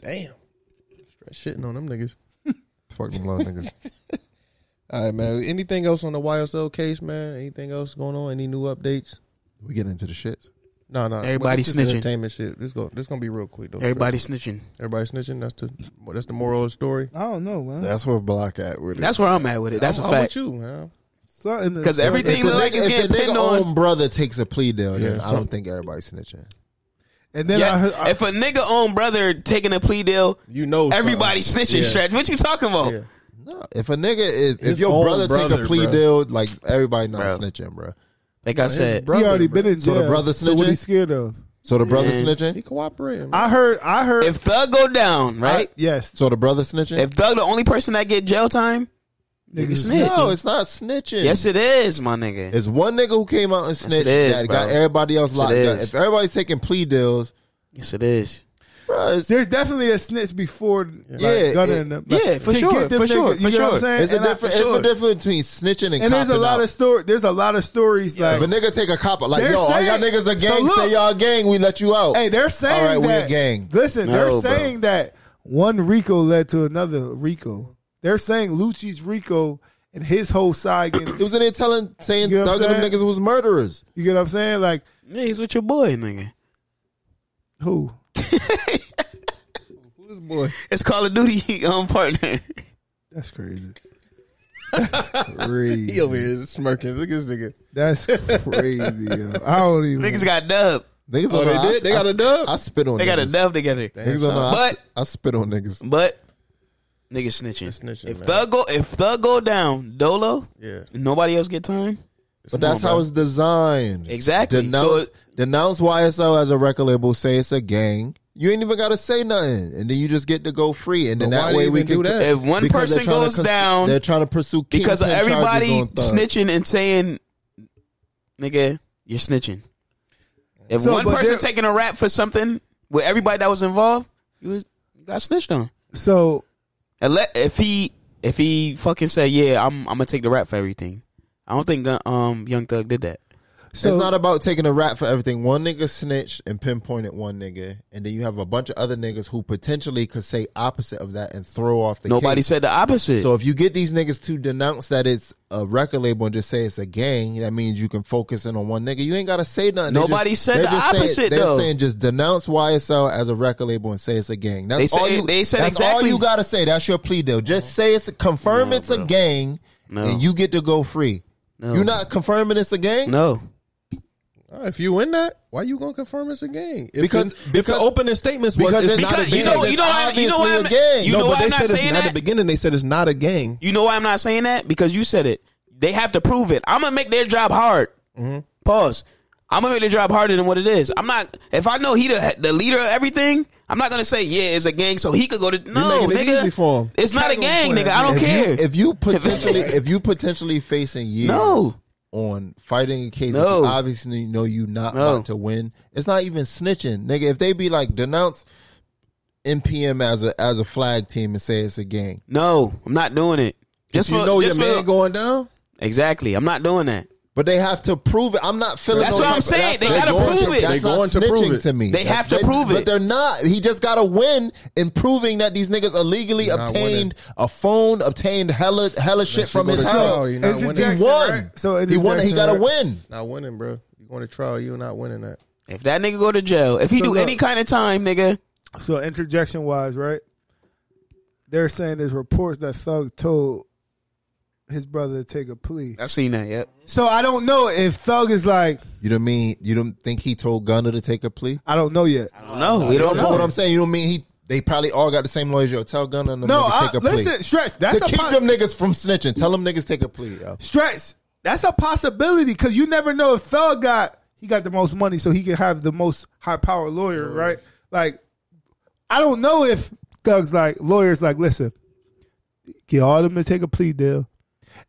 S7: Damn. Straight shitting on them niggas.
S3: Fuck them little niggas.
S7: All right, man. Anything else on the YSL case, man? Anything else going on? Any new updates?
S3: We get into the shits.
S7: No, no.
S5: Everybody
S7: this is
S5: snitching.
S7: Entertainment shit. This go. This gonna be real quick though.
S5: Everybody
S7: Straight.
S5: snitching.
S7: Everybody snitching. That's the. That's the moral of the story.
S4: I don't know, man.
S3: That's where block at with it.
S5: That's where I'm at with it. That's
S7: I'm,
S5: a
S7: I'm with
S5: fact.
S7: you, man.
S4: Something that-
S5: 'Cause
S4: something-
S5: everything-
S3: if the
S5: look like
S3: nigga,
S5: it's
S3: if the
S5: getting
S3: nigga
S5: pinned on-
S3: own brother takes a plea deal, then
S7: Yeah.
S3: I don't think everybody's snitching.
S4: And then I, heard- I,
S5: if a nigga own brother taking a plea deal,
S7: You know,
S5: everybody
S7: something.
S5: snitching.
S7: Oh, Yeah.
S5: Stretch. What you talking about?
S7: Yeah.
S3: No, if a nigga is, if
S7: His
S3: your
S7: own
S3: brother, take
S7: brother,
S3: a plea
S7: bruh.
S3: deal, like everybody not
S5: Bruh.
S3: snitching, bro.
S5: Like I said,
S4: he already been in
S3: So
S4: jail.
S3: the brother
S4: So what
S3: snitching?
S4: he scared of?
S3: So the brother
S7: He
S3: snitching.
S7: cooperating. man.
S4: I heard. I heard.
S5: if Thug go down, right?
S4: I- yes.
S3: So the brother snitching.
S5: if Thug the only person that get jail time, nigga snitch.
S3: no, it's not snitching.
S5: yes, it is, my nigga.
S3: It's one nigga who came out and snitched
S5: it is,
S3: that got
S5: bro.
S3: everybody else
S5: Yes, it
S3: locked up.
S5: is.
S3: If everybody's taking plea deals,
S5: yes, it is.
S3: bro, it's,
S4: There's definitely a snitch before like,
S3: Yeah,
S4: Gunna
S3: it-
S4: and them.
S5: yeah, for
S4: To
S5: sure,
S4: get them
S5: for sure,
S4: niggas, You
S5: for
S4: know what I'm
S5: sure.
S4: saying?
S3: it's a
S4: And I-
S3: different.
S5: sure.
S3: It's a difference between snitching and,
S4: And there's a
S3: copping
S4: lot
S3: out.
S4: of story. There's a lot of stories like
S3: If a nigga take a cop out, like
S4: They're
S3: yo, all y'all
S4: saying-
S3: niggas a gang.
S4: so look-
S3: say y'all a gang, we let you out.
S4: Hey, they're saying
S3: all right,
S4: that.
S3: we a gang.
S4: Listen,
S5: No,
S4: they're
S5: bro.
S4: saying that one Rico led to another Rico. They're saying Lucci's Rico and his whole side.
S3: It
S4: Getting,
S3: was in there telling, saying
S4: You know what
S3: Thug
S4: I'm
S3: and them
S4: saying?
S3: niggas was murderers.
S4: you get what I'm saying? Like
S5: Yeah, he's with your boy, nigga.
S4: who?
S7: This boy.
S5: It's Call of Duty um partner.
S4: That's crazy. That's crazy.
S7: He over here smirking. Look at this nigga.
S4: That's crazy. Yo. I don't even.
S5: Niggas got dub.
S3: Niggas
S7: Oh,
S3: on
S7: they
S3: I-
S7: did? They
S3: I-
S7: got a dub?
S3: I spit on.
S5: They got a
S3: niggas.
S5: dub together.
S3: Niggas on I-
S5: But-
S3: I spit on niggas.
S5: But niggas snitching.
S7: snitching,
S5: if
S7: man.
S5: Thug go if Thug go down, Dolo,
S7: Yeah.
S5: nobody else get time.
S3: But that's how it's designed.
S5: Exactly.
S3: Denounce,
S5: So-
S3: denounce YSL as a record label. Say it's a gang. You ain't even got to say nothing, and then you just get to go free. And then
S7: But why
S3: that
S7: do
S3: way
S7: you
S3: we
S7: even
S3: can.
S7: do that?
S5: If one
S3: because they're
S5: person
S3: trying to
S5: goes
S3: cons-
S5: down
S3: they're trying to pursue
S5: because
S3: kingpin charges
S5: everybody
S3: on Thug.
S5: snitching and saying, "Nigga, you're snitching." If
S4: So,
S5: one
S4: but
S5: person
S4: there-
S5: taking a rap for something with everybody that was involved, you was got snitched on.
S4: So
S5: Unle- if he if he fucking said, "Yeah, I'm I'm gonna take the rap for everything," I don't think uh, um Young Thug did that.
S3: it's not about taking a rap for everything. One nigga snitched and pinpointed one nigga, and then you have a bunch of other niggas who potentially could say opposite of that and throw off the.
S5: Nobody
S3: case.
S5: said the opposite.
S3: So if you get these niggas to denounce that it's a record label and just say it's a gang, that means you can focus in on one nigga. You ain't gotta say nothing. They
S5: Nobody
S3: just-
S5: said
S3: they're
S5: the
S3: just Saying,
S5: opposite,
S3: they're
S5: though.
S3: saying just denounce YSL as a record label and say it's a gang. That's
S5: They say-
S3: all you.
S5: they said
S3: that's all
S5: exactly-
S3: you gotta say. That's your plea deal. Just say it's confirm
S5: No,
S3: it's a
S5: bro.
S3: gang,
S5: No.
S3: and you get to go free.
S5: No.
S3: You're not confirming it's a gang.
S5: No,
S7: All right, if you win that, why you gonna confirm it's a gang? If
S3: Because-
S7: the, if the opening statements was
S3: because it's
S5: not a gang. You know- you know why- you know why I'm- you know
S7: no,
S5: why
S7: but they
S5: I'm not
S7: said it's
S5: saying
S7: not
S5: that?
S7: at the beginning. They said it's not a gang.
S5: You know why I'm not saying that? Because you said it. They have to prove it. I'm gonna make their job hard.
S3: Mm-hmm.
S5: Pause. I'm gonna make their job harder than what it is. I'm not. If I know he the, the leader of everything, I'm not gonna say yeah, it's a gang, so he could go to
S3: making
S5: no,
S3: it
S5: nigga.
S3: easy for him.
S5: It's not a gang, nigga. I don't
S3: if
S5: care.
S3: You, if you potentially, if you potentially facing years
S5: No.
S3: on fighting a case, that
S5: No.
S3: you obviously know you not
S5: No.
S3: about to win. It's not even snitching, nigga. If they be like denounce NPM as a as a flag team and say it's a gang,
S5: no, I'm not doing it. Just
S3: If you
S5: for,
S3: know
S5: just
S3: your
S5: for-
S3: man going down,
S5: exactly. I'm not doing that.
S3: but they have to prove it. I'm not feeling.
S5: That's
S3: no
S5: what I'm
S3: type of-
S5: saying.
S3: that's
S5: They
S3: not-
S5: gotta
S3: that's not
S5: prove it.
S3: That's
S5: They
S3: not
S5: going to
S3: snitching
S5: prove it.
S3: to me.
S5: They
S3: That's-
S5: have to prove
S3: But
S5: it.
S3: they're not. He just gotta win and proving that these niggas illegally
S4: not
S3: obtained a phone, obtained hella hella shit from
S7: go
S3: his
S7: to trial,
S3: house.
S7: you're not winning.
S3: He won.
S7: So
S3: So he won. He gotta win.
S7: It's not winning, bro. You going to trial? You're not winning that.
S5: If that nigga go to jail, if he
S4: So
S5: do
S4: look.
S5: any kind of time, nigga,
S4: So interjection wise, right? They're saying there's reports that Thug told his brother to take a plea.
S5: I've seen that. Yep.
S4: So I don't know if Thug is like
S3: You don't mean you don't think he told Gunner to take a plea?
S4: I don't know yet.
S5: I don't know.
S3: you
S5: We don't
S3: know what
S5: know.
S3: I'm saying. You don't mean he. They probably all got the same lawyers. Yo, tell Gunner and them
S4: No,
S3: niggas
S4: I-
S3: take a plea.
S4: listen, Stress, that's
S3: to
S4: a
S3: keep
S4: pos-
S3: them niggas from snitching. Tell them niggas take a plea. Yo.
S4: stress. That's a possibility because you never know if Thug got he got the most money, so he could have the most high power lawyer, right? Like, I don't know if Thug's like lawyers like listen, get all of them to take a plea deal,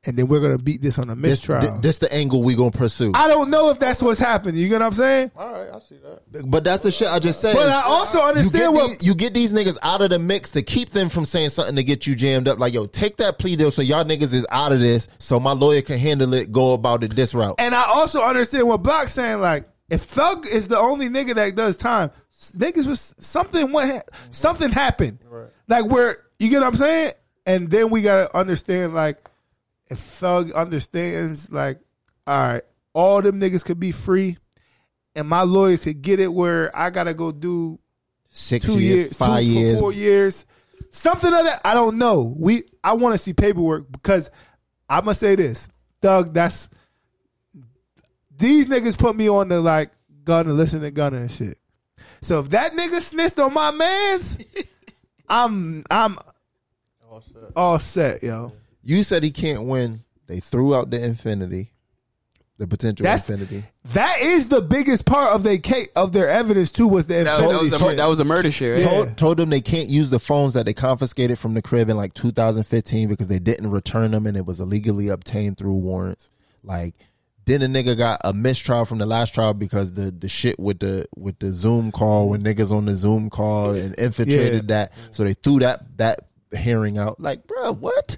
S4: and then we're gonna beat this on a
S3: This,
S4: mistrial.
S3: thi- this the angle we gonna pursue.
S4: I don't know if that's what's happening. You get what I'm saying?
S7: All right, I see that.
S3: But that's the shit I just said.
S4: But I also understand
S3: you get
S4: what-
S3: these, you get these niggas out of the mix to keep them from saying something to get you jammed up. Like yo, take that plea deal so y'all niggas is out of this, so my lawyer can handle it. Go about it this route.
S4: And I also understand what Block's saying. Like, if Thug is the only nigga that does time, s- niggas was something went ha- something happened. Like where you get what I'm saying? And then we gotta understand like if Thug understands like, all right, all them niggas could be free and my lawyers could get it where I gotta go do
S3: Six
S4: two
S3: years,
S4: years,
S3: five
S4: two,
S3: years.
S4: four years, something of that. I don't know. We I want to see paperwork because I'm gonna say this, Doug. That's these niggas put me on the like gunner, listen to gunner and shit. So if that nigga snitched on my man's, I'm I'm all set, yo.
S3: You said he can't win. They threw out the infinity, the potential
S4: That's-
S3: infinity.
S4: That is the biggest part of their case, of their evidence too was the
S5: That, that was
S4: infinity
S5: a,
S4: shit.
S5: that was a murder shit. Right?
S3: Told, told them they can't use the phones that they confiscated from the crib in like 2015 because they didn't return them and it was illegally obtained through warrants. Like then a nigga got a mistrial from the last trial because the the shit with the with the Zoom call when niggas on the Zoom call and infiltrated that, so they threw that that hearing out. Like, bruh, what?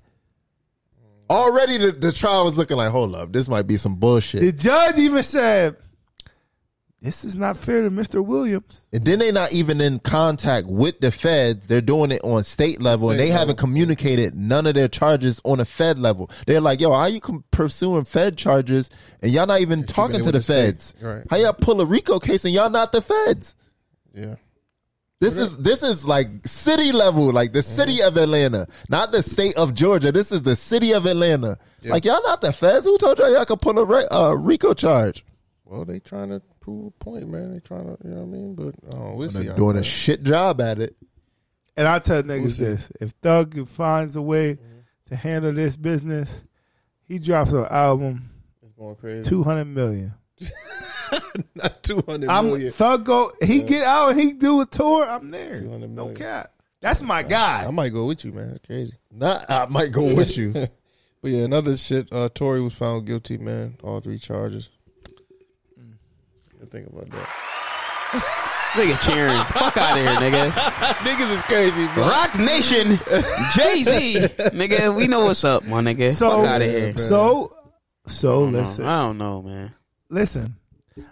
S3: Already the, the trial was looking like, hold up, this might be some bullshit.
S4: The judge even said, "This is not fair to Mr. Williams."
S3: And then they're not even in contact with the Fed. They're doing it on state level, and they haven't communicated none of their charges on a Fed level. They're like, "Yo, how you com- pursuing Fed charges, and y'all not even talking
S7: it
S3: to
S7: with
S3: the,
S7: the state.
S3: Feds?
S7: Right.
S3: How y'all pull a RICO case and y'all not the Feds?
S7: Yeah.
S3: This is this is like city level, like the city
S7: Mm-hmm.
S3: of Atlanta, not the state of Georgia. This is the city of Atlanta. Like y'all not the Feds. Who told y'all y'all could pull a re- uh, RICO charge?
S7: Well, they trying to prove a point, man. They trying to, you know what I mean? But oh, we'll see.
S3: They're doing a shit job at it.
S4: And I tell niggas this: if Thug finds a way to handle this business, he drops an album
S7: It's going crazy.
S4: two hundred million.
S7: Not 200
S4: I'm
S7: million.
S4: Thug go. He get out and he do a tour. I'm there.
S7: 200
S4: No
S7: million.
S4: cap. That's my guy.
S7: I might go with you, man. That's crazy.
S3: Nah, I might go with you.
S7: But yeah, another shit. Uh, Tory was found guilty, man. All three charges. I think about that.
S5: Nigga cheering. Fuck out of here, nigga. Niggas is crazy, bro. Rock Nation. Jay Z. nigga, we know what's up, my nigga. Fuck out of here.
S4: So, so
S5: I don't know.
S4: listen,
S5: I don't know, man.
S4: listen.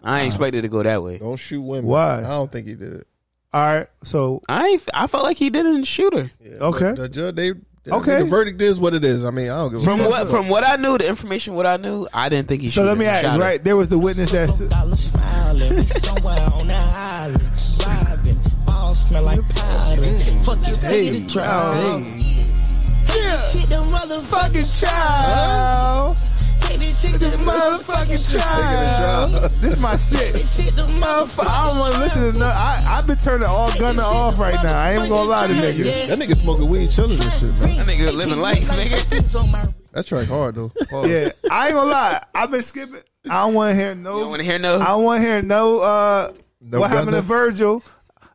S5: I ain't expected to go that way.
S3: Don't shoot women.
S4: Why?
S3: I don't think he did it.
S4: All right, so
S5: I ain't, I felt like he didn't shoot her.
S4: Okay.
S7: The judge, they, they-
S4: Okay.
S7: The verdict is what it is. I mean, I don't give a
S5: From
S7: fuck.
S5: what from what I knew, the information what I knew, I didn't think he.
S4: So
S5: shoot
S4: let me
S5: her. He
S4: ask,
S5: shot her.
S4: right? There was the witness that said,
S12: Island, somewhere on the island, driving, all smell like powder. Fuck you, take it to trial. Yeah, shit, the motherfucking child. Take this shit, the motherfucking child.
S4: This my shit.
S12: Shit, the motherfucking.
S4: I don't want to listen to no. I I've been turning all gunner off right now. I ain't gonna lie to niggas.
S7: That nigga smoking weed, chilling and shit. Man.
S5: That nigga living life, nigga.
S7: That track hard though. Hard.
S4: Yeah, I ain't gonna lie. I've been skipping. I don't want to hear no.
S5: You don't want to hear no.
S4: I want to hear no. Uh,
S7: No
S4: what happened
S7: gunner?
S4: to Virgil?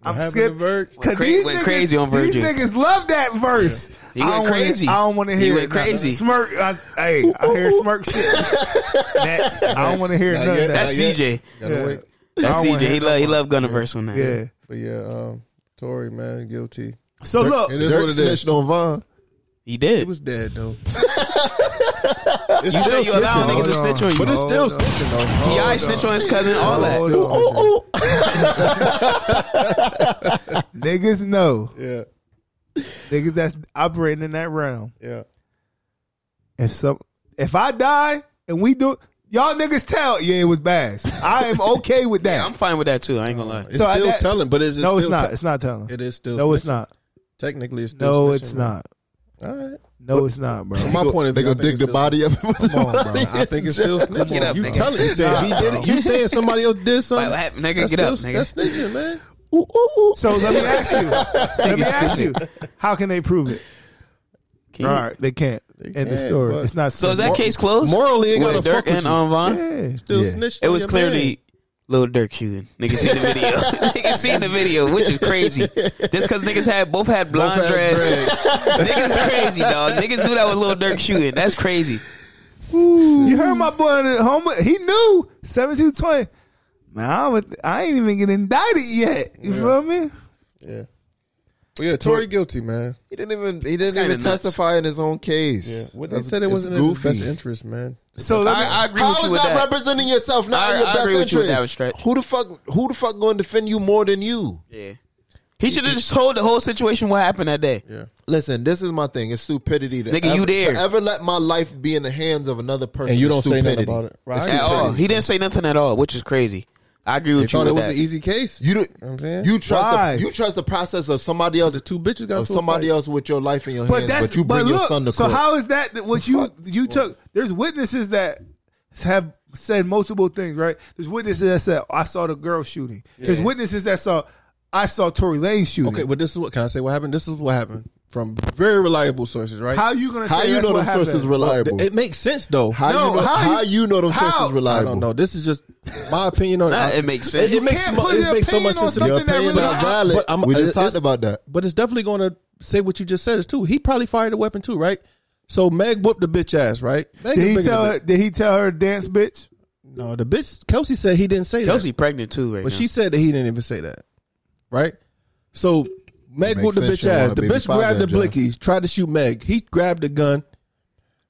S4: I'm
S7: happened to
S4: skipping.
S7: Virg?
S5: Went cra- went crazy on Virgil.
S4: These niggas love that verse.
S5: He
S4: I don't
S5: went
S4: wanna-
S5: crazy.
S4: I don't want to
S5: He
S4: hear.
S5: went
S4: it. Nah,
S5: crazy.
S4: Smirk. I, hey, I hear smirk shit. Next, I don't want to hear
S3: Not
S4: none of
S3: yet.
S4: that.
S5: That's
S3: Not yet.
S5: CJ.
S3: Gotta
S4: Yeah.
S3: wait.
S5: That's
S4: I don't wanna
S5: CJ. He
S4: hear
S5: love he love Gunnerverse on that.
S4: Yeah.
S7: But yeah, um, Tory man, guilty.
S4: So
S7: Dirk-
S5: Oh.
S4: look,
S7: it is what it is.
S3: on Vaughn.
S5: He
S7: He
S5: did.
S7: was dead though.
S5: You sure you allow niggas to
S4: Hold on.
S5: snitch on you?
S7: But it's still
S4: no.
S7: snitching though.
S5: Ti snitch on his cousin, all
S4: Hold
S5: that.
S4: on.
S3: Oh,
S4: Niggas know.
S7: Yeah,
S4: Niggas that's operating in that realm.
S7: yeah.
S4: If some, if I die and we do, y'all niggas tell, yeah, it was Bass. I am okay with that.
S5: I'm fine with that too. I ain't gonna lie.
S7: It's
S4: So at
S7: still
S4: that-
S7: telling, but is it
S4: no, it's
S7: still
S4: not.
S7: te-
S4: it's not telling.
S7: it is still.
S4: no, it's
S7: snitching.
S4: not.
S7: Technically, it's
S4: No,
S7: still snitching,
S4: it's
S7: man.
S4: not.
S7: All right.
S4: No, it's not, bro.
S7: My point is,
S3: They
S7: I
S3: gonna
S7: think
S3: dig
S7: it's
S3: the
S7: still-
S3: body up.
S4: Come on, bro.
S7: I think it's still snitching.
S5: Get up,
S7: you
S5: nigga.
S7: telling you said he did it. You saying somebody else did something?
S5: Like, what hap- nigga,
S7: That's
S5: get up,
S7: still-
S5: nigga.
S7: That's snitching, man.
S4: So let me ask you. let me ask you. How can they prove it?
S5: Can you-
S4: All right, they can't. End the
S7: can't,
S4: story.
S7: but-
S4: It's not.
S5: So is that
S4: simple.
S5: case closed?
S7: Morally, it
S5: With
S7: gotta
S5: Dirk
S7: fuck with
S5: and
S7: you.
S5: um, Von.
S4: Yeah.
S7: Still snitching.
S5: It was clearly little Dirk shooting. Niggas seen the video. niggas seen the video, which is crazy. Just because niggas had both had blonde
S7: had
S5: dreads. niggas crazy, dog. Niggas knew that was little Dirk shooting. That's crazy.
S4: You heard my boy in the home. He knew seventeen twenty. Man, I, would, I ain't even get indicted yet. You feel me?
S7: Yeah. But yeah, Tory guilty, man.
S3: He didn't even he didn't
S5: kinda
S3: even
S5: nuts.
S3: testify in his own case.
S7: Yeah. What they
S3: That's-
S7: said it
S3: it's
S7: wasn't in his best interest, man.
S4: So let me-
S5: I, I agree
S3: How
S5: with
S3: is
S5: you with
S3: that,
S5: that.
S3: representing yourself not
S5: I-
S3: in your
S5: I
S3: best
S5: agree with you with that,
S3: interest?
S5: Stretch.
S3: who the fuck who the fuck going to defend you more than you?
S5: yeah. He should have just told the whole situation what happened that day.
S7: Yeah.
S3: Listen, this is my thing. It's stupidity to
S5: Nigga,
S3: ever,
S5: you there.
S3: to ever let my life be in the hands of another person.
S7: And you don't
S3: is
S7: say nothing
S3: stupidity.
S7: about it. Right.
S3: It's
S5: At all.
S3: stupidity.
S5: He didn't say nothing at all, which is crazy. I agree
S7: They
S5: with you
S7: thought it
S5: with
S7: was
S5: that.
S7: an easy case.
S3: You don't.
S7: know what I'm saying?
S3: You trust
S4: Why?
S3: the, you trust the process of somebody else.
S7: the two bitches got
S3: of
S7: to a
S3: somebody
S7: fight.
S3: else with your life in your
S4: but
S3: hands,
S4: that's
S3: but you bring
S4: but
S3: your
S4: look,
S3: son to
S4: so
S3: court.
S4: how is that that what you you took? There's witnesses that have said multiple things, right? There's witnesses that said I saw the girl shooting. There's witnesses that saw I saw Tory Lane shooting.
S7: Okay, but this is what can I say? What happened? This is what happened from very reliable sources, right?
S4: how you gonna say
S3: How you
S4: that's
S3: know
S4: what
S3: them
S4: happened?
S3: sources reliable?
S7: It makes sense though.
S3: How
S4: No,
S3: you know
S4: how
S3: how,
S4: you-
S3: you know them
S4: how?
S3: sources
S7: I
S3: reliable?
S7: don't know. This is just my opinion on
S5: Nah,
S7: I-
S5: it makes sense.
S7: It, it makes,
S4: can't
S7: mo-
S4: put
S7: it
S4: your
S7: makes so much
S4: opinion on
S7: sense. to me.
S3: Your
S4: Something that
S3: opinion
S4: really-
S3: not valid.
S7: But I'm-
S3: we just
S7: it's-
S3: talked about that.
S7: But it's definitely going to say what you just said is too. He probably fired a weapon too, right? So Meg whooped the bitch ass, right? Meg is
S4: Did he
S7: bigger than
S4: tell her?
S7: Meg.
S4: Did he tell her dance, bitch?
S7: No, the bitch. Kelsey said he didn't say
S5: Kelsey
S7: that,
S5: pregnant too right
S7: but
S5: now.
S7: she said that he didn't even say that, right? So Meg
S3: Makes
S7: whooped the
S3: sense,
S7: bitch
S3: you don't
S7: ass.
S3: want
S7: The
S3: baby
S7: bitch
S3: father
S7: grabbed the
S3: in jail.
S7: blicky, tried to shoot Meg. He grabbed the gun.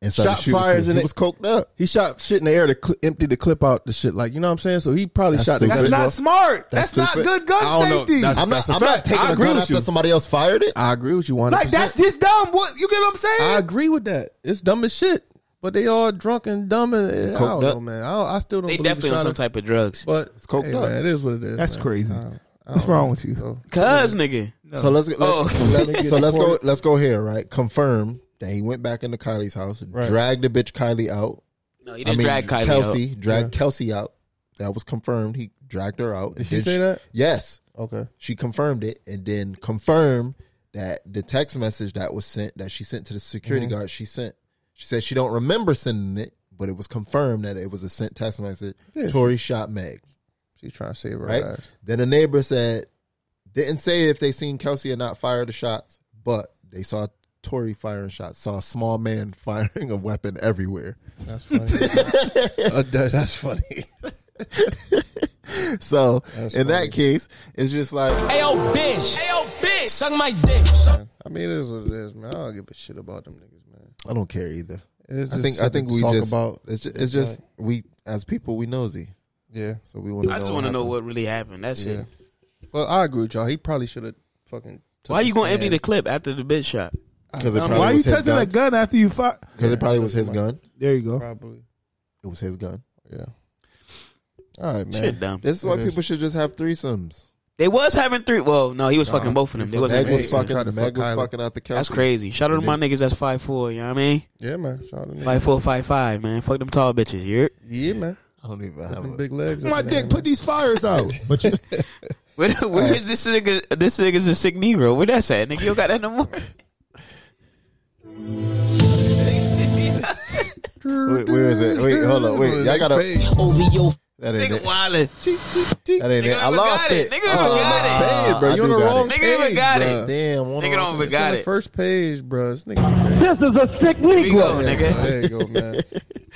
S3: And
S7: Shot fires and
S3: and
S7: it-
S3: was coked up.
S7: He shot shit in the air to cl- empty the clip out the shit. Like you know what I'm saying? So he probably
S3: That's
S7: shot the
S3: stupid.
S7: gun.
S4: That's
S7: as
S4: not
S7: well.
S4: smart. That's, not
S3: stupid.
S4: good gun
S7: I don't know.
S4: safety.
S7: That's-
S3: I'm not.
S7: a
S3: I'm not
S7: fact. I
S3: taking a
S7: agree
S3: gun
S7: with
S3: after
S7: you.
S3: somebody else fired it.
S7: I agree with you. 100%.
S4: like that's just dumb. What you get? What I'm saying?
S7: I agree with that. It's dumb as shit. But they all drunk and dumb and
S3: Coked
S7: I don't know,
S3: up.
S7: man. I, don't- I still don't.
S5: they
S7: believe
S5: definitely
S7: the
S5: on
S7: shot
S5: some
S7: of-
S5: type of drugs.
S7: But
S3: coked
S7: hey,
S3: up.
S7: man, it is what it is.
S4: That's
S7: man.
S4: crazy.
S7: I don't- I
S4: What's
S7: don't
S4: wrong
S7: know.
S4: with you?
S7: So-
S5: Cuz nigga.
S3: So let's let's,
S5: Oh.
S3: let's so let's go let's go here right. Confirm that he went back into Kylie's house, dragged the bitch Kylie out.
S5: No, he didn't drag Kylie
S3: Kelsey
S5: out.
S3: dragged Kelsey out. That was confirmed. He dragged her out.
S7: Did she
S3: Then
S7: say that?
S3: Yes,
S7: Okay.
S3: she confirmed it, and then confirmed that the text message that was sent that she sent to the security
S7: Mm-hmm.
S3: guard. She sent. She said she don't remember sending it, but it was confirmed that it was a sent text message.
S7: Yeah.
S3: Tori shot Meg.
S7: She's trying to save her
S3: Right.
S7: ass.
S3: Then a neighbor said, didn't say if they seen Kelsey or not fire the shots, but they saw Tory firing shots, saw a small man firing a weapon everywhere.
S7: That's funny. Uh, that- that's funny.
S3: so in that case, it's just like
S6: Ayo, bitch. Ayo, bitch. Suck my dick. Suck
S7: I mean, it is what it is, man. I don't give a shit about them niggas, man.
S3: I don't care either.
S7: It's
S3: I
S7: just
S3: think I
S7: something
S3: think
S7: to
S3: we
S7: talk
S3: just
S7: about.
S3: It's just, it's
S7: Like-
S3: just we as people we nosy.
S7: Yeah.
S3: so we want.
S5: I just want to know what really happened. That's it.
S7: Well, I agree with y'all. He probably should have fucking. took
S5: Why you
S7: his
S5: gonna empty
S7: hand.
S5: the clip after the bitch shot?
S3: 'Cause it
S5: Um,
S3: probably
S4: Why
S3: was
S4: you
S3: his
S4: touching
S3: gun.
S4: a gun after you fought?
S3: because it probably was his gun.
S4: There you go.
S7: Probably.
S3: It was his gun.
S7: Yeah.
S3: All right, man.
S5: Shit dumb.
S3: This is why
S5: It is.
S3: people should just have threesomes.
S5: They was having three. Well, no, he was fucking both of them. They wasn't
S3: Meg was
S5: having three.
S3: fucking. Meg was fucking out the couch.
S5: That's crazy. Shout out to my niggas. That's five four. You know what I mean?
S7: Yeah, man. Shout out to
S5: Five four, five five. Man, fuck them tall bitches. You
S7: Yeah, man.
S3: I don't even have
S7: Them big legs.
S4: My
S7: up in
S4: dick,
S7: there,
S4: put these fires out. But you,
S5: Where, where is this nigga? This nigga's a sick Negro. Where that's at? Nigga, you don't got that no more.
S3: Wait, where is it? Wait, hold on. Wait, y'all gotta.
S6: OVO.
S3: That ain't it.
S5: Wildin'.
S3: That ain't it. I lost it.
S5: Nigga don't even got it.
S3: bro. You on the wrong
S5: Nigga don't even got it.
S3: Damn, one
S5: Nigga don't even
S7: on
S5: got
S7: the
S5: it.
S7: First page, bro. This nigga's crazy.
S6: This is a sick
S5: Here you go, nigga.
S7: There you go, man. All right,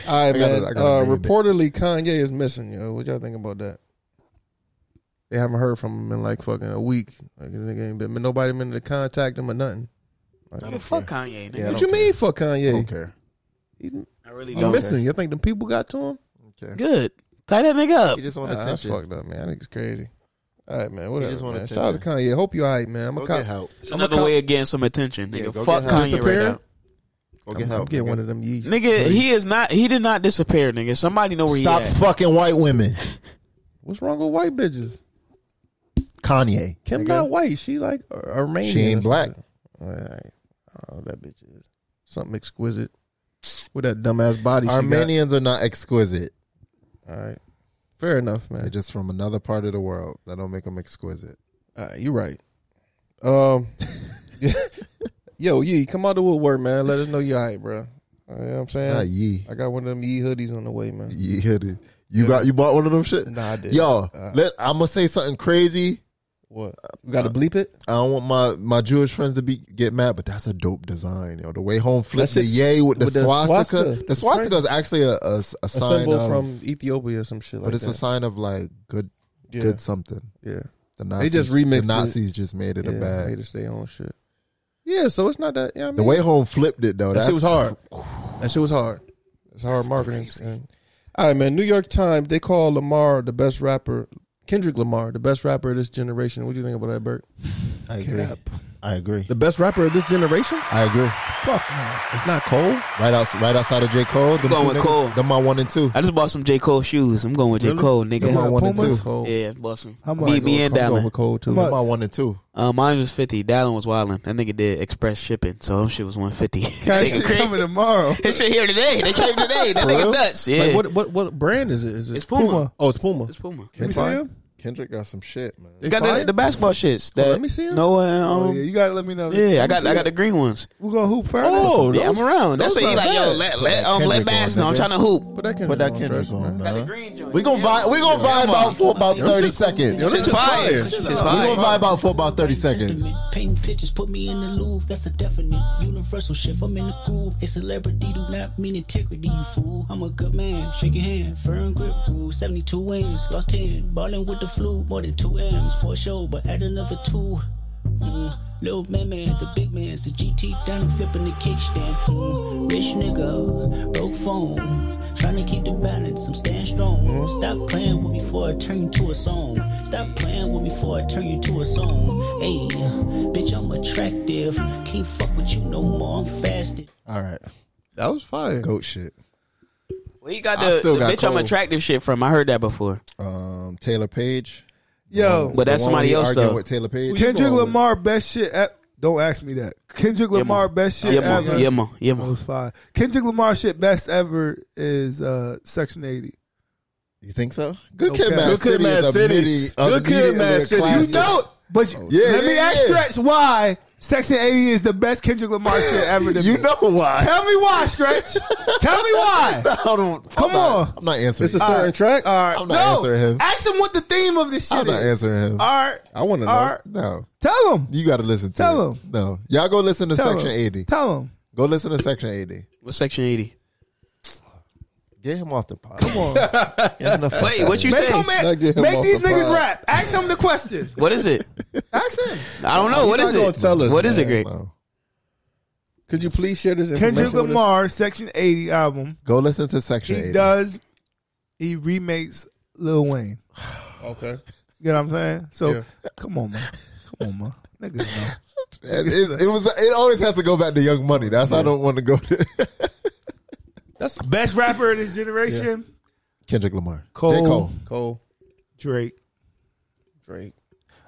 S3: I gotta-
S7: man.
S3: I gotta
S7: uh,
S3: name it.
S7: reportedly, Kanye is missing. Yo, what y'all think about that? They haven't heard from him in like fucking a week. Like this nigga ain't been nobody been to contact him or nothing. Like,
S5: Nigga, fuck Kanye. Nigga.
S3: Yeah, I don't
S7: what you
S3: care.
S7: mean for Kanye?
S3: I don't care.
S7: He,
S5: I really
S7: he
S5: don't.
S7: missing. You think the people got to him?
S3: Okay.
S5: Good. Tie that nigga up.
S3: He just want
S7: Nah, that's
S3: attention.
S7: fucked up, man. That nigga's crazy. All right, man. Whatever,
S3: just want
S7: man. Shout out to
S3: attention.
S7: Kanye. Hope you all right, man. I'm
S3: Go
S7: a
S3: get
S7: cop.
S3: help.
S5: It's
S7: I'm a
S5: another
S7: cop-
S5: way of getting some attention,
S3: Yeah,
S5: nigga.
S3: go
S5: fuck
S3: get help.
S5: Kanye right now.
S3: Go
S7: I'm,
S3: get
S7: I'm
S3: help.
S7: getting
S3: nigga.
S7: one of them yeet.
S5: Nigga, he is not. He did not disappear, nigga. Somebody know where
S3: Stop
S5: he at.
S3: fucking white women,
S7: What's wrong with white bitches?
S3: Kanye.
S7: Kim
S3: nigga.
S7: not white. She like a a Romanian.
S3: She
S7: or
S3: ain't black.
S7: something. All right. Oh, that bitch is something exquisite. With that dumbass body she got.
S3: Armenians are not exquisite.
S7: All right. Fair enough,
S3: They're
S7: man.
S3: just from another part of the world. That don't make them exquisite.
S7: All right, you're Uh, right. Um, yo, Yee, come out the woodwork, man. Let us know you're all right, bro. You know what I'm saying?
S3: Not ye.
S7: I got one of them Yee hoodies on the way, man.
S3: Ah, You hit it. You got you bought one of them shit.
S7: Nah, I did.
S3: Yo,
S7: Uh,
S3: let I'm gonna say something crazy.
S7: What? You got to bleep it?
S3: I don't want my, my Jewish friends to be get mad, but that's a dope design, yo. The way home flip
S7: That
S3: the
S7: shit-
S3: yay with the
S7: with the
S3: swastika.
S7: swastika.
S3: The swastika is actually a, a, a
S7: A
S3: sign
S7: symbol
S3: of,
S7: from Ethiopia or some shit like
S3: but it's
S7: that.
S3: a sign of like good
S7: Yeah.
S3: good something.
S7: yeah.
S3: The Nazis
S7: just remixed
S3: the Nazis just made it
S7: Yeah,
S3: a
S7: They
S3: bad.
S7: just their own shit. Yeah, so it's not that. Yeah, I mean,
S3: The way home flipped it though,
S7: That
S3: that's
S7: shit was hard. That shit was hard. It's hard marketing. And- all right, man. New York Times. They call Lamar the best rapper. Kendrick Lamar, the best rapper of this generation. What do you think about that, Bert?
S3: I agree. I agree.
S7: The best rapper of this generation?
S3: I agree.
S7: Fuck no. It's not Cole.
S3: Right out, right outside of J Cole. Them
S5: Going
S3: two
S5: with
S3: niggas,
S5: Cole.
S3: Them my one and two.
S5: I just bought some J Cole shoes. I'm going with J
S7: Really?
S5: Cole,
S3: Them my
S5: nigga.
S3: one and two.
S4: Pumas?
S7: Cole.
S5: Yeah, bought some.
S4: How
S5: Me,
S4: much?
S5: me and
S7: I'm going with
S5: Dallin.
S7: Cole too.
S3: Them my one and two.
S5: Uh, mine was fifty. Dallin was wildin'. That nigga did express shipping, so him shit was one fifty.
S7: shit coming tomorrow.
S5: This shit here today. They came today. That
S7: For real?
S5: nigga nuts. Yeah,
S7: Like, what what what brand is it? Is it?
S5: it's Puma.
S7: Oh, it's Puma.
S5: It's Puma.
S4: Let me see him.
S3: Kendrick got some shit, man.
S7: They
S5: got the,
S7: fire?
S5: the basketball shits.
S7: on,
S5: That
S7: let me see 'em.
S5: No, uh, um,
S4: Oh, yeah, you gotta let me know.
S5: yeah, I got I got the green ones.
S4: We're gonna hoop first.
S7: Oh,
S5: yeah, I'm
S7: those-
S5: around. That's
S7: those
S5: what he
S7: not
S5: like. Yo,
S7: bad.
S5: let let um, let
S3: Kendrick on,
S5: Bass know. I'm
S3: nigga.
S5: trying to hoop.
S7: Put that Kendrick,
S3: Put that
S7: on,
S3: Kendrick
S7: first,
S3: on,
S5: Got the
S3: man.
S5: green joint.
S3: We gonna vibe. We gonna vibe out for about thirty seconds.
S7: Yo,
S3: We
S7: this shit's
S5: fire.
S7: fire.
S5: This shit's
S3: gonna vibe out for about thirty seconds.
S13: Testament. Painting pictures put me in the Louvre. That's a definite universal shift. I'm in the groove. A celebrity do not mean integrity, you fool. I'm a good man. Shake your hand. Firm grip rule. 72 wins. Lost 10. Balling with the flu. More than 2 M's. For show, but add another 2. Mm. Little man, man, the big man's the GT down flipping the kickstand. Mm. Rich nigga, broke phone. Trying to keep the balance, I'm staying strong. Stop playing with me before I turn you to a song. Stop playing with me before I turn you to a song. Hey, bitch, I'm attractive. Can't fuck with you no more, I'm fasted.
S3: All right,
S7: That was fire.
S3: goat shit.
S5: Well, he got
S3: I
S5: the,
S3: still
S5: the
S3: got
S5: bitch I'm
S3: Cole.
S5: attractive shit from. I heard that before.
S3: Um, Taylor Page.
S4: Yo,
S5: But that's
S3: The one where
S5: somebody
S3: he
S5: else
S3: arguing
S5: though.
S3: With Taylor Page.
S4: Kendrick Lamar best shit. At, don't ask me that. Kendrick Lamar best shit
S5: Yemo,
S4: ever.
S5: Yemo, Yemo.
S4: Most five. Kendrick Lamar shit best ever is uh, Section Eighty.
S3: You think so? Good
S4: Okay.
S3: Kid, Mad
S4: Good
S3: City. is
S4: Kid, Mad
S3: a uh,
S4: City.
S3: midi- a
S7: Good Kid,
S3: midi-
S7: Mad
S3: a
S7: City. You
S4: You
S3: classic.
S4: know, but
S3: Yeah,
S4: Oh, let me
S3: yeah,
S4: ask
S3: yeah.
S4: Stretch why Section Eighty is the best Kendrick Lamar shit ever. To
S3: You
S4: me.
S3: know why?
S4: Tell me why, Stretch. Tell me why.
S3: I don't.
S4: Come
S3: I'm not-
S4: on.
S3: I'm not answering.
S7: It's a
S3: you.
S7: certain track.
S4: All right,
S3: I'm not
S4: no.
S3: answering him.
S4: Ask him what the theme of this shit
S3: I'm
S4: is.
S3: not answering him.
S4: All right,
S7: I want to know.
S4: all right.
S3: No,
S4: Tell him.
S3: you got to listen to.
S4: Tell
S3: it.
S4: him.
S3: No, y'all go listen to
S4: Tell
S3: Section
S4: him.
S3: Eighty.
S4: Tell him.
S3: Go listen to Section Eighty.
S5: What's section eighty?
S3: Get him off the pot.
S14: Come on.
S5: Wait, what you
S3: Make
S5: say?
S3: him at- Nah, get him
S4: Make
S3: off
S4: these
S3: the
S4: niggas
S3: pod.
S4: rap. Ask them the question.
S5: What is it?
S4: Ask him.
S5: I don't know. What is it? What is it, Greg?
S3: Could you please share this information?
S4: Kendrick
S3: with us?
S4: Lamar, Section 80 album.
S3: Go listen to Section
S4: He
S3: 80.
S4: does. He remakes Lil Wayne.
S7: Okay.
S4: You know what I'm saying? So
S3: Yeah.
S4: come on, man. Come on, man. Niggas know.
S3: It, it- it was. It always has to go back to Young Money. That's I don't want to go to
S4: That's best rapper in his generation.
S3: Kendrick Lamar.
S4: Cole.
S3: J. Cole.
S7: Cole.
S4: Drake.
S7: Drake.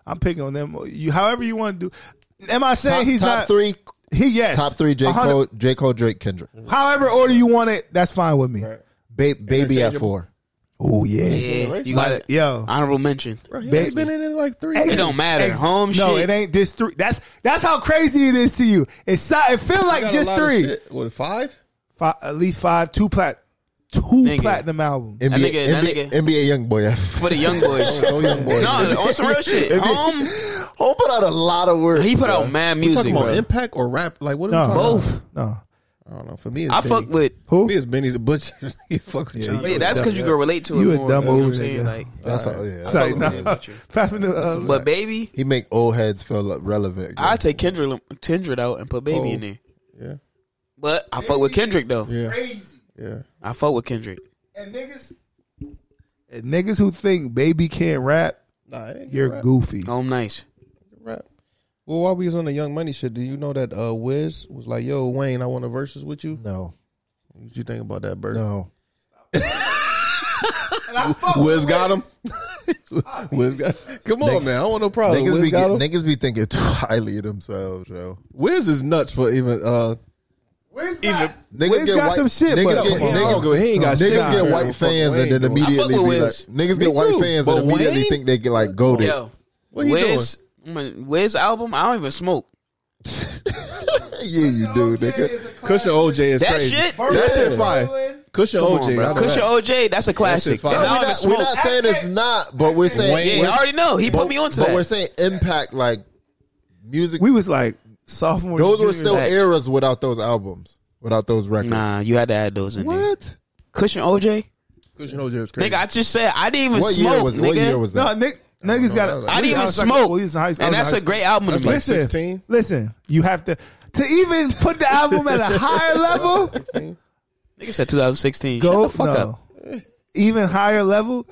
S4: I'm picking on them. You, however you want to do. Am I saying
S3: Top-
S4: he's
S3: top
S4: not
S3: three?
S4: He yes.
S3: Top three: J.
S4: 100
S3: Cole, J. Cole, Drake, Kendrick.
S4: However order you want it, that's fine with me.
S3: Ba- baby at
S4: Interchangeable.
S3: four.
S4: Oh yeah.
S5: Yeah, you got it.
S4: Yo,
S5: honorable mention.
S4: he only been
S7: in it like three.
S5: It don't matter.
S4: Ex-
S5: Home
S4: no,
S5: shit.
S4: it ain't just three. That's that's how crazy it is to you. It's so- it feel like
S7: got a
S4: just
S7: lot of
S4: three.
S7: shit. What five?
S4: Fi at least five, two plat, two platinum album.
S3: NBA, NBA, NBA young boy.
S5: For the young boys.
S3: Go young boy.
S5: No, on some real shit.
S3: If he-
S5: Home,
S3: Home put out a lot of work.
S5: He put
S3: bro.
S5: out mad
S7: We
S5: music.
S7: talking about
S5: bro.
S7: impact or rap? Like what?
S4: No.
S7: Are we talking
S5: Both.
S7: About?
S4: No,
S7: I don't know. For me, it's
S5: I
S7: Benny.
S5: fuck with-
S4: who?
S7: Me, it's Benny the Butcher. you fuck with
S5: Yeah, that's because you can relate to it
S4: You a
S5: more.
S4: dumb
S5: you know what I'm
S4: old
S5: saying?
S4: nigga.
S5: Like,
S3: That's all. Oh, Yeah.
S4: It's like,
S3: That's all
S4: nah.
S3: it is.
S4: Five minute, uh,
S5: but baby,
S3: He make old heads feel like relevant.
S5: I take Kendrick Kendrick out and put baby in there.
S7: Oh. Yeah.
S5: But I fuck with Kendrick though.
S7: Yeah.
S4: Crazy.
S7: Yeah.
S5: I fuck with Kendrick.
S4: And niggas, and niggas who think baby can't rap,
S7: Nah, it ain't
S4: you're
S7: rap.
S4: goofy.
S5: Home nice.
S7: Rap. Well, while we was on the Young Money shit, do you know that uh, Wiz was like, "Yo, Wayne, I want to verses with you."
S3: No.
S7: What you think about that, Bert?
S3: No.
S4: And I fuck with
S3: Wiz got him. Wiz got.
S7: Come on, man. I don't want no problem.
S3: Niggas
S7: Wiz
S3: be,
S7: Oh, got him.
S3: niggas be thinking too highly of themselves, yo.
S7: Wiz is nuts for even. uh
S4: Even
S3: Niggas
S4: Wiz
S3: get
S4: got
S3: white,
S4: some shit,
S3: niggas
S4: but-
S3: get,
S4: Come on.
S3: niggas,
S7: He ain't got
S3: niggas
S7: shit.
S3: get
S7: Nah,
S3: white
S7: fuck
S3: fans
S7: Wayne,
S3: and then
S7: though.
S3: immediately
S5: I fuck
S3: be
S5: with
S3: like,
S5: Wiz.
S3: niggas
S7: Me
S3: get white
S7: too.
S3: fans
S7: But
S3: and immediately
S7: Wayne?
S3: think they get like goaded.
S5: Yo,
S7: What he
S5: Wiz, mm, Wiz album. I don't even smoke.
S3: yeah, you do, nigga.
S7: Cushion OJ is
S5: That
S7: crazy.
S5: shit-
S7: That shit fire. Cushion
S5: Come
S7: OJ.
S5: on, bro.
S7: I know
S5: Cushion
S7: that.
S5: OJ. That's a classic.
S7: shit fire.
S5: And
S3: We're
S5: I don't even
S3: not, we're
S5: smoke.
S3: not saying it's not, but we're saying
S5: Yeah, I already know. He put me onto
S3: but
S5: that.
S3: we're saying impact like music.
S4: We was like sophomore.
S3: those were
S4: junior,
S3: still
S4: like,
S3: eras without those albums, without those records.
S5: Nah, you had to add those in there.
S3: What?
S5: Cushion OJ.
S7: Cushion OJ is crazy.
S5: Nigga, I just said I didn't even
S3: What
S5: smoke.
S3: year was
S5: nigga.
S3: what year was
S4: no
S3: that?
S4: nigg- niggas got.
S5: I didn't even smoke. and that's a great album to
S7: That's
S5: me.
S7: like
S4: Listen,
S7: 16.
S4: listen. You have to to even put the album at a higher level.
S5: Nigga said 2016.
S4: Go
S5: Shut the fuck
S4: no.
S5: up.
S4: Even higher level.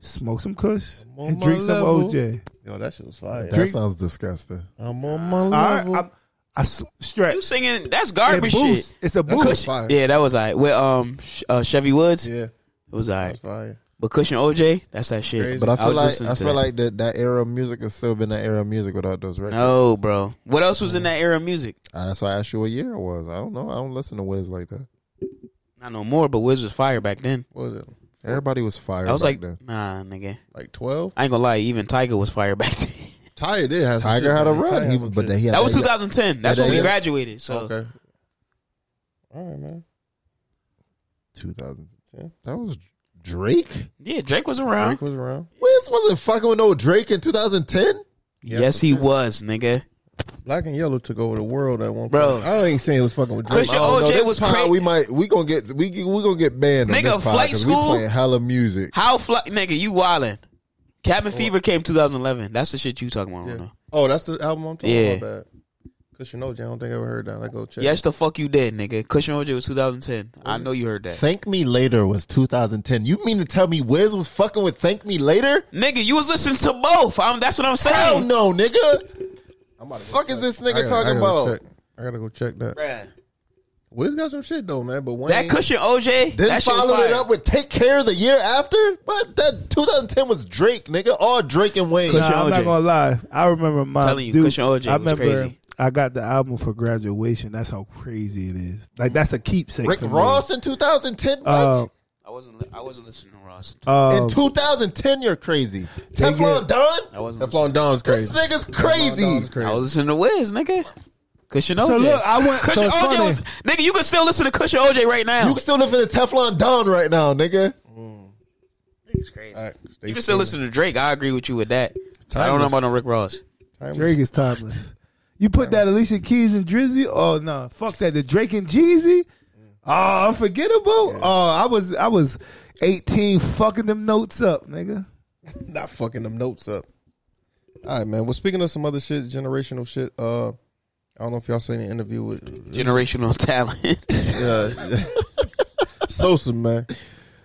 S4: Smoke some Kush
S7: on
S4: and
S7: my
S4: drink some
S7: level.
S4: OJ.
S7: Yo, that shit was fire.
S3: That sounds disgusting.
S7: I'm on my
S4: All right,
S7: level.
S4: I'm, I s- stretch.
S5: You singing? That's
S4: It
S5: garbage
S4: boosts.
S5: shit.
S4: It's a
S7: That's
S4: boost.
S7: fire.
S5: Yeah, that was alright. With um Sh- uh, Chevy Woods,
S7: Yeah,
S5: it was alright.
S7: that's fire.
S5: But Cushion OJ, that's that shit.
S7: Crazy.
S3: But I feel
S5: was
S3: like
S5: listening
S3: I
S5: to
S3: feel
S5: that.
S3: like that that era of music has still been that era of music without those records.
S5: no, bro. What else was in that era of music?
S3: Uh, that's why I asked you what year it was. I don't know. I don't listen to Wiz like that.
S5: Not no more. But Wiz was fire back then.
S7: What was it?
S3: Everybody was fired.
S5: I was
S3: back
S5: like,
S3: then.
S5: nah, nigga.
S7: Like twelve?
S5: I ain't gonna lie. Even Tiger was fire back then.
S7: Tiger did have some
S3: Tiger
S7: shit,
S3: had a
S7: man. Tiger
S3: run,
S7: had
S3: he,
S7: some
S3: but
S7: shit.
S3: he had
S5: that was
S3: he got-
S5: 2010. That's
S3: Yeah,
S5: when we
S3: yeah.
S5: graduated. So
S7: okay. All right, man.
S3: 2010. Mm-hmm. That was Drake.
S5: yeah, Drake was around.
S7: Drake was around.
S3: Wiz wasn't fucking with no Drake in 2010.
S5: yes, he was, nigga.
S7: Black and yellow took over the world at one point.
S5: Bro.
S7: I ain't saying it was fucking with Drake.
S5: Christian
S7: I don't know.
S5: OJ
S3: this
S5: was
S3: pod,
S5: crazy.
S3: We might we gonna get we we gonna get banned. on
S5: Nigga,
S3: this pod
S5: flight
S3: 'cause
S5: school?
S3: We playing hella music.
S5: How fly, nigga? You wildin'. Cabin Fever came 2011. That's the shit you talking about right now.
S7: Oh, that's the album I'm talking
S5: Yeah.
S7: about. Bad. Cushion OJ. I don't think I ever heard that. I go check.
S5: Yes, the fuck you did, nigga. Cushion OJ was 2010. I know you heard that.
S3: Thank Me Later was 2010. You mean to tell me Wiz was fucking with Thank Me Later?
S5: Nigga, you was listening to both. I'm, that's what I'm saying.
S3: Hell no, nigga. Fuck is this
S7: I
S3: nigga
S7: gotta-
S3: talking
S7: I gotta
S3: about?
S7: check. I gotta go check that.
S5: Bruh.
S7: Wiz got some shit though, man. But Wayne,
S5: That Cushion OJ,
S3: Then
S5: that shit was
S3: follow it
S5: fire.
S3: up with Take Care the year after. But that 2010 was Drake, nigga. All Drake and Wayne.
S4: Nah, I'm not
S5: OJ.
S4: gonna lie. I remember my
S5: Telling you,
S4: dude,
S5: Cushion OJ
S4: I
S5: was
S4: remember
S5: crazy.
S4: I got the album for graduation. That's how crazy it is. Like that's a keepsake.
S3: Rick
S4: for me.
S3: Ross in 2010. What?
S4: Uh,
S5: I wasn't. Li- I wasn't listening to Ross.
S4: uh,
S3: in 2010, you're crazy.
S4: Take
S3: Teflon
S4: it.
S3: Don.
S5: I wasn't.
S7: Teflon Don's
S3: This
S7: crazy.
S3: nigga's
S7: Teflon
S3: crazy.
S7: Don's crazy.
S5: I was listening to Wiz, nigga. Cushion OJ.
S4: so look, I went. So
S5: Cushion
S4: it's
S5: OJ
S4: funny.
S5: was nigga. You can still listen to Cushion OJ right now.
S3: You still living in Teflon Don right now, nigga.
S7: All right, stay
S5: You can still
S7: tuned.
S5: listen to Drake. I agree with you with that. I don't know
S7: timeless.
S5: about no Rick Ross.
S4: Drake is timeless. You put that Alicia Keys and Drizzy? Oh no, fuck that. The Drake and Jeezy? Oh, unforgettable. Oh, I was I was eighteen, fucking them notes up, nigga.
S7: Not fucking them notes up. All right, man. Well, speaking of some other shit, generational shit. Uh, I don't know if y'all seen an interview with
S5: Generational talent.
S3: Uh,
S7: yeah. Sosa, man.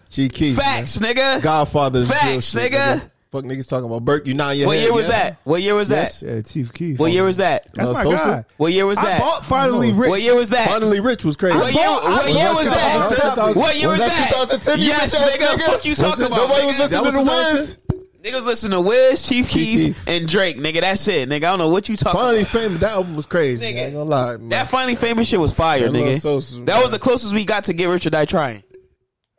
S7: G Keys.
S5: Facts, nigga.
S7: Godfather. of the
S5: Facts,
S7: drill shit,
S5: nigga.
S7: Fuck niggas talking about Burke. You not yet.
S5: What year was that? What year was that?
S4: Yeah, Chief Keith.
S5: What year was that?
S7: That's my guy.
S5: What year was
S7: I
S5: that?
S7: bought Finally Rich.
S5: What year was that?
S7: Finally Rich was crazy.
S5: What year,
S7: I bought-
S5: what
S7: I
S5: year
S7: bought
S5: was that?
S7: 2010?
S5: What year was
S7: Was that
S5: that?
S7: 2010, you
S5: Yes,
S7: bitch-ass
S5: nigga.
S7: nigga?
S5: Fuck you
S7: Was
S5: talking
S7: it-
S5: about?
S7: nobody was
S5: nigga.
S7: listening That to was the Wiz?
S5: Niggas listen to Wiz, Chief Keith, and Drake. Nigga, that's it. Nigga, I don't know what you talking
S7: Finally
S5: about.
S7: famous. That album was crazy. I ain't gonna lie. man.
S5: That finally famous shit was fire,
S7: That little
S5: nigga.
S7: Sosa,
S5: that was the closest we got to get rich or die trying.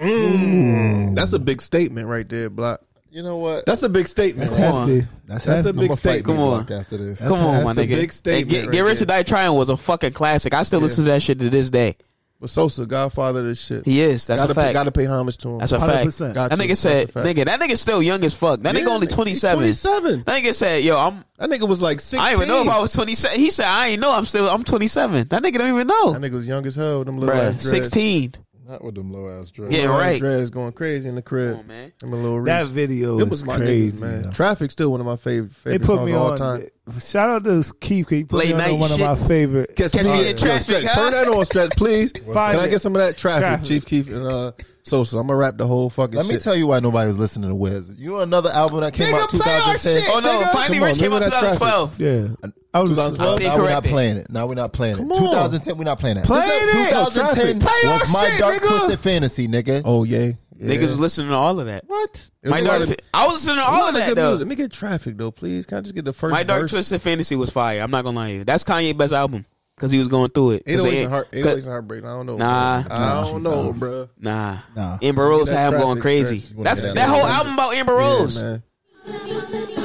S7: Mm. That's a big statement right there, Block.
S3: You know what?
S7: That's a big statement.
S3: That's
S7: Come on.
S3: hefty. That's
S7: a
S3: hefty.
S7: big
S3: I'ma fight
S5: Come
S7: statement.
S5: on,
S3: after this.
S5: Come on, my
S7: That's a
S5: nigga.
S7: big statement
S5: And get,
S7: right
S5: get rich or
S7: there.
S5: die trying was a fucking classic. I still listen to that shit to this day.
S7: But Sosa, Godfather of this shit.
S5: He is. That's
S7: gotta
S5: a fact.
S7: Pay, gotta pay homage to him.
S5: That's a fact.
S7: Got
S5: That
S7: to.
S5: nigga
S7: That's
S5: said,
S7: a fact.
S5: nigga, that nigga still young as fuck. That
S7: Yeah,
S5: nigga only
S7: nigga, he
S5: 27.
S7: 27.
S5: That nigga said, yo, I'm.
S7: That nigga was like 16.
S5: I didn't even know if I was 27. He said, I ain't know. I'm still, I'm 27. That nigga don't even know.
S7: That nigga was young as hell. Them little ass
S5: Bruh,
S7: dreads.
S5: 16.
S3: Not with them low ass dreads.
S5: Yeah,
S7: Little ass
S5: right.
S7: Dreads going crazy in the crib. man. I'm a little
S4: That
S7: rich.
S4: video
S7: Them
S4: is
S7: my
S4: crazy, yo.
S7: Traffic's still one of my favorite
S4: They
S7: favorite
S4: put
S7: songs
S4: me
S7: of all
S4: on.
S7: time.
S4: Shout out to Keith. 'cause He put
S7: Late
S4: me on to
S7: night
S4: one
S7: shit.
S4: of my favorite.
S7: Catch me in traffic. Turn that on, Stretch, please. Can I
S4: it.
S7: get some of that traffic,
S4: Traffic.
S7: Chief Keef and uh, Sosa? I'm gonna wrap the whole fucking.
S3: Let me
S7: shit.
S3: tell you why nobody was listening to Wiz. You know another album that came
S7: Nigga,
S3: out
S7: play our
S3: 2010.
S7: shit, Oh, no, nigga. Finally
S3: Come on,
S7: Rich came
S3: remember
S7: out
S3: that traffic?
S5: 2012.
S4: Yeah, I was
S3: 2012. Now we're not playing it. Now we're not playing it.
S4: on.
S3: 2010. We're not playing it.
S4: Play it.
S3: 2010
S4: Play our
S3: was my
S4: shit,
S3: dark
S4: nigga.
S3: twisted fantasy, nigga.
S7: Oh yeah.
S5: Niggas was listening to all of that.
S7: What?
S5: My Dark Fi- I was listening to all of that, though.
S7: Let me get traffic though, please. Can I just get the first?
S5: My Dark
S7: verse?
S5: Twisted Fantasy was fire. I'm not gonna lie to you. That's Kanye's best album because he was going through it. 'Cause
S7: It always
S5: they-
S7: and heart. It always and heartbreak. I don't know.
S5: Nah.
S7: bro. I don't know, bro.
S5: Nah,
S7: Nah.
S5: Amber Rose
S7: Get that
S5: had him going
S7: traffic,
S5: crazy.
S7: Chris. You wanna
S5: That's
S7: get
S5: that,
S7: that
S5: whole
S7: traffic.
S5: album about Amber
S7: Yeah,
S5: Rose.
S7: man.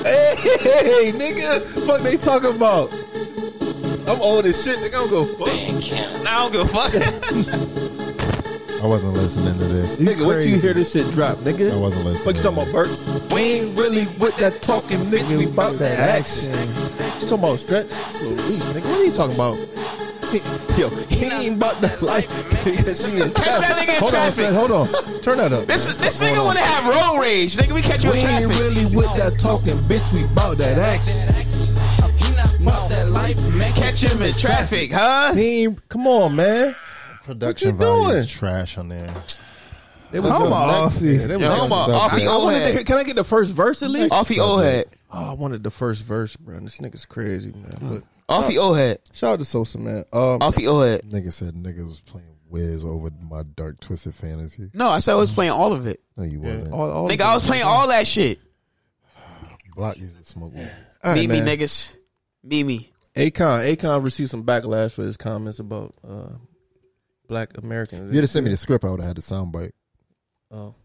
S7: Hey, hey, hey, nigga, fuck they talking about? I'm old as shit. Nigga, I don't go fuck.
S5: I don't give a fuck.
S3: I wasn't listening to this.
S7: nigga, what you hear this shit drop, nigga? I
S3: wasn't listening.
S7: Fuck you talking about, Bert? We ain't really with that talking, nigga. We about that action. You talking about stretch? Louise, nigga, what are you talking about? He- Yo, he ain't about that life.
S5: Catch that nigga in
S7: hold on,
S5: traffic.
S7: Fred, hold on. Turn that up.
S5: This this nigga wanna have road rage. Nigga, we catch you in traffic.
S7: really with that talking, bitch. We bout that action.
S5: Catch him in traffic, huh?
S7: He ain't, come on, man.
S3: Production
S7: What you
S3: value
S7: doing?
S3: is trash on there.
S7: They was
S3: Home
S7: just
S3: off.
S7: next- yeah, they was
S3: Yo,
S7: next
S3: home off.
S7: to
S3: Off
S7: something.
S3: he
S7: I
S3: old
S7: wanted to
S3: head.
S7: hear- Can I get the first verse at least?
S5: Off he old head.
S7: Oh, I wanted the first verse, bro. This nigga's crazy, man. But
S5: Off he old head.
S7: Shout out to Sosa, man. Um,
S5: Off he old head.
S3: Nigga said niggas was playing Wiz over my dark twisted fantasy.
S5: No, I said I was playing all of it.
S3: No, you wasn't.
S7: Mm. all- all
S5: Nigga, I was playing all that shit.
S3: Block used to smoke weed.
S7: All right,
S5: Meet me,
S7: man.
S5: niggas. Meet me.
S7: Akon, Akon received some backlash for his comments about uh, black Americans.
S3: You'd have sent me the script. I would have had the soundbite.
S7: Oh,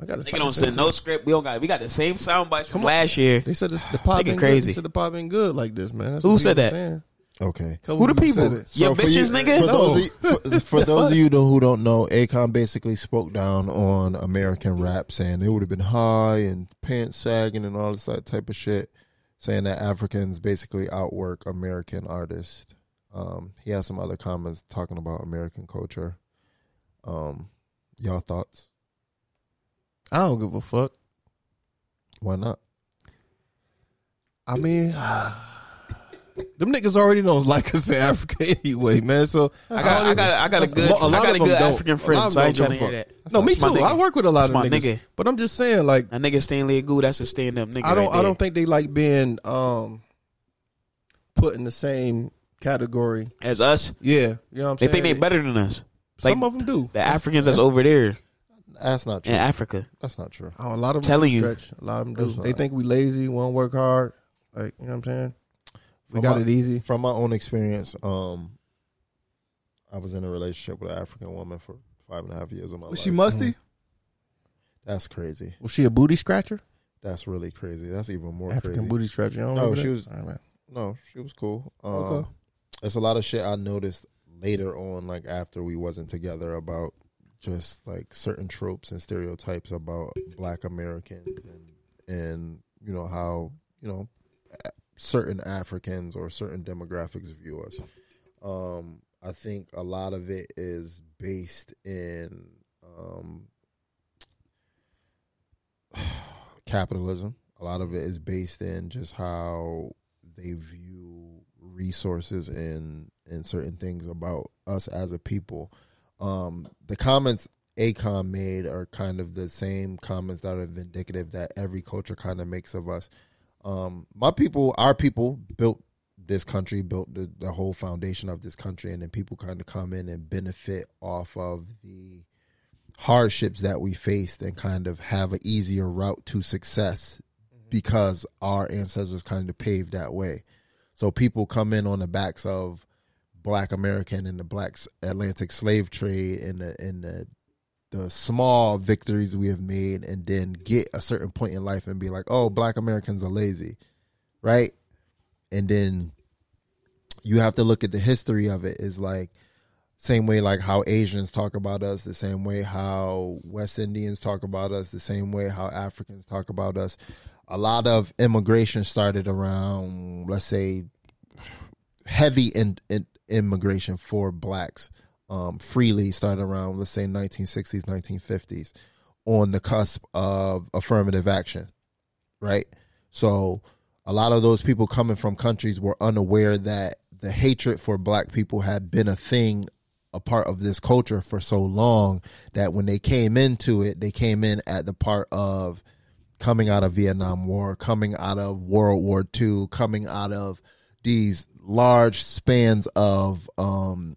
S7: I got.
S5: Nigga don't send no script. We don't got. We got the same sound bites from last year.
S7: They said this, the pop
S5: Nigga
S7: been
S5: crazy.
S7: Good. They said the pop been good like this, man. That's
S5: Who
S7: what
S5: said
S7: people
S5: that?
S7: saying.
S3: Okay.
S7: Couple
S5: Who the people?
S7: said it.
S5: Your
S3: for
S5: bitches, nigga?
S3: For,
S5: No.
S3: those, of you, for, for those of you know- who don't know, Akon basically spoke down on American rap, saying it would have been high and pants sagging and all this that type of shit, saying that Africans basically outwork American artists. Um, he has some other comments talking about American culture. Um, y'all thoughts?
S7: I don't give a fuck.
S3: Why not?
S7: I mean, them niggas already don't like us in Africa anyway, man. So
S5: I got- I got- I got a good-
S7: lot
S5: I got a
S7: of them
S5: good
S7: don't.
S5: African
S7: A lot
S5: friend,
S7: of
S5: so I ain't
S7: them
S5: tryna
S7: don't
S5: hear
S7: fuck.
S5: that.
S7: No, me
S5: That's my
S7: too. I
S5: nigga.
S7: work with a lot
S5: That's
S7: of
S5: my
S7: them niggas,
S5: nigga.
S7: but I'm just saying, like,
S5: That nigga Stanley Agoo, that's a stand up nigga.
S7: I don't.
S5: right
S7: I
S5: there.
S7: don't think they like being um, put in the same category.
S5: as us.
S7: Yeah, you know what I'm
S5: They
S7: saying?
S5: think they better than us.
S7: Some of 'em do.
S5: The
S7: That's-
S5: Africans that's,
S7: that's-
S5: over there
S3: That's not true.
S5: in Africa.
S3: That's not true.
S7: Oh, a lot of them
S5: Telling
S7: do
S5: you.
S7: stretch. A lot of them
S3: That's
S7: do. They
S3: not-
S7: think we lazy, won't work hard. Like you know what I'm saying? We
S3: From
S7: got
S3: my-
S7: it easy.
S3: From my own experience, um, I was in a relationship with an African woman for five and a half years of my life.
S4: Was she musty?
S3: That's crazy.
S7: Was she a booty scratcher?
S3: That's really crazy. That's even more
S7: African
S3: crazy.
S7: booty stretch. You don't
S3: no,
S7: remember
S3: she
S7: that?
S3: was.
S7: All right, man.
S3: No, she was cool. Um,
S7: Okay.
S3: There's a lot of shit I noticed later on, like after we wasn't together, about just like certain tropes and stereotypes about Black Americans and and you know how you know a- certain Africans or certain demographics view us. Um,
S4: I think a lot of it is based in um, capitalism. A lot of it is based in just how they view resources and and certain things about us as a people. Um, the comments Acon made are kind of the same comments that are vindicative that every culture kind of makes of us. Um, my people, our people, built this country, built the, the whole foundation of this country, and then people kind of come in and benefit off of the hardships that we faced and kind of have an easier route to success because our ancestors kind of paved that way. So people come in on the backs of black American and the black s- Atlantic slave trade and the and the the small victories we have made and then get a certain point in life and be like, oh, black Americans are lazy. Right? And then you have to look at the history of it is like same way like how Asians talk about us, the same way how West Indians talk about us, the same way how Africans talk about us. A lot of immigration started around, um, let's say, heavy in, in immigration for blacks um, freely started around, let's say, 1960s, 1950s, on the cusp of affirmative action, right? So a lot of those people coming from countries were unaware that the hatred for black people had been a thing a part of this culture for so long that when they came into it they came in at the part of coming out of Vietnam War, coming out of World War II, coming out of these large spans of um,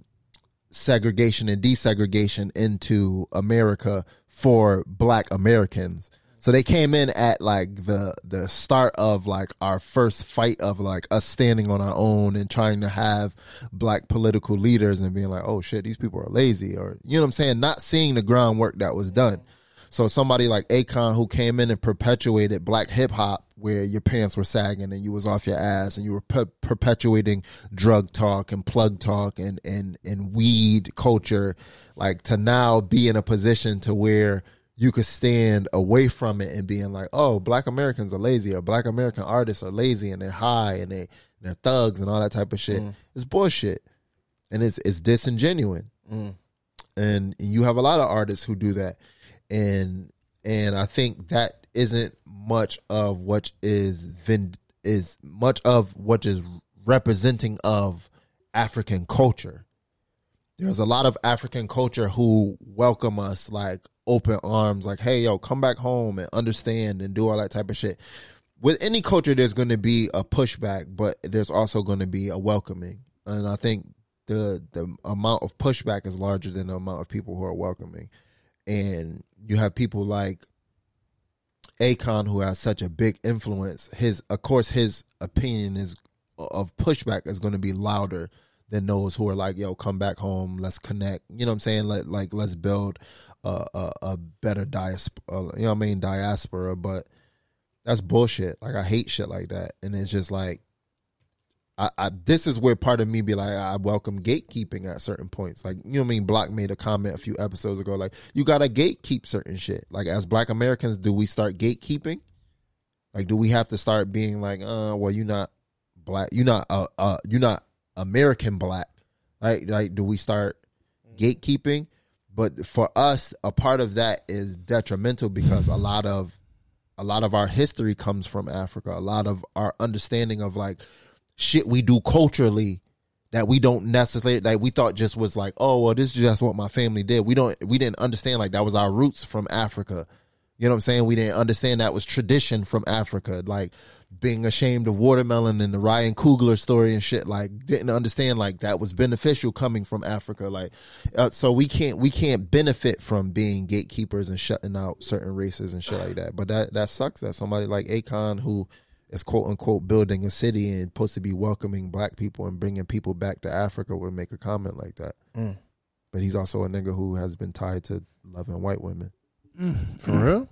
S4: segregation and desegregation into America for black Americans. So they came in at like the the start of like our first fight of like us standing on our own and trying to have black political leaders and being like, oh shit, these people are lazy or you know what I'm saying, not seeing the groundwork that was done. So somebody like Akon who came in and perpetuated black hip hop where your pants were sagging and you was off your ass and you were per- perpetuating drug talk and plug talk and, and, and weed culture, like to now be in a position to where you could stand away from it and being like, oh, black Americans are lazy or black American artists are lazy and they're high and they, they're thugs and all that type of shit.
S15: Mm.
S4: It's bullshit. And it's, it's disingenuous
S15: Mm.
S4: and you have a lot of artists who do that and and i think that isn't much of what is vin- is much of what is representing of african culture there's a lot of african culture who welcome us like open arms like hey yo come back home and understand and do all that type of shit with any culture there's going to be a pushback but there's also going to be a welcoming and i think the the amount of pushback is larger than the amount of people who are welcoming. And you have people like Akon who has such a big influence. His of course his opinion is of pushback is going to be louder than those who are like, yo, come back home, let's connect. You know what I'm saying? Let like let's build a a, a better diaspora, you know what I mean, diaspora, but that's bullshit. Like I hate shit like that. And it's just like I, I this is where part of me be like I welcome gatekeeping at certain points. Like you know what I mean? Block made a comment a few episodes ago, like you gotta gatekeep certain shit. Like as black Americans, do we start gatekeeping? Like do we have to start being like, uh, well you're not black you're not uh, uh you're not American black. Right? Like do we start gatekeeping? But for us, a part of that is detrimental because a lot of a lot of our history comes from Africa. A lot of our understanding of like shit we do culturally that we don't necessarily like we thought just was like oh well this is just what my family did we don't we didn't understand like that was our roots from africa you know what i'm saying we didn't understand that was tradition from africa like being ashamed of watermelon and the ryan kugler story and shit like didn't understand like that was beneficial coming from africa like uh, so we can't we can't benefit from being gatekeepers and shutting out certain races and shit like that but that that sucks that somebody like akon who is quote unquote building a city and supposed to be welcoming black people and bringing people back to Africa would make a comment like that.
S15: Mm.
S4: But he's also a nigga who has been tied to loving white women.
S3: For real?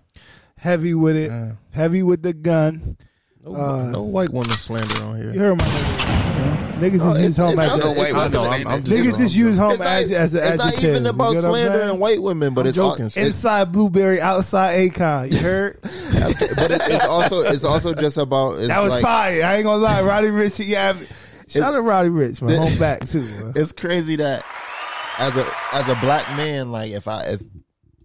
S3: Heavy with it. Heavy with the gun.
S7: No, no white woman slander on here.
S3: You heard my nigga. you know? Niggas
S7: No,
S3: just use
S7: it's-
S3: home
S7: it's
S3: as a-
S7: not no white woman. I'm- I'm just-
S3: Niggas just use home
S4: It's not-
S3: as, as an
S4: it's
S3: adjective.
S4: not even
S3: You
S4: about
S3: get what I'm
S4: slander
S3: saying?
S4: and white women, but I'm it's all- joking.
S3: inside blueberry, outside Akon. You heard?
S4: But it, it's also it's also just about it's
S3: that was
S4: like,
S3: fire. I ain't gonna lie, Roddy Rich. Yeah,
S4: Shout out Roddy Rich, my home back too. man.
S3: It's crazy that as a as a black man, like if I if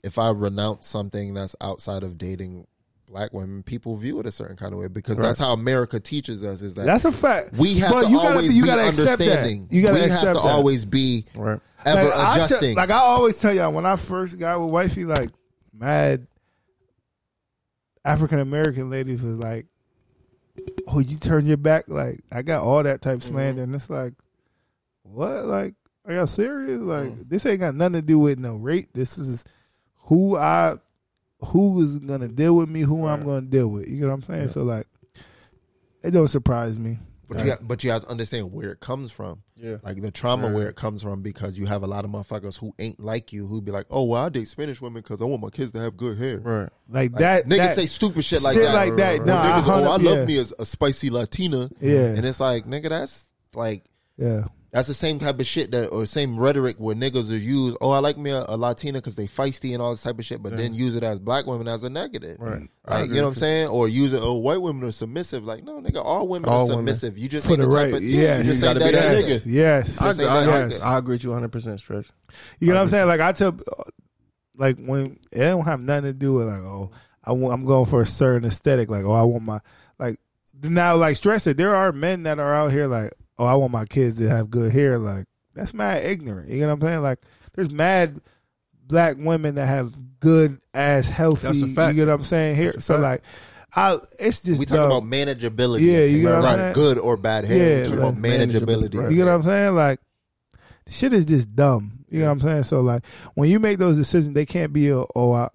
S3: if I renounce something that's outside of dating black women, people view it a certain kind of way because that's
S4: Right.
S3: how America teaches us. Is that
S4: That's a fact.
S3: We have
S4: But
S3: to
S4: you gotta-
S3: always
S4: you
S3: be
S4: gotta accept that.
S3: understanding.
S4: You gotta
S3: we have
S4: accept
S3: to
S4: that.
S3: always be ever
S4: Like, I tell-
S3: adjusting.
S4: like I always tell y'all, when I first got with wifey, like mad African American ladies was like, "Oh, you turn your back." Like I got all that type
S3: Mm-hmm.
S4: slander, and it's like, what? Like are y'all serious? Like
S3: Mm.
S4: this ain't got nothing to do with no rate. This is who I, who is gonna deal with me, who I'm gonna deal with. You know what I'm saying?
S3: Yeah.
S4: So like, it don't surprise me.
S3: But
S4: Like,
S3: you got, but you have to understand where it comes from.
S4: Yeah.
S3: Like the trauma
S4: Right.
S3: where it comes from because you have a lot of motherfuckers who ain't like you who be like, oh well, I date Spanish women because I want my kids to have good hair. Right.
S4: Like that-
S3: Niggas
S4: that-
S3: say stupid shit like
S4: shit
S3: that.
S4: like that.
S3: Or
S4: Nah, I
S3: niggas, oh,
S4: hundred-
S3: I love
S4: yeah.
S3: me as a spicy Latina.
S4: Yeah.
S3: And it's like, nigga, that's like
S4: Yeah.
S3: That's the same type of shit that, or same rhetoric where niggas are used. Oh, I like me a, a Latina because they feisty and all this type of shit, but
S7: Yeah.
S3: then use it as black women as a negative.
S7: Right. I
S3: Like,
S7: agree
S3: you know what
S7: with
S3: I'm
S7: you.
S3: saying? Or use it. Oh, white women are submissive. Like, no, nigga, all women are
S7: All women.
S3: submissive. You just
S7: For
S3: ain't
S7: the
S3: type
S7: right-
S3: of-
S7: yeah,
S3: you just
S7: you
S3: ain't
S7: gotta
S3: that
S7: be that.
S3: nigga.
S4: Yes.
S3: Just ain't
S7: I, I,
S3: that
S7: I,
S3: nigga.
S7: I agree with you 100%, Stretch.
S4: You know what I'm saying? Like I tell, like when it don't have nothing to do with like oh I want, I'm going for a certain aesthetic like oh I want my like now like stress it. There are men that are out here like oh I want my kids to have good hair like that's mad ignorant. You know what I'm saying? Like there's mad black women that have good ass healthy.
S3: That's a fact.
S4: You know what I'm saying? Here
S3: That's a
S4: so
S3: fact.
S4: like I it's just
S3: We talking
S4: dumb.
S3: about manageability.
S4: Yeah, you know what I'm
S3: Not
S4: saying?
S3: good or bad hair. we
S4: Yeah,
S3: talking
S4: like-
S3: about manageability.
S4: You know what I'm saying? Like, shit is just dumb. You know what I'm saying? So like, when you make those decisions, they can't be a, oh I,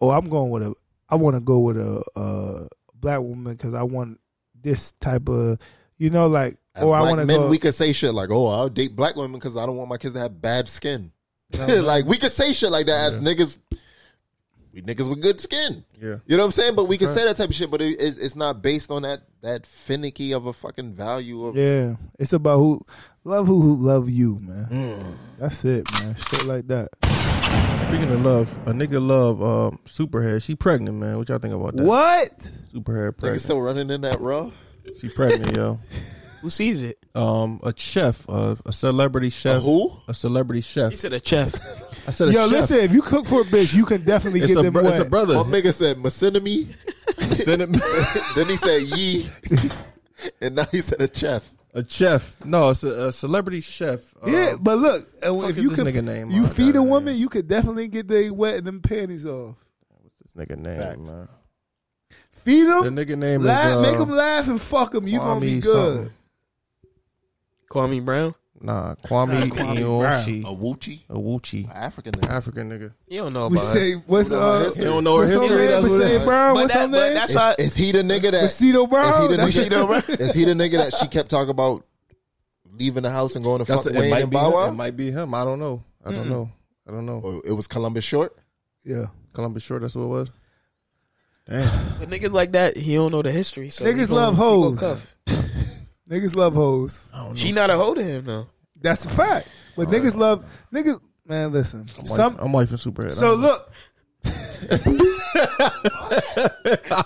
S4: oh I'm going with a I want to go with a, uh black woman because I want this type of you know like
S3: As
S4: or Oh, I
S3: black
S4: want to
S3: men,
S4: go.
S3: we could say shit like, "Oh, I'll date black women because I don't want my kids to have bad skin." like we could say shit like that as niggas. We niggas with good skin.
S7: Yeah.
S3: you know what I'm saying. But we can
S7: Right.
S3: say that type of shit, but it, it's, it's not based on that that finicky of a fucking value of
S4: yeah, it's about who love who, who love you, man.
S7: Mm.
S4: That's it, man. Shit like that.
S7: Speaking of love, a nigga love uh, Superhead. She pregnant, man. What y'all think about that?
S4: What?
S7: Superhead
S3: niggas
S7: pregnant.
S3: still running in that row.
S7: She pregnant, yo.
S5: Who seeded it?
S7: Um, a chef, uh, a celebrity chef.
S3: who?
S7: A celebrity chef. He
S5: said a chef.
S7: I said a
S4: Yo,
S7: chef.
S4: listen, if you cook for a bitch, you can definitely
S7: It's
S4: get
S7: a
S4: them
S7: bro- it's
S4: wet.
S7: a brother.
S3: My nigga said Masinami. then he said ye, and now he said a chef.
S7: A chef. No, it's a, a celebrity chef.
S4: Yeah,
S7: Um,
S4: but look, uh,
S7: fuck
S4: if
S7: is
S4: you
S7: this
S4: could,
S7: nigga name?
S4: you
S7: Oh, I
S4: feed
S7: got
S4: a
S7: it.
S4: woman, you could definitely get they wet and them panties off.
S7: This nigga name, man.
S4: Feed them.
S7: The nigga name
S4: laugh,
S7: is. Uh,
S4: make them laugh and fuck them. You gonna be
S7: Kwame
S4: good.
S7: something.
S5: Kwame Brown.
S7: Nah, Kwame
S4: Not Kwame
S7: Inyonshi.
S3: Brown. Awuchi?
S7: Awuchi.
S3: African nigga.
S7: African nigga.
S5: You don't know
S4: We
S5: about
S4: say
S5: it.
S4: what's
S5: You don't know
S4: uh?
S5: his
S7: history. Don't know her
S4: what's her
S7: history,
S4: name?
S7: that's what it
S4: Bashay
S7: is.
S4: Brown.
S5: But
S4: What's
S5: that-
S4: her
S5: but
S4: name?
S5: that's
S3: Is,
S5: why-
S3: is he the nigga that
S4: Lucido Brown?
S3: Is
S4: That's
S3: he, the
S4: Lucido
S3: nigga,
S4: Brown.
S3: is he the nigga that she kept talking about leaving the house and going to
S7: That's
S3: fuck
S7: it.
S3: Wayne
S7: Might
S3: and
S7: be
S3: Bow
S7: him.
S3: Wow?
S7: It might be him. I don't know. I don't know. I don't know.
S3: Or it was Columbus Short.
S4: Yeah,
S7: Columbus Short. That's what it was.
S5: But niggas like that, he don't know the history. So he
S4: niggas love
S5: gonna- he gonna
S4: hoes.
S5: cuff.
S4: Niggas love hoes.
S5: She not a hoe to him though.
S4: That's a fact. But niggas love niggas. Man, listen. Some
S7: I'm wiping Superhead.
S4: so look.
S7: I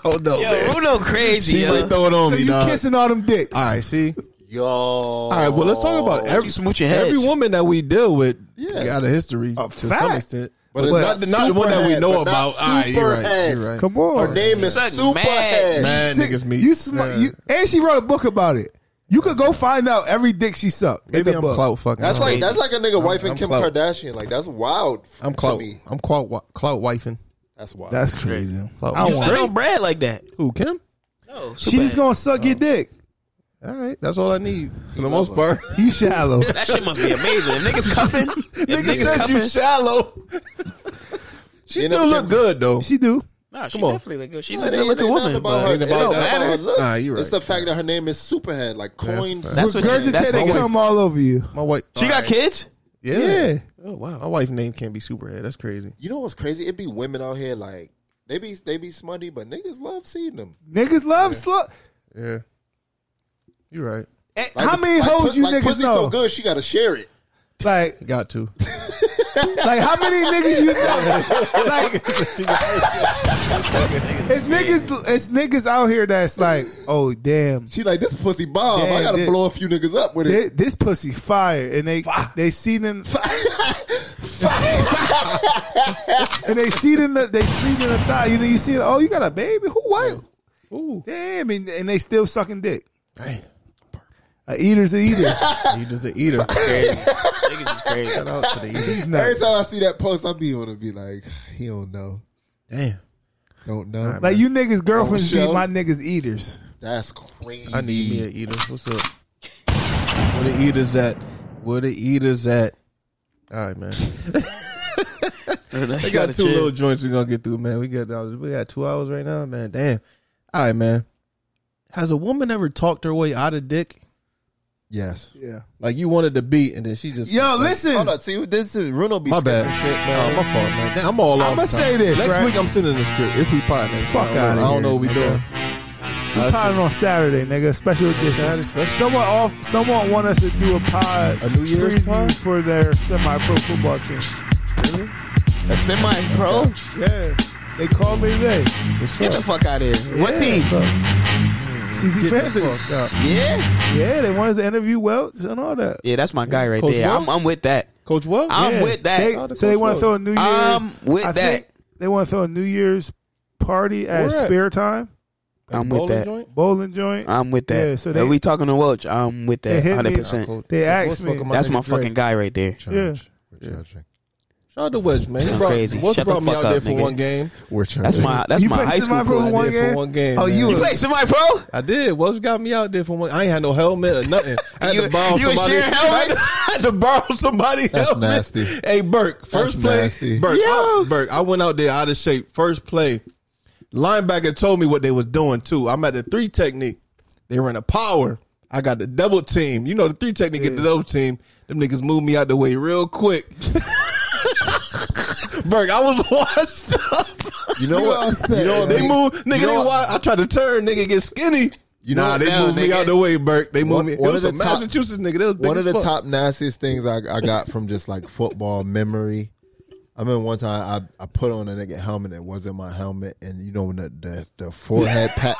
S7: don't know.
S5: Yo, Runo crazy.
S7: Oh, She
S5: yo.
S7: might throw it on
S4: So
S7: me.
S4: you
S7: dog.
S4: kissing all them dicks?
S7: All right, see.
S3: Yo.
S7: All right, well, let's talk about every
S5: You smooch your head.
S7: every woman that we deal with
S3: Yeah.
S7: got a history
S4: A
S7: to
S4: fact.
S7: some extent,
S3: But
S7: but,
S3: it's
S7: not,
S3: not
S7: not the one that we
S3: Superhead,
S7: know
S3: but not
S7: about. All right, you're right. You're right.
S4: Come on.
S3: Her name is
S5: Suck
S3: Superhead.
S5: mad.
S7: Man,
S4: Sick.
S7: niggas meet.
S4: You, sm- you and she wrote a book about it. You could go find out every dick she sucked. in
S7: Maybe
S4: the
S7: I'm
S4: book.
S7: clout fucking.
S3: That's
S7: I don't
S3: like
S7: know.
S3: that's like a nigga wife and
S7: I'm
S3: Kim
S7: clout.
S3: Kardashian. Like that's wild.
S7: I'm
S3: to
S7: clout.
S3: me.
S7: I'm clout. wi- Clout wifing.
S3: That's wild.
S4: That's crazy.
S7: Clout.
S4: I
S7: wifing.
S5: You
S4: want.
S5: don't bread like that.
S7: Who Kim?
S5: No,
S4: She's gonna suck your dick.
S7: All right, that's all I need for the most part.
S4: You shallow.
S5: That shit must be amazing. If niggas cuffing. If niggas, cuffing.
S7: shallow. she
S3: You know,
S7: still look
S3: Kim-
S7: good though.
S4: she do.
S5: Nah, she
S7: Come on.
S5: definitely look good. She's
S3: It
S5: a good
S3: ain't- it
S5: looking
S3: ain't nothing
S5: woman.
S3: about
S5: But
S3: her-
S5: it
S3: it ain't
S5: don't
S3: about her
S5: matter.
S3: looks.
S7: Nah, you're
S3: It's the
S7: right.
S3: fact that her name is Superhead, like coins.
S5: That's what she, that's
S4: Regurgitated
S5: what
S7: always-
S4: come all over you.
S7: My wife.
S5: She got
S7: alright.
S5: kids?
S7: Yeah.
S4: Yeah.
S5: Oh
S7: My
S5: wow.
S7: wife's name can't be Superhead. That's crazy.
S3: You know what's crazy? It be women out here like they be they be smutty, but niggas love seeing them.
S4: Niggas love slut.
S7: Yeah. You're right.
S4: And
S3: Like
S4: eh, how
S3: the-
S4: many
S3: like
S4: hoes
S3: pussy-
S4: you
S3: like
S4: niggas
S3: pussy
S4: know?
S3: So good, she got to share it.
S4: like
S7: Got to.
S4: Like how many niggas you know? Like it's niggas, it's niggas out here that's like, oh damn.
S3: She like this pussy bomb. I gotta blow a few niggas up with
S4: it. This pussy fire, and they they see them. and they see it in the they see it in the thigh. You know, you see it. Oh, you got a baby? Who what? Ooh. Damn, and, and they still sucking dick. Damn. A eater's an eater.
S7: eater's an eater.
S5: Niggas is crazy.
S3: Shout
S7: out to the eaters.
S3: Every time I see that post, I be want to be like, he don't know.
S7: Damn.
S3: Don't know.
S4: Like you
S5: Oh,
S4: niggas' girlfriends
S3: Don't
S4: be
S3: show.
S4: my niggas eaters.
S3: That's crazy.
S7: I need me an eater. What's up? Where the eaters at? Where the eaters at? All right, man.
S5: they
S7: we
S5: gotta
S7: got two
S5: chill.
S7: little joints we're gonna get through, man. We got we got two hours right now, man. Damn. All right, man. Has a woman ever talked her way out of dick?
S3: Yes.
S4: Yeah.
S7: Like you wanted to beat, and then she just
S4: Yo,
S7: like,
S4: listen.
S3: Hold on, see, this is Bruno be
S7: My bad.
S3: skipping shit, man.
S7: Oh, my fault, man. Damn, I'm all off.
S4: I'ma
S7: the
S4: say
S7: time.
S4: this,
S7: Next
S4: right?
S7: week, I'm sending the script if we pot. next
S4: Fuck
S7: week. I don't
S4: outta
S7: know- I don't know what we
S4: here,
S7: doing.
S4: We potting on Saturday, nigga. Special edition. Someone off. Someone want us to do a pod. A New Year's pod for their semi-pro football team.
S5: A semi pro?
S4: Yeah. They called me today.
S5: Get the fuck out of here. What team?
S4: CC Panthers.
S5: Yeah.
S4: Yeah, they wanted to interview Welch and all that.
S5: Yeah, that's my guy right
S4: Coach
S5: there. I'm,
S4: Welch?
S5: I'm with that.
S7: Coach Welch?
S5: I'm
S4: Yeah.
S5: with that.
S4: They- so they want to throw a New Year's.
S5: I'm with
S4: I
S5: that.
S4: think They want to throw a New Year's party at
S5: Where at?
S4: spare time.
S5: I'm with that.
S4: Bowling joint.
S5: I'm with that.
S4: Yeah, so
S5: Are
S4: they-
S5: we talking to Welch? I'm with
S4: They
S5: that.
S4: hit me.
S5: Hundred
S4: Uncle-
S5: percent.
S4: they asked me.
S5: That's my fucking guy right there.
S4: Yeah.
S7: Shout out to Wedge, man. He
S5: I'm
S7: brought,
S5: crazy.
S7: Welch
S5: Shut the
S7: brought me
S5: fuck
S7: out there
S5: up,
S7: for
S5: nigga.
S7: one game.
S3: We're
S5: That's my that's
S7: You
S5: my
S7: played
S5: high school
S7: semi-pro for
S5: coach.
S7: one game? Oh, you a-
S5: you play semi pro?
S7: I did. Welch got me out there for one. I ain't had no helmet or nothing. I had
S5: You-
S7: to borrow
S5: you was
S7: somebody.
S5: sharing helmets?
S7: I had to borrow somebody.
S3: That's
S7: helmet.
S3: nasty.
S7: Hey Burke, first
S3: That's
S7: play.
S3: nasty.
S7: Burke, I, Burke, I went out there out of shape. First play, linebacker told me what they was doing too. I'm at the three technique. They were in a power. I got the double team. You know the three technique get the double team. Them niggas moved me out the way real quick. Burke, I was washed up.
S3: You know what? I'm saying? You know what
S7: they
S3: makes-
S7: move, nigga.
S3: you know
S7: they
S3: what-
S7: wide. I tried to turn, nigga, get skinny.
S3: You know
S7: nah,
S3: what
S7: they
S3: now,
S7: moved me
S3: nigga?
S7: out the way, Burke. They moved
S3: One-
S7: me. It
S3: one
S7: was
S3: of
S7: a
S3: the top-
S7: Massachusetts nigga. They was big
S3: one of
S7: as
S3: the
S7: fuck.
S3: top nastiest things I, I got from just like football memory. I remember one time I, I put on a nigga helmet that wasn't my helmet, and you know when the the, the forehead pat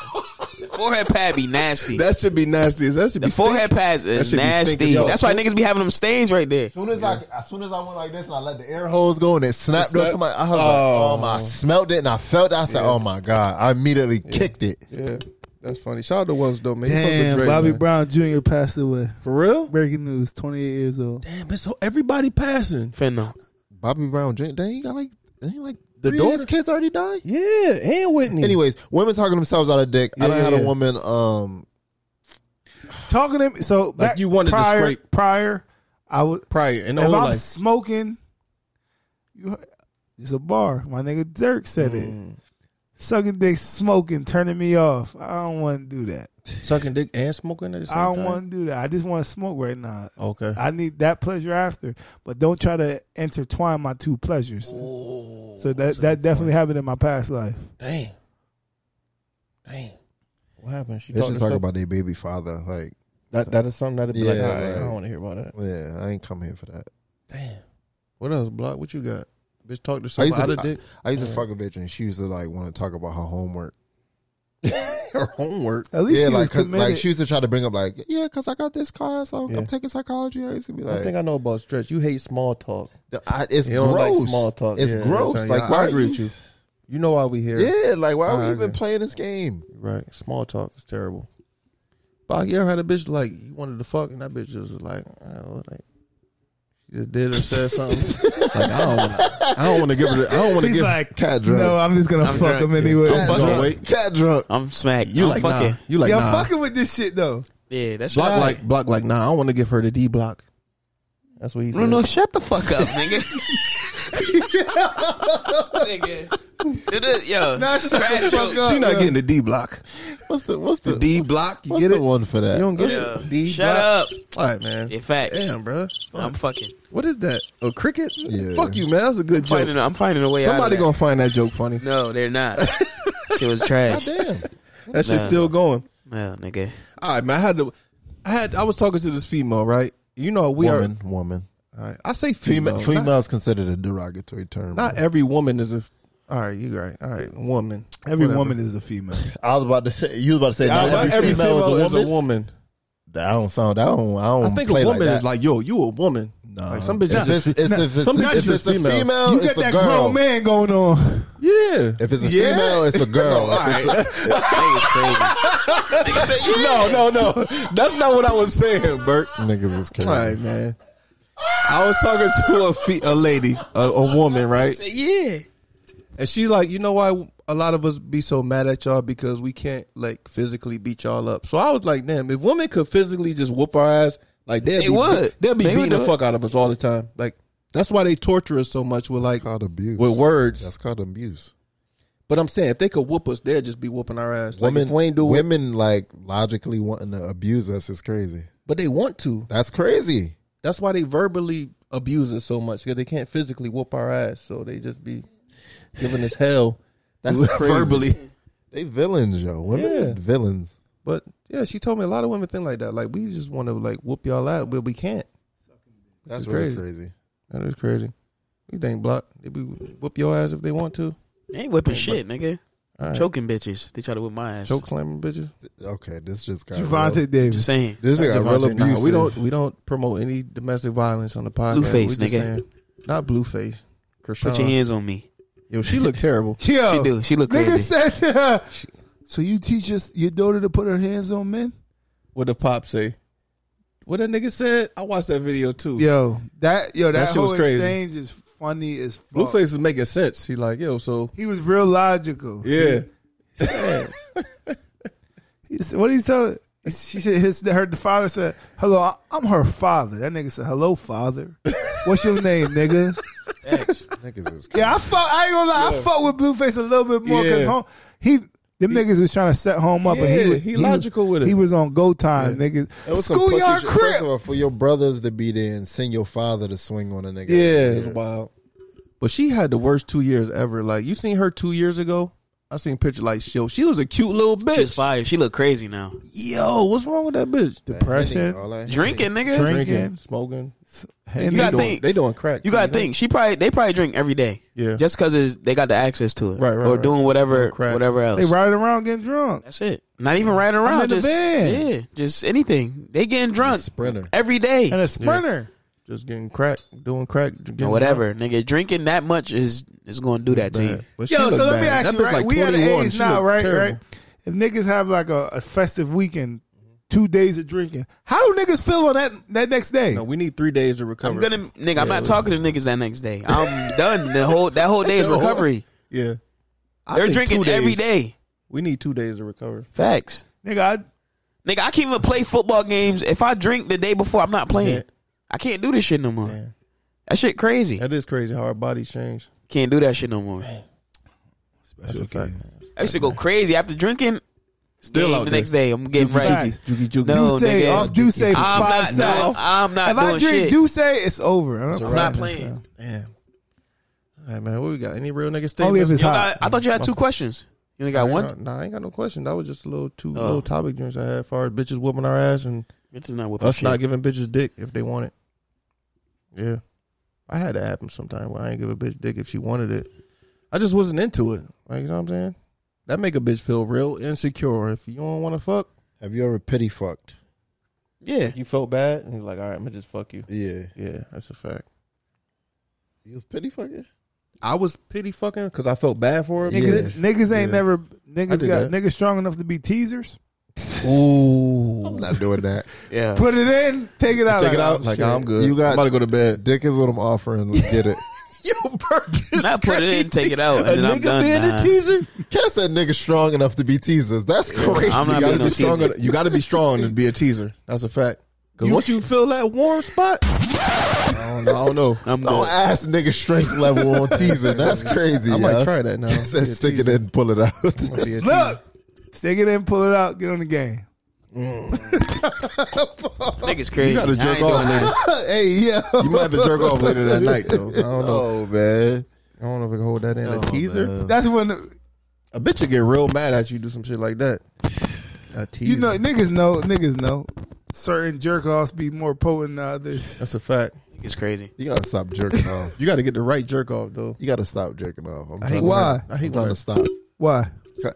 S5: Forehead pad be nasty.
S7: That should be nasty. That should
S5: the
S7: be
S5: forehead
S7: stinky.
S5: pads
S7: That
S5: is
S7: should be stinky.
S5: nasty.
S3: Yo,
S5: That's why
S3: so-
S5: niggas be having them stains right there.
S3: soon as I as soon as I went like this and I let the air holes go and it snapped
S7: Snap.
S3: up to my I was
S7: Oh.
S3: like, oh my I smelled it and I felt it. I said, Oh my God. I immediately kicked it.
S7: Yeah, that's funny. Shout out to Wells though, man. He fuck with
S4: Damn,
S7: Drake,
S4: Bobby
S7: man.
S4: Brown Jr. passed away.
S7: For real?
S4: Breaking news: 28 years old.
S7: Damn, but so everybody passing.
S5: Fentanyl.
S3: Bobby Brown drink dang he got like dang, he like
S7: The
S3: three of his
S7: daughter?
S3: kids already died?
S7: Yeah, and Whitney.
S3: Anyways, women talking themselves out of dick. I
S7: Yeah,
S3: done had
S7: yeah.
S3: a woman um
S4: Talking to him, so
S7: Like
S4: back
S7: you wanted to
S4: prior,
S7: scrape.
S4: prior. I would
S7: prior and the
S4: if
S7: whole
S4: I'm
S7: life.
S4: smoking, you, it's a bar. My nigga Dirk said
S7: Mm.
S4: it. Sucking dick, smoking, turning me off. I don't want to do that.
S7: Sucking dick and smoking at the same
S4: I don't
S7: time?
S4: want to do that. I just want to smoke right now.
S7: Okay.
S4: I need that pleasure after, but don't try to intertwine my two pleasures.
S7: Oh,
S4: so that that definitely happened in my past life.
S7: Damn. Damn. What happened? She
S3: Let's
S7: talking
S3: just talk about their baby father. Like
S7: that. That is something that'd be like,
S3: Yeah,
S7: all right, I
S3: like-
S7: don't want to hear about that.
S3: Yeah, I ain't come here for that.
S7: Damn. What else, Block? What you got? Bitch, talk to
S3: I
S7: somebody
S3: used
S7: out
S3: to,
S7: of dick.
S3: I, I used to fuck a bitch and she used to like want to talk about her homework.
S7: Her homework.
S4: At least
S3: yeah,
S4: he
S3: like
S4: was
S3: 'cause,
S4: committed.
S3: like she used to try to bring up like, yeah, because I got this class, I'm,
S7: Yeah.
S3: I'm taking psychology. I used to be
S7: I
S3: like,
S7: think I know about stretch. You hate small talk.
S3: I- it's
S7: You don't
S3: gross.
S7: like small talk.
S3: It's
S7: Yeah,
S3: gross.
S7: okay,
S3: Like,
S7: yeah,
S3: why
S7: I
S3: are
S7: agree
S3: you-
S7: with you. You know why we here.
S3: yeah, like why are we
S7: I
S3: even
S7: agree.
S3: playing this game?
S7: Right. Small talk is terrible. But you ever had a bitch like you wanted to fuck and that bitch just was like, I don't know, like she just did or said something. like I don't want to. I don't want to give her. The, I don't want to
S4: He's
S7: give.
S4: like,
S3: Cat drunk.
S4: no, I'm just gonna
S5: I'm
S4: fuck
S5: drunk,
S4: him
S5: yeah.
S4: anyway.
S5: Don't fuck
S7: Drunk.
S5: him.
S7: Wait.
S3: Cat drunk.
S5: I'm smacked.
S7: You
S5: I'm
S7: like
S5: fucking.
S7: nah. You like
S4: Y'all
S7: nah.
S4: fucking with this shit though.
S5: Yeah, that's
S7: block
S5: right.
S7: like block like nah. I want to give her the D block. That's what he said.
S5: No, no, shut the fuck up, nigga. nigga. Dude, this- yo,
S3: Nah, shut the
S5: crash
S3: fuck
S5: your-
S3: up.
S7: She not
S3: yeah.
S7: getting the D block.
S3: What's the what's
S7: The
S3: the,
S7: D block. You
S3: what's
S7: get
S3: the
S7: it?
S3: one for
S7: You
S3: that?
S7: don't get
S5: Yeah.
S7: it. D
S5: Shut
S7: block.
S5: up.
S7: All right, man.
S5: Yeah, facts.
S7: Damn, bro.
S5: I'm fucking.
S7: What is that? A cricket?
S3: Yeah.
S7: Fuck you, man. That's a good joke.
S5: Finding, I'm finding a way
S7: Somebody
S5: out. of
S7: gonna find that joke funny.
S5: that. No, they're not. Shit was trash.
S3: Damn.
S7: That shit's
S5: Nah.
S7: still going.
S5: Well, nigga.
S7: All right, man. I had to. I had. I was talking to this female, right? You know, we
S3: woman, woman.
S7: are. All right. I say
S3: Female,
S7: female.
S3: female
S7: Not-
S3: is considered a derogatory term.
S7: Not every woman is a. All right, you right. All right, woman.
S3: Every
S4: woman is a female.
S3: I was about to say. You was about to say.
S7: Yeah,
S3: not
S7: I was-
S3: every, female, is a woman.
S7: woman.
S3: That don't sound. That don't. I don't
S7: I think a
S3: play
S7: woman
S3: like that.
S7: is like, yo, you a woman.
S3: No.
S7: Like some bitches.
S3: If it's- if it's-
S7: some
S3: if
S7: bitches
S3: it's
S7: is
S3: a female,
S4: You got that grown man going on.
S7: Yeah.
S3: If it's a
S4: Yeah.
S3: female, it's a girl.
S4: No,
S3: If it's a-
S5: No,
S7: no, no. That's not what I was saying, Bert.
S3: Niggas is crazy.
S7: All right, man. I was talking to a fe- a lady, a, a woman, right?
S5: yeah.
S7: And she's like, you know why a lot of us be so mad at y'all because we can't like physically beat y'all up. So I was like, damn, if women could physically just whoop our ass, like they'd
S5: They
S7: be,
S5: would.
S7: they'll be
S5: They
S7: beating
S5: would.
S7: the fuck out of us all the time. Like that's why they torture us so much with like abuse. with words.
S1: That's called abuse.
S7: But I'm saying if they could whoop us, they'd just be whooping our ass. Like,
S1: Women,
S7: if we ain't do it-
S1: women like logically wanting to abuse us is crazy.
S7: but they want to.
S1: That's crazy.
S7: That's why they verbally abuse us so much because they can't physically whoop our ass, so they just be giving us hell.
S1: That's crazy.
S7: verbally.
S1: They villains, yo. Women
S7: Yeah.
S1: are villains.
S7: But yeah, she told me a lot of women think like that. Like we just want to like whoop y'all out, but we can't.
S1: That's
S7: It's
S1: really crazy.
S7: That is crazy. You think block? They be whoop your ass if they want to.
S5: They ain't whipping shit, nigga.
S7: All right.
S5: Choking bitches. They try to whip my ass.
S7: Choke slamming bitches.
S1: Okay, this just got real.
S4: Javante Davis.
S5: Just saying.
S1: This got
S7: Javante,
S1: real
S7: nah,
S1: abusive.
S7: we don't we don't promote any domestic violence on the podcast.
S5: Blueface,
S7: We just
S5: nigga.
S7: saying- Not blueface. Krishan.
S5: Put your hands on me.
S7: Yo, she looked terrible.
S4: Yo,
S5: She do. She look
S4: nigga
S5: crazy.
S4: said to her, "So you teach us your daughter to put her hands on men?"
S7: What the pop say? What that nigga said? I watched that video too.
S4: Yo, that yo that,
S7: shit
S4: whole
S7: was crazy.
S4: exchange is funny as fuck.
S7: Blueface was making sense. He like, yo, so
S4: He was real logical.
S7: yeah.
S4: He said, what did he tell her? She said his her the father said, "Hello, I- I'm her father." That nigga said, "Hello, father. What's your name, nigga?"
S1: Niggas is
S4: Yeah, I fuck. I ain't gonna lie. I fuck with Blueface a little bit more because
S7: Yeah.
S4: home he them niggas was trying to set home up, and
S7: Yeah,
S4: he was
S7: he
S4: was-
S7: logical with it.
S4: He was on go time,
S1: It
S4: niggas.
S1: was some pussy
S4: Schoolyard
S1: shit. First
S4: crib.
S1: of all, for your brothers to be there and send your father to swing on a nigga.
S7: Yeah, it's wild. But she had the worst two years ever. Like you seen her two years ago. I seen picture like she she was a cute little
S5: She's
S7: bitch.
S5: fire. She look crazy now.
S7: Yo, what's wrong with that bitch?
S4: Depression,
S1: All that
S5: Drinking, nigga.
S4: drinking,
S7: smoking.
S4: and
S5: You
S4: they
S5: gotta
S4: doing-
S5: think.
S7: They doing crack.
S5: You gotta
S7: too,
S5: think. She probably they probably drink every day.
S7: Yeah.
S5: Just because they got the access to it.
S7: Right, right,
S5: Or
S7: right.
S5: doing whatever
S7: Doing crack.
S5: whatever else.
S4: They riding around getting drunk.
S5: That's it. Not even riding around.
S4: in the
S5: just
S4: van.
S5: yeah. Just anything. They getting drunk
S1: sprinter.
S5: every day.
S4: And a sprinter.
S7: Just getting crack, doing crack,
S5: Or
S7: getting
S5: whatever, nigga. Drinking that much is is going to do that to
S7: drunk.
S5: you.
S7: Bad. But she
S4: Yo,
S7: look
S4: so let me
S7: bad.
S4: ask
S7: That
S4: you,
S7: bitch
S4: right?
S7: like
S4: we at an
S7: 21.
S4: age
S7: She
S4: now,
S7: look
S4: right?
S7: terrible.
S4: Right. If niggas have like a, a festive weekend, two days of drinking, how do niggas feel on that that next day?
S7: No, we need three days to
S5: I'm
S7: recover.
S5: gonna nigga. I'm not talking to niggas that next day. I'm done. The whole that whole day is
S7: The whole-
S5: recovery.
S7: Yeah, I
S5: They're
S7: think
S5: drinking
S7: two days.
S5: every day.
S7: We need two days to recover.
S5: Facts.
S4: Nigga, I,
S5: Nigga, I can't even play football games. If I drink the day before, I'm not playing.
S7: Yeah.
S5: I can't do this shit no more.
S7: Yeah.
S5: That shit crazy.
S7: That is crazy how our bodies change.
S5: Can't do that shit no more.
S7: That's a fact.
S5: I used to go crazy after drinking.
S7: Still
S5: game
S7: out
S5: the
S7: there.
S5: next day. I'm getting
S4: Juki,
S5: ready.
S7: juki, juki.
S5: No,
S4: do say,
S5: nigga.
S4: off do say for
S5: I'm
S4: five
S5: not- no,
S4: seconds.
S5: I'm not
S4: If I
S5: doing
S4: drink
S5: shit.
S4: do say, it's over. I'm,
S5: I'm not playing.
S7: Damn. All right, man. What we got? Any real nigga statements?
S4: Only if it's
S5: You
S4: hot.
S5: got, I thought you had two questions. You only got
S7: I ain't
S5: one.
S7: got- Nah, I ain't got no question. That was just a little two
S5: Oh.
S7: little topic drinks I had as far as bitches whooping our ass and
S5: Bitches not with
S7: us
S5: shit.
S7: not giving bitches dick if they want it. Yeah. I had to happen sometime where I ain't give a bitch dick if she wanted it. I just wasn't into it. Like you know what I'm saying? That make a bitch feel real insecure. If you don't want to fuck,
S1: Have you ever pity fucked?
S5: yeah.
S7: you felt bad and you're like, all right, I'ma just fuck you.
S1: Yeah.
S7: Yeah, that's a fact.
S1: You was pity fucking?
S7: I was pity fucking because I felt bad for her.
S4: Niggas, niggas ain't
S7: Yeah.
S4: never
S7: I
S4: niggas
S7: did
S4: got
S7: that.
S4: niggas strong enough to be teasers.
S7: Ooh,
S1: I'm not doing that.
S5: Yeah.
S4: Put it in, take it out.
S7: Take it out. Like
S4: shit.
S7: I'm good.
S1: You got-
S7: I'm about to go to bed.
S1: Dick is what I'm offering. Let's get it.
S7: Yo, Burke.
S5: Not put it in, take it out, and
S7: a
S5: then
S7: nigga
S5: I'm done.
S7: being
S5: Nah.
S7: a teaser.
S1: Can't say niggas strong enough to be teasers. That's crazy.
S5: I'm not
S7: You gotta
S5: being
S7: be
S5: no
S7: strong.
S5: teaser.
S7: You gotta be strong to be a teaser. That's a fact. Cause once you feel that warm spot, I don't know. I don't know.
S5: I'm
S1: Don't
S5: good.
S1: ask nigga strength level on teasing. That's crazy.
S7: I might
S1: yo.
S7: try that now.
S1: Can't say
S7: Be a
S1: stick it in, pull it out.
S7: Be a teaser.
S4: Look, stick it in, pull it out, get on the game.
S5: Niggas crazy.
S7: You gotta
S5: I
S7: jerk
S5: ain't doing
S7: off
S5: that.
S7: later.
S1: hey, yo.
S7: You might have to jerk off later that night though. I don't know.
S1: Oh man.
S7: I don't know if I can hold that in.
S1: Oh,
S7: a teaser.
S1: man.
S4: That's when
S7: A bitch will get real mad at you. Do some shit like that. A teaser.
S4: you know niggas know niggas know certain jerk offs be more potent than others.
S7: That's a fact.
S5: It's crazy.
S1: You gotta stop jerking off.
S7: You gotta get the right jerk off though.
S1: You gotta stop jerking off. I'm
S7: I hate
S1: trying to-
S7: why.
S1: I'm
S7: I hate
S1: trying
S7: why.
S1: to stop.
S4: Why?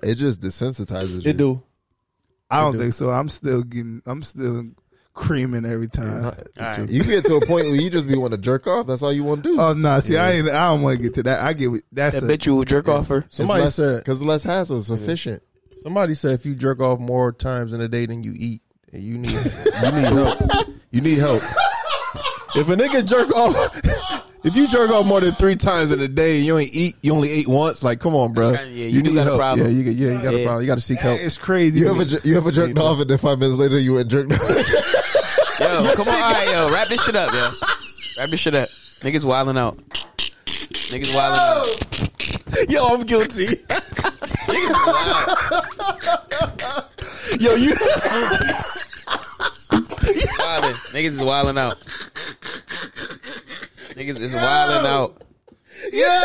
S1: It just desensitizes you.
S4: It do. I don't think so. I'm still getting. I'm still creaming every time.
S1: You get to a point where you just be want to jerk off. That's all you want to do.
S4: Oh no! See, I ain't. I don't want to get to that. I get. what- That's a- Yeah.
S7: Somebody said
S1: because less hassle is sufficient.
S7: Somebody said if you jerk off more times in a day than you eat, and you need you need help. You need help. If a nigga jerk off, if you jerk off more than three times in a day, and you ain't eat. You only ate once. Like, come on, bro.
S1: Yeah, you do got a
S7: help.
S1: problem.
S7: Yeah, you, got- yeah, you got a
S1: Yeah.
S7: problem. You got to seek help.
S4: It's crazy.
S1: You ever jer- you ever jerked off and then five minutes later you went jerked off.
S5: Yo, come on, all right, yo, wrap this shit up, yo. Wrap this shit up. Niggas wilding out. Niggas wilding out.
S7: Yo, I'm guilty. Yo, you.
S5: Wilding. Niggas is wilding out. Niggas is wilding out.
S16: Yeah.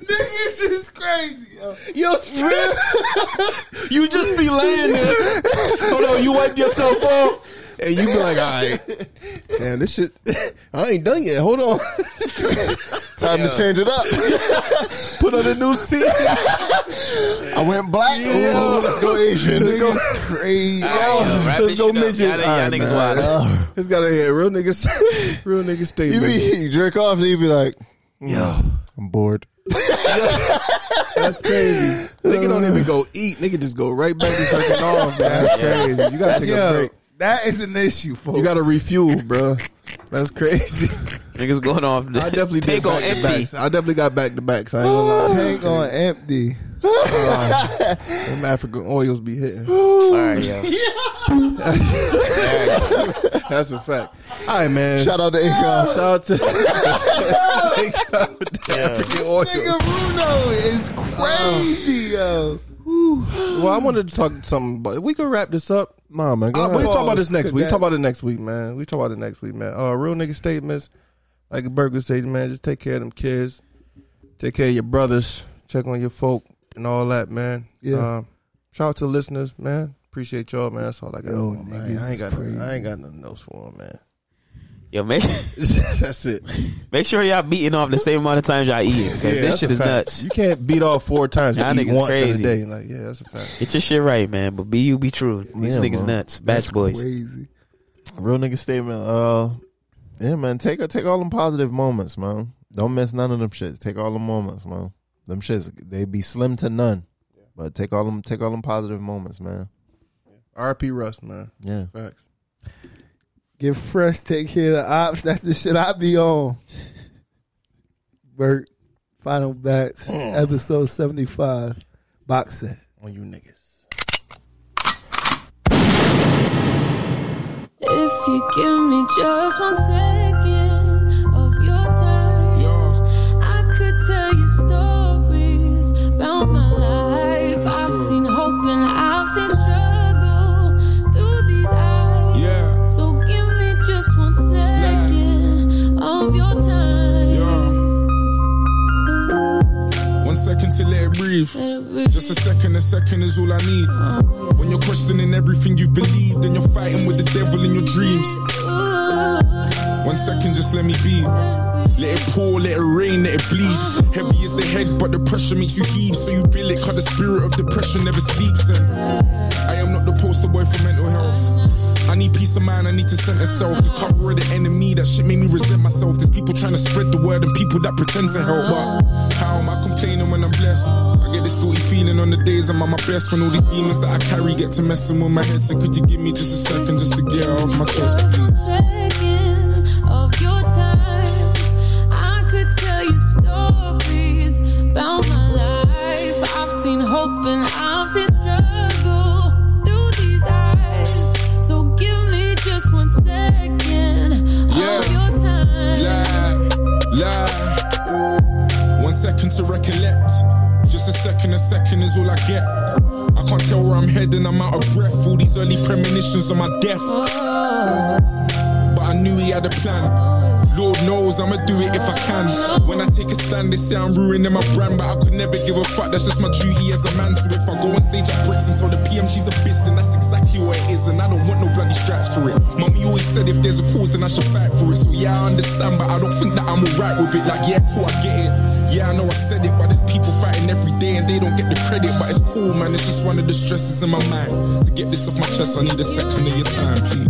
S16: Niggas is crazy. Yo, yo Scripps,
S7: you just be laying there. Hold on, you wipe yourself off, and you be like, all right, damn, this shit, I ain't done yet. Hold on, time to change it up. Put on a new seat. I went black. Ooh, let's go Asian. Let's go crazy.
S1: wrap
S7: let's
S1: this
S7: go
S1: shit up.
S7: midget.
S1: Y'all- y'all niggas wild.
S7: It's gotta hit real niggas. Real niggas stay.
S1: Uh, You, be, you jerk off and you be like, yo, I'm bored.
S7: That's crazy. Nigga don't even go eat. Nigga just go right back to jerking off. Man. That's crazy. You gotta
S4: That's-
S7: take
S4: yo,
S7: a break.
S4: That is an issue, folks.
S7: You gotta refuel, bro. That's crazy.
S5: Niggas going off.
S7: I definitely
S5: take
S7: did
S5: on
S7: back to
S5: empty.
S7: backs. I definitely got back to backs. I ain't gonna lie.
S4: Tank on empty.
S7: Uh, them African oils be hitting.
S5: Sorry, yo.
S7: That's a fact. All right, man.
S1: Shout out to Incom.
S7: Shout out to. African oils.
S4: Nigga Bruno is crazy, yo.
S7: Well, I wanted to talk something, but we can wrap this up. Mom, man, go
S4: Uh,
S7: ahead. we talk about this
S4: pause.
S7: next week. We
S4: That-
S7: talk about it next week, man. We talk about it next week, man. Uh, real nigga statements, like Burger said, man. Just take care of them kids, take care of your brothers, check on your folk, and all that, man.
S4: Yeah.
S7: Um, shout out to the listeners, man. Appreciate y'all, man. That's all I got.
S4: Yo,
S7: for 'em, man.
S4: niggas
S7: I ain't
S4: is
S7: got, no, I
S4: crazy.
S7: ain't got nothing else for them, man.
S5: Yo, make
S7: that's it.
S5: Make sure y'all beating off the same amount of times y'all eating. 'cause
S7: Yeah,
S5: this
S7: that's
S5: shit
S7: a
S5: is
S7: fact.
S5: nuts.
S7: You can't beat off four times
S5: Y'all
S7: and eat
S5: niggas
S7: once
S5: crazy.
S7: in a day. Like, yeah, that's a fact.
S5: Get your shit right, man. But be you, be true. These
S7: Yeah,
S5: niggas
S7: bro.
S5: nuts. Batch boys.
S4: Crazy.
S1: Real nigga statement. Uh, yeah, man. Take take all them positive moments, man. Don't miss none of them shits. Take all them moments, man. Them shits they be slim to none, but take all them take all them positive moments, man.
S7: R.P. Russ, man.
S1: Yeah.
S7: Facts.
S4: Get fresh, take care of the ops. That's the shit I be on. Bert, final bats,
S1: Mm.
S4: episode 75, box set.
S7: On you niggas.
S6: If you give me just one second of your time, I could tell you stories about my life. I've seen hope and I've seen struggle through these eyes. So give me just one second of your time.
S3: One second to let it breathe. Just a second, a second is all I need. When you're questioning everything you believe, then you're fighting with the devil in your dreams. One second, just let me be. Let it pour, let it rain, let it bleed. Heavy is the head, but the pressure makes you heave. So you build it, cause the spirit of depression never sleeps. And I am not the poster boy for mental health. I need peace of mind, I need to center self. The cover of the enemy, that shit made me resent myself. There's people trying to spread the word and people that pretend to help. But how am I complaining when I'm blessed? I get this guilty feeling on the days I'm at my best when all these demons that I carry get to messing with my head. So could you give me just a second just to get off my chest, please?
S6: second of your time. I could tell you stories about my life. I've seen hope and I've seen struggle through these eyes. So give me just one second
S3: Yeah.
S6: of your time.
S3: Lie, lie. One second to recollect. Just a second, a second is all I get. I can't tell where I'm heading, I'm out of breath. All these early premonitions of my death. But I knew he had a plan. Lord knows I'ma do it if I can. When I take a stand, they say I'm ruining my brand, but I could never give a fuck. That's just my duty as a man. So if I go on stage at Bricks and tell the PM she's a bitch, then that's exactly what it is, and I don't want no bloody straps for it. Mummy always said if there's a cause, then I should fight for it. So yeah, I understand, but I don't think that I'm alright with it. Like yeah, cool, I get it. Yeah, I know I said it, but there's people fighting every day and they don't get the credit. But it's cool, man. It's just one of the stresses in my mind. To get this off my chest, I need a second of your time, please.